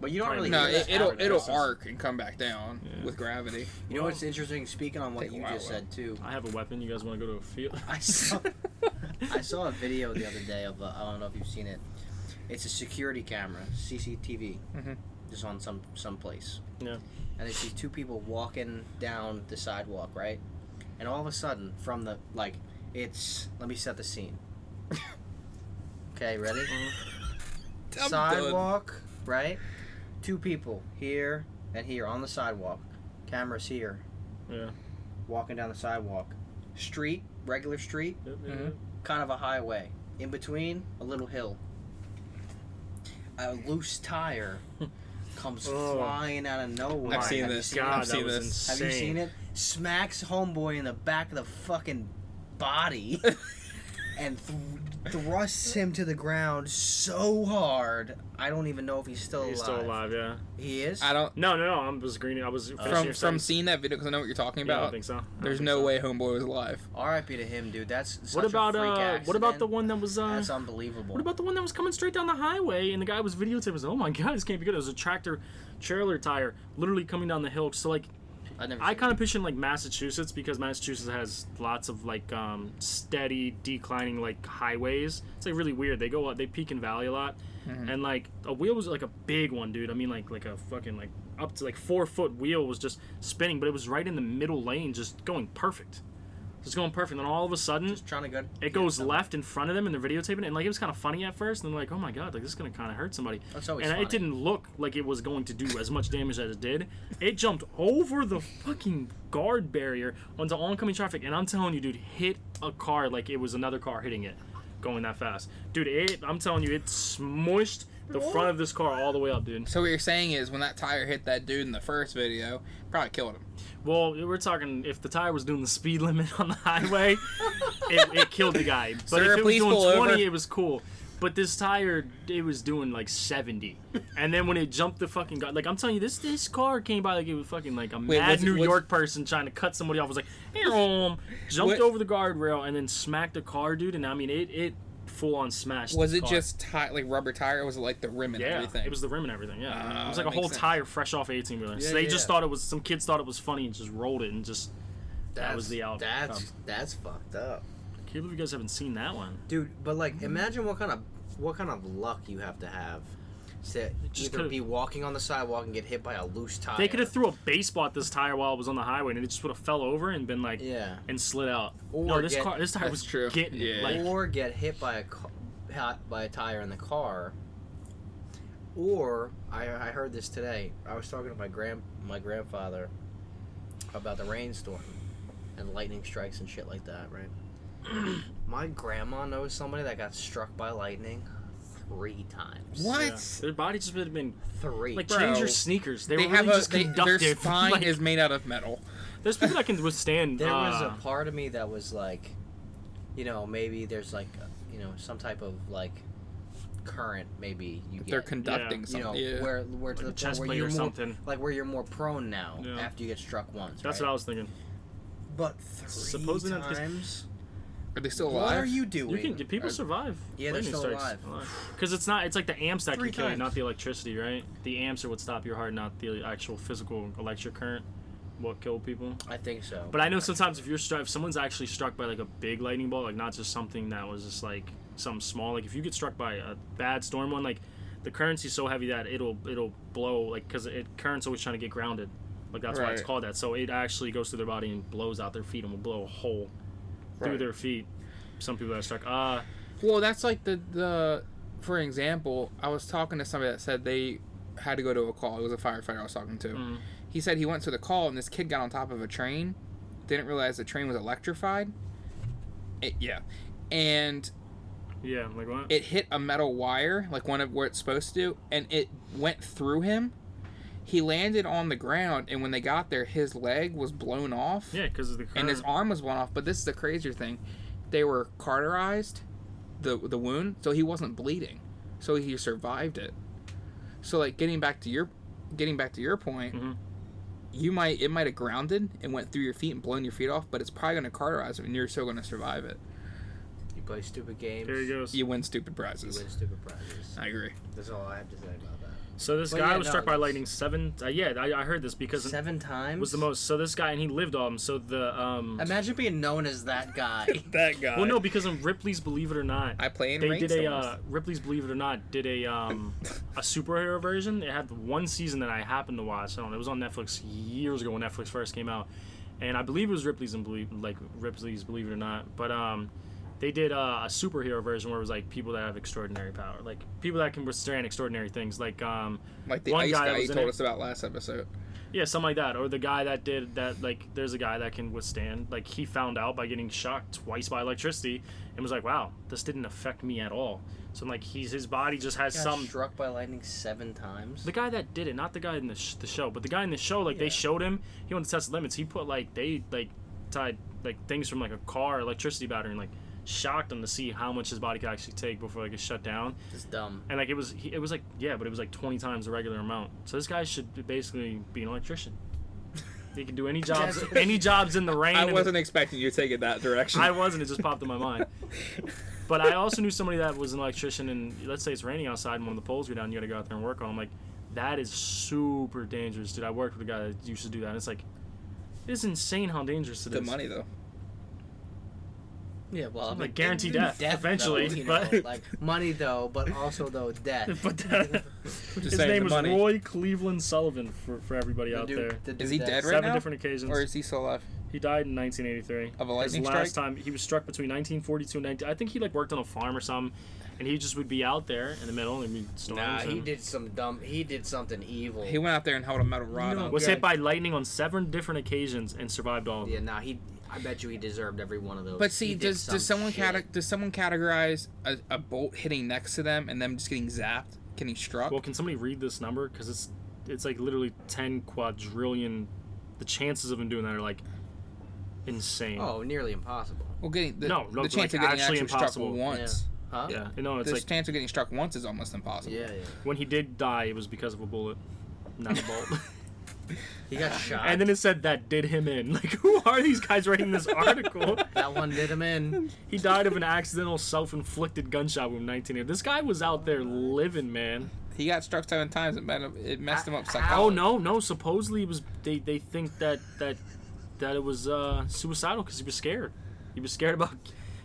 [SPEAKER 1] but you don't really.
[SPEAKER 2] probably
[SPEAKER 3] No,
[SPEAKER 1] hear
[SPEAKER 3] it,
[SPEAKER 1] that
[SPEAKER 3] it'll
[SPEAKER 1] out.
[SPEAKER 3] it'll
[SPEAKER 2] distance.
[SPEAKER 3] arc and come back down
[SPEAKER 2] Yeah.
[SPEAKER 3] with gravity.
[SPEAKER 1] You know what's interesting? Speaking on what
[SPEAKER 3] Take a
[SPEAKER 1] you
[SPEAKER 3] while,
[SPEAKER 1] just
[SPEAKER 3] though.
[SPEAKER 1] said too,
[SPEAKER 2] I have a weapon. You guys want to go to a field?
[SPEAKER 1] I saw I saw a video the other day of uh, I don't know if you've seen it. It's a security camera, CCTV,
[SPEAKER 3] Mhm.
[SPEAKER 1] just on some some place.
[SPEAKER 2] Yeah.
[SPEAKER 1] And they see two people walking down the sidewalk, right? And all of a sudden, from the like, it's let me set the scene. okay, ready?
[SPEAKER 3] I'm
[SPEAKER 1] sidewalk, right? Two people here and here on the sidewalk. Cameras here.
[SPEAKER 2] Yeah.
[SPEAKER 1] Walking down the sidewalk. Street, regular street,
[SPEAKER 2] Yep, yeah,
[SPEAKER 3] Mhm.
[SPEAKER 1] kind of a highway. In between, a little hill. A loose tire comes
[SPEAKER 2] Oh.
[SPEAKER 1] flying out of nowhere.
[SPEAKER 3] I've seen
[SPEAKER 1] Have you
[SPEAKER 3] this.
[SPEAKER 2] God,
[SPEAKER 3] I've
[SPEAKER 2] that
[SPEAKER 3] seen
[SPEAKER 2] was
[SPEAKER 3] this.
[SPEAKER 1] Have
[SPEAKER 2] insane.
[SPEAKER 1] you seen it? Smacks homeboy in the back of the fucking body and th- thrusts him to the ground so hard. I don't even know if he's still
[SPEAKER 2] He's
[SPEAKER 1] alive.
[SPEAKER 2] still alive. Yeah.
[SPEAKER 1] He is.
[SPEAKER 3] I don't
[SPEAKER 2] No, no, no. I was greening. I was finishing
[SPEAKER 3] Oh.
[SPEAKER 2] your
[SPEAKER 3] from from
[SPEAKER 2] sentence.
[SPEAKER 3] seeing that video because I know what you're talking
[SPEAKER 2] Yeah, I don't
[SPEAKER 3] about.
[SPEAKER 2] think so. I don't
[SPEAKER 3] There's
[SPEAKER 2] think
[SPEAKER 3] no
[SPEAKER 2] so.
[SPEAKER 3] way homeboy was alive.
[SPEAKER 1] R.I.P. to him, dude. That's such
[SPEAKER 2] What about
[SPEAKER 1] a freak
[SPEAKER 2] uh? What about the
[SPEAKER 1] accident.
[SPEAKER 2] one that was uh?
[SPEAKER 1] That's unbelievable.
[SPEAKER 2] What about the one that was coming straight down the highway and the guy was videotaping? Was, oh my god, this can't be good. It was a tractor trailer tire literally coming down the hill. So like,
[SPEAKER 1] I never.
[SPEAKER 2] I kind of picture in like Massachusetts because Massachusetts has lots of like um, steady declining like highways. It's like really weird. They go up, they peak and valley a lot, and like a wheel was like a big one, dude. I mean like like a fucking like up to like four foot wheel was just spinning, but it was right in the middle lane, just going perfect. Just going perfect, and then all of a sudden,
[SPEAKER 1] just trying to go.
[SPEAKER 2] it goes left in front of them and they're videotaping it and like it was kind of funny at first and they're like oh my god like this is gonna kind of hurt somebody
[SPEAKER 1] That's always
[SPEAKER 2] and
[SPEAKER 1] funny.
[SPEAKER 2] it didn't look like it was going to do as much damage as it did it jumped over the fucking guard barrier onto oncoming traffic and i'm telling you dude hit a car like it was another car hitting it going that fast dude it i'm telling you it smushed the front of this car all the way up, dude.
[SPEAKER 3] So what you're saying is when that tire hit that dude in the first video, probably killed him.
[SPEAKER 2] Well, we're talking if the tire was doing the speed limit on the highway, it, it killed the guy. But
[SPEAKER 3] Sir,
[SPEAKER 2] if it was
[SPEAKER 3] please
[SPEAKER 2] doing
[SPEAKER 3] pull
[SPEAKER 2] 20,
[SPEAKER 3] over.
[SPEAKER 2] it was cool. But this tire, it was doing like 70. And then when it jumped the fucking guy, like I'm telling you, this this car came by like it was fucking like a mad
[SPEAKER 3] was it-
[SPEAKER 2] New
[SPEAKER 3] was-
[SPEAKER 2] York person trying to cut somebody off. Was like, "Meow," jumped
[SPEAKER 3] What-
[SPEAKER 2] over the guardrail and then smacked the car, dude. And I mean, it it full on smashed.
[SPEAKER 3] Was
[SPEAKER 2] the
[SPEAKER 3] it
[SPEAKER 2] car.
[SPEAKER 3] just ti- like rubber tire? Or was it like the rim and
[SPEAKER 2] Yeah,
[SPEAKER 3] everything?
[SPEAKER 2] it was the rim and everything. Yeah,
[SPEAKER 3] Ah,
[SPEAKER 2] it was
[SPEAKER 3] that
[SPEAKER 2] like a
[SPEAKER 3] makes
[SPEAKER 2] whole
[SPEAKER 3] sense.
[SPEAKER 2] tire fresh off eighteen wheeler.
[SPEAKER 1] Yeah,
[SPEAKER 2] so they
[SPEAKER 1] yeah,
[SPEAKER 2] just
[SPEAKER 1] yeah.
[SPEAKER 2] thought it was some kids thought it was funny and just rolled it and just. That was the outcome.
[SPEAKER 1] That's that's fucked up,
[SPEAKER 2] I can't believe you guys haven't seen that one.
[SPEAKER 1] dude. But
[SPEAKER 2] Mm-hmm.
[SPEAKER 1] like, imagine what kind of what kind of luck you have to have to
[SPEAKER 2] just
[SPEAKER 1] either
[SPEAKER 2] could've-
[SPEAKER 1] be walking on the sidewalk and get hit by a loose tire.
[SPEAKER 2] They could have threw a baseball at this tire while it was on the highway, and it just would have fell over and been like,
[SPEAKER 1] Yeah.
[SPEAKER 2] and slid out.
[SPEAKER 1] Or
[SPEAKER 2] no, this
[SPEAKER 1] get-
[SPEAKER 2] car, this tire
[SPEAKER 3] That's
[SPEAKER 2] was
[SPEAKER 3] true.
[SPEAKER 2] getting it,
[SPEAKER 3] Yeah.
[SPEAKER 2] like,
[SPEAKER 1] or get hit by a ca- by a tire in the car. Or I, I heard this today. I was talking to my grand my grandfather about the rainstorm and lightning strikes and shit like that, right? my grandma knows somebody that got struck by lightning three times.
[SPEAKER 3] What?
[SPEAKER 2] yeah. their body just would have been
[SPEAKER 1] Three.
[SPEAKER 2] like
[SPEAKER 3] Bro.
[SPEAKER 2] change your sneakers. They,
[SPEAKER 3] They
[SPEAKER 2] were
[SPEAKER 3] have
[SPEAKER 2] really
[SPEAKER 3] a
[SPEAKER 2] just
[SPEAKER 3] they, their
[SPEAKER 2] conductive.
[SPEAKER 3] spine
[SPEAKER 2] like,
[SPEAKER 3] is made out of metal.
[SPEAKER 2] there's people that can withstand.
[SPEAKER 1] there was
[SPEAKER 2] uh,
[SPEAKER 1] a part of me that was like, you know, maybe there's like, you know, some type of like current. Maybe you
[SPEAKER 3] They're
[SPEAKER 1] get
[SPEAKER 3] conducting
[SPEAKER 1] you know
[SPEAKER 3] something. yeah.
[SPEAKER 1] where where to
[SPEAKER 2] Like a
[SPEAKER 1] the
[SPEAKER 2] chest
[SPEAKER 1] point where
[SPEAKER 2] plate
[SPEAKER 1] you're
[SPEAKER 2] or
[SPEAKER 1] more,
[SPEAKER 2] something.
[SPEAKER 1] like where you're more prone now
[SPEAKER 2] Yeah.
[SPEAKER 1] after you get struck once.
[SPEAKER 2] That's
[SPEAKER 1] right?
[SPEAKER 2] what I was thinking.
[SPEAKER 1] But three
[SPEAKER 2] Supposedly not the case.
[SPEAKER 1] times.
[SPEAKER 3] Are they still alive?
[SPEAKER 1] What are you doing?
[SPEAKER 2] You can get people
[SPEAKER 3] Uh,
[SPEAKER 2] survive.
[SPEAKER 1] Yeah, they're still
[SPEAKER 2] Because it's not. It's like the amps that
[SPEAKER 1] Three
[SPEAKER 2] can kill you,
[SPEAKER 1] times.
[SPEAKER 2] not the electricity, right? The amps are what stop your heart, not the actual physical electric current. What killed people.
[SPEAKER 1] I think so.
[SPEAKER 2] But I know sometimes if you're struck, if someone's actually struck by like a big lightning bolt, like not just something that was just like something small. Like if you get struck by a bad storm one, like the current's so heavy that it'll it'll blow like because it current's always trying to get grounded. Like that's why it's
[SPEAKER 3] Right.
[SPEAKER 2] called that. So it actually goes through their body and blows out their feet and will blow a hole through
[SPEAKER 3] Right.
[SPEAKER 2] their feet. Some people that are struck. Uh,
[SPEAKER 3] Well, that's like the the for example, I was talking to somebody that said they had to go to a call. It was a firefighter I was talking to. He said he went to the call and this kid got on top of a train, didn't realize the train was electrified. It, yeah, and
[SPEAKER 2] yeah, like what?
[SPEAKER 3] it hit a metal wire, like one of where it's supposed to, and it went through him. He landed on the ground, and when they got there, his leg was blown off
[SPEAKER 2] Yeah, because of the current.
[SPEAKER 3] and his arm was blown off. But this is the crazier thing: they were cauterized, the the wound, so he wasn't bleeding, so he survived it. So like getting back to your, getting back to your point,
[SPEAKER 2] Mhm.
[SPEAKER 3] you might it might have grounded and went through your feet and blown your feet off, but it's probably gonna cauterize it, and you're still gonna survive it.
[SPEAKER 1] you play stupid games.
[SPEAKER 2] there he goes.
[SPEAKER 3] You win stupid
[SPEAKER 1] You
[SPEAKER 3] prizes.
[SPEAKER 1] win stupid prizes.
[SPEAKER 3] I agree.
[SPEAKER 1] That's all I have to say about that.
[SPEAKER 2] So this
[SPEAKER 1] But
[SPEAKER 2] guy
[SPEAKER 1] yeah,
[SPEAKER 2] was
[SPEAKER 1] no,
[SPEAKER 2] struck by
[SPEAKER 1] that's-
[SPEAKER 2] lightning seven. Uh, yeah, I, I heard this because it
[SPEAKER 1] Seven times
[SPEAKER 2] was the most. So this guy and he lived on. him, So the um.
[SPEAKER 1] Imagine being known as that guy.
[SPEAKER 3] that guy.
[SPEAKER 2] Well, no, because in Ripley's Believe It or Not,
[SPEAKER 3] I play in
[SPEAKER 2] they did a
[SPEAKER 3] rainstorms.
[SPEAKER 2] uh, Ripley's Believe It or Not did a um a superhero version. It had one season that I happened to watch. I don't know. It was on Netflix years ago when Netflix first came out, and I believe it was Ripley's and believe like Ripley's Believe It or Not. But um, they did uh, a superhero version where it was like people that have extraordinary power, like people that can withstand extraordinary things, like um.
[SPEAKER 3] like the
[SPEAKER 2] one
[SPEAKER 3] ice
[SPEAKER 2] guy
[SPEAKER 3] guy,
[SPEAKER 2] that
[SPEAKER 3] you
[SPEAKER 2] was in
[SPEAKER 3] told
[SPEAKER 2] it.
[SPEAKER 3] us about last episode.
[SPEAKER 2] Yeah, something like that. Or the guy that did that, like, there's a guy that can withstand. Like, he found out by getting shocked twice by electricity and was like, wow, this didn't affect me at all. So, like, he's his body just has
[SPEAKER 1] Got
[SPEAKER 2] some.
[SPEAKER 1] struck by lightning seven times.
[SPEAKER 2] The guy that did it, not the guy in the, sh- the show, but the guy in the show, like, they
[SPEAKER 1] Yeah.
[SPEAKER 2] showed him. He wanted to test the limits. He put, like, they, like, tied, like, things from, like, a car electricity battery and, like, shocked him to see how much his body could actually take before, like, it shut down
[SPEAKER 1] It's dumb.
[SPEAKER 2] and like it was he, it was like yeah but it was like 20 times the regular amount so this guy should basically be an electrician he can do any jobs
[SPEAKER 1] That's-
[SPEAKER 2] any jobs in the rain
[SPEAKER 3] I
[SPEAKER 2] and-
[SPEAKER 3] wasn't expecting you to take it that direction.
[SPEAKER 2] i wasn't it just popped in my mind but i also knew somebody that was an electrician and let's say it's raining outside and one of the poles go down you gotta go out there and work on them like that is super dangerous dude i worked with a guy that used to do that and it's like it's insane how dangerous it is.
[SPEAKER 3] Good money though.
[SPEAKER 1] Yeah, well,
[SPEAKER 2] Like, guaranteed death, eventually,
[SPEAKER 1] though, you
[SPEAKER 2] but-
[SPEAKER 1] know, like money though, but also though death.
[SPEAKER 2] but that, his
[SPEAKER 3] saying,
[SPEAKER 2] name
[SPEAKER 3] the
[SPEAKER 2] was
[SPEAKER 3] money.
[SPEAKER 2] roy cleveland sullivan for, for everybody
[SPEAKER 1] The
[SPEAKER 2] out
[SPEAKER 1] dude-
[SPEAKER 2] there
[SPEAKER 1] the dude
[SPEAKER 3] Is he
[SPEAKER 1] that-
[SPEAKER 3] dead right
[SPEAKER 2] seven
[SPEAKER 3] now?
[SPEAKER 2] different occasions
[SPEAKER 3] Or is he still alive?
[SPEAKER 2] He died in 1983.
[SPEAKER 3] Of a lightning
[SPEAKER 2] His last
[SPEAKER 3] strike?
[SPEAKER 2] time he was struck between 1942 and 19. I think he like worked on a farm or something, and he just would be out there in the middle and be storms.
[SPEAKER 1] Nah, he
[SPEAKER 2] and-
[SPEAKER 1] did some dumb. He did something evil.
[SPEAKER 3] He went out there and held a metal rod
[SPEAKER 1] No.
[SPEAKER 3] up.
[SPEAKER 2] Was
[SPEAKER 1] Okay.
[SPEAKER 2] hit by lightning on seven different occasions and survived all of them.
[SPEAKER 1] yeah, nah, he. I bet you he deserved every one of those.
[SPEAKER 3] But
[SPEAKER 1] He
[SPEAKER 3] see,
[SPEAKER 1] did
[SPEAKER 3] does
[SPEAKER 1] some
[SPEAKER 3] does someone
[SPEAKER 1] shit.
[SPEAKER 3] cate- does someone categorize a, a bolt hitting next to them and them just getting zapped? Can he struck?
[SPEAKER 2] Well, can somebody read this number? Because it's it's like literally ten quadrillion. The chances of him doing that are like insane.
[SPEAKER 1] Oh, nearly impossible.
[SPEAKER 3] Well, getting the,
[SPEAKER 2] No, no,
[SPEAKER 3] the
[SPEAKER 2] like,
[SPEAKER 3] chance of getting
[SPEAKER 2] actually
[SPEAKER 3] actually,
[SPEAKER 2] impossible.
[SPEAKER 3] struck once.
[SPEAKER 1] Huh?
[SPEAKER 2] Yeah, you know it's
[SPEAKER 3] The
[SPEAKER 2] like
[SPEAKER 3] chance of getting struck once is almost impossible.
[SPEAKER 1] Yeah, yeah.
[SPEAKER 2] when he did die, it was because of a bullet, not a bolt.
[SPEAKER 1] He got shot.
[SPEAKER 2] and then it said that did him in. Like, who are these guys writing this article?
[SPEAKER 1] that one did him in.
[SPEAKER 2] He died of an accidental self-inflicted gunshot wound. Nineteen. years. This guy was out there living, man.
[SPEAKER 3] He got struck seven times. It, met him, it messed him up.
[SPEAKER 1] How-
[SPEAKER 3] Psychology.
[SPEAKER 2] Oh no, no. Supposedly it was they. They think that that that it was uh, suicidal because he was scared. He was scared about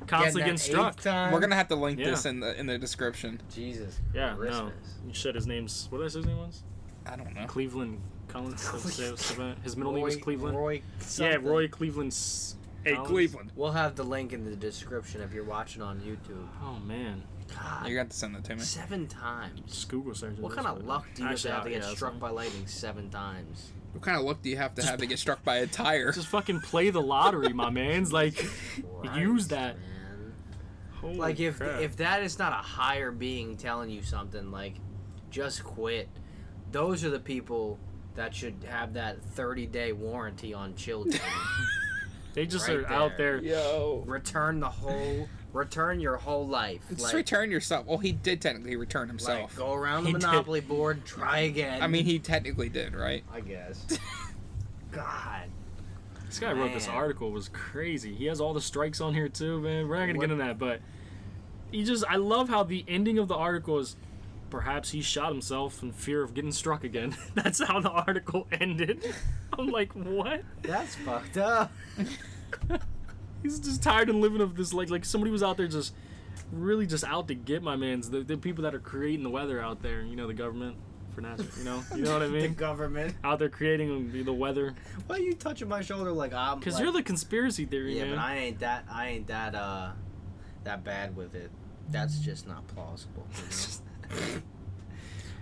[SPEAKER 2] constantly getting,
[SPEAKER 1] that
[SPEAKER 2] struck.
[SPEAKER 1] eighth time.
[SPEAKER 3] We're gonna have to link
[SPEAKER 2] Yeah.
[SPEAKER 3] this in the in the description.
[SPEAKER 1] Jesus.
[SPEAKER 2] Yeah, no.
[SPEAKER 1] Christmas.
[SPEAKER 2] Shit, his name's what did I say his name was?
[SPEAKER 3] I don't know.
[SPEAKER 2] Cleveland Collins.
[SPEAKER 1] Cle-
[SPEAKER 2] His middle name was
[SPEAKER 1] Roy-
[SPEAKER 2] Cleveland.
[SPEAKER 1] Roy. something.
[SPEAKER 2] Yeah, Roy Cleveland. S- Collins.
[SPEAKER 1] We'll have the link in the description if you're watching on YouTube.
[SPEAKER 2] Oh man,
[SPEAKER 1] God,
[SPEAKER 3] You got to send that to me.
[SPEAKER 1] seven times.
[SPEAKER 2] just Google search.
[SPEAKER 1] What
[SPEAKER 2] this
[SPEAKER 1] kind of
[SPEAKER 2] one.
[SPEAKER 1] luck do you have to
[SPEAKER 2] Actually,
[SPEAKER 1] have to
[SPEAKER 2] yeah,
[SPEAKER 1] get
[SPEAKER 2] that's
[SPEAKER 1] struck
[SPEAKER 2] fine.
[SPEAKER 1] by lightning seven times?
[SPEAKER 3] What kind of luck do you have to have to get struck by a tire?
[SPEAKER 2] Just fucking play the lottery, my man's like. Use
[SPEAKER 1] Christ,
[SPEAKER 2] that.
[SPEAKER 1] Man.
[SPEAKER 2] holy
[SPEAKER 1] Like if
[SPEAKER 2] crap.
[SPEAKER 1] if that is not a higher being telling you something, like just quit. Those are the people that should have that thirty day warranty on children.
[SPEAKER 2] they just
[SPEAKER 1] right
[SPEAKER 2] are out
[SPEAKER 1] there.
[SPEAKER 2] there.
[SPEAKER 3] Yo.
[SPEAKER 1] return the whole, return your whole life.
[SPEAKER 3] Just
[SPEAKER 1] like,
[SPEAKER 3] return yourself. Well, he did technically return
[SPEAKER 1] like,
[SPEAKER 3] himself.
[SPEAKER 1] go around the
[SPEAKER 2] He did.
[SPEAKER 1] monopoly board, try again.
[SPEAKER 3] I mean, he technically did, right?
[SPEAKER 1] I guess. God.
[SPEAKER 2] This guy wrote this
[SPEAKER 1] Man.
[SPEAKER 2] article was crazy. He has all the strikes on here too, man. We're not gonna
[SPEAKER 1] What-
[SPEAKER 2] get into that, but he just I love how the ending of the article is perhaps he shot himself in fear of getting struck again. That's how the article ended. I'm like, what?
[SPEAKER 1] That's fucked up.
[SPEAKER 2] He's just tired and living of this like like somebody was out there just really just out to get my man's the, the people that are creating the weather out there, you know, the government for natural you know, you know what I
[SPEAKER 1] The
[SPEAKER 2] mean?
[SPEAKER 1] government.
[SPEAKER 2] Out there creating the- the weather,
[SPEAKER 1] Why are you touching my shoulder like I'm?
[SPEAKER 2] because
[SPEAKER 1] like-
[SPEAKER 2] you're the conspiracy theory
[SPEAKER 1] Yeah,
[SPEAKER 2] man.
[SPEAKER 1] but I ain't that. I ain't that. Uh, that bad with it. That's just not plausible. you know?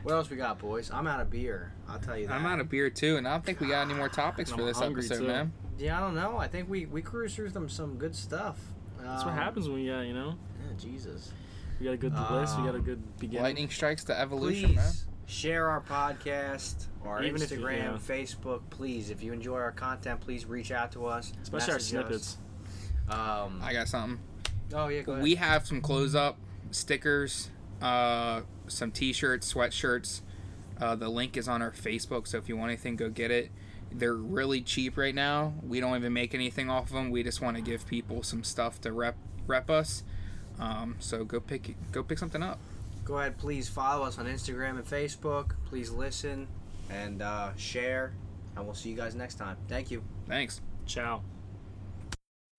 [SPEAKER 1] what else we got, boys? I'm out of beer. I'll tell you that.
[SPEAKER 3] I'm out of beer too, and I don't think we got any more topics for
[SPEAKER 2] I'm
[SPEAKER 3] this
[SPEAKER 2] hungry,
[SPEAKER 3] episode,
[SPEAKER 2] too.
[SPEAKER 3] man.
[SPEAKER 1] Yeah, I don't know. I think we we cruised through some some good stuff.
[SPEAKER 2] That's what
[SPEAKER 1] Um,
[SPEAKER 2] happens when you, uh, you know.
[SPEAKER 1] Yeah, Jesus.
[SPEAKER 2] We got a good list. We got a
[SPEAKER 1] Um,
[SPEAKER 2] good beginning.
[SPEAKER 3] Lightning strikes the evolution,
[SPEAKER 1] please
[SPEAKER 3] man.
[SPEAKER 1] share our podcast, our
[SPEAKER 2] Even if you-
[SPEAKER 1] Instagram,
[SPEAKER 2] yeah.
[SPEAKER 1] Facebook. Please, if you enjoy our content, please reach out to us.
[SPEAKER 2] Especially our
[SPEAKER 1] message us.
[SPEAKER 2] snippets.
[SPEAKER 1] Um,
[SPEAKER 3] I got something.
[SPEAKER 1] oh yeah, go ahead.
[SPEAKER 3] We have some close up stickers, uh, some t-shirts, sweatshirts. Uh, the link is on our Facebook, so if you want anything, go get it. They're really cheap right now. We don't even make anything off of them. We just want to give people some stuff to rep rep us. Um, so go pick go pick something up.
[SPEAKER 1] go ahead please follow us on instagram and facebook please listen and uh, share and we'll see you guys next time thank you
[SPEAKER 3] Thanks.
[SPEAKER 2] Ciao.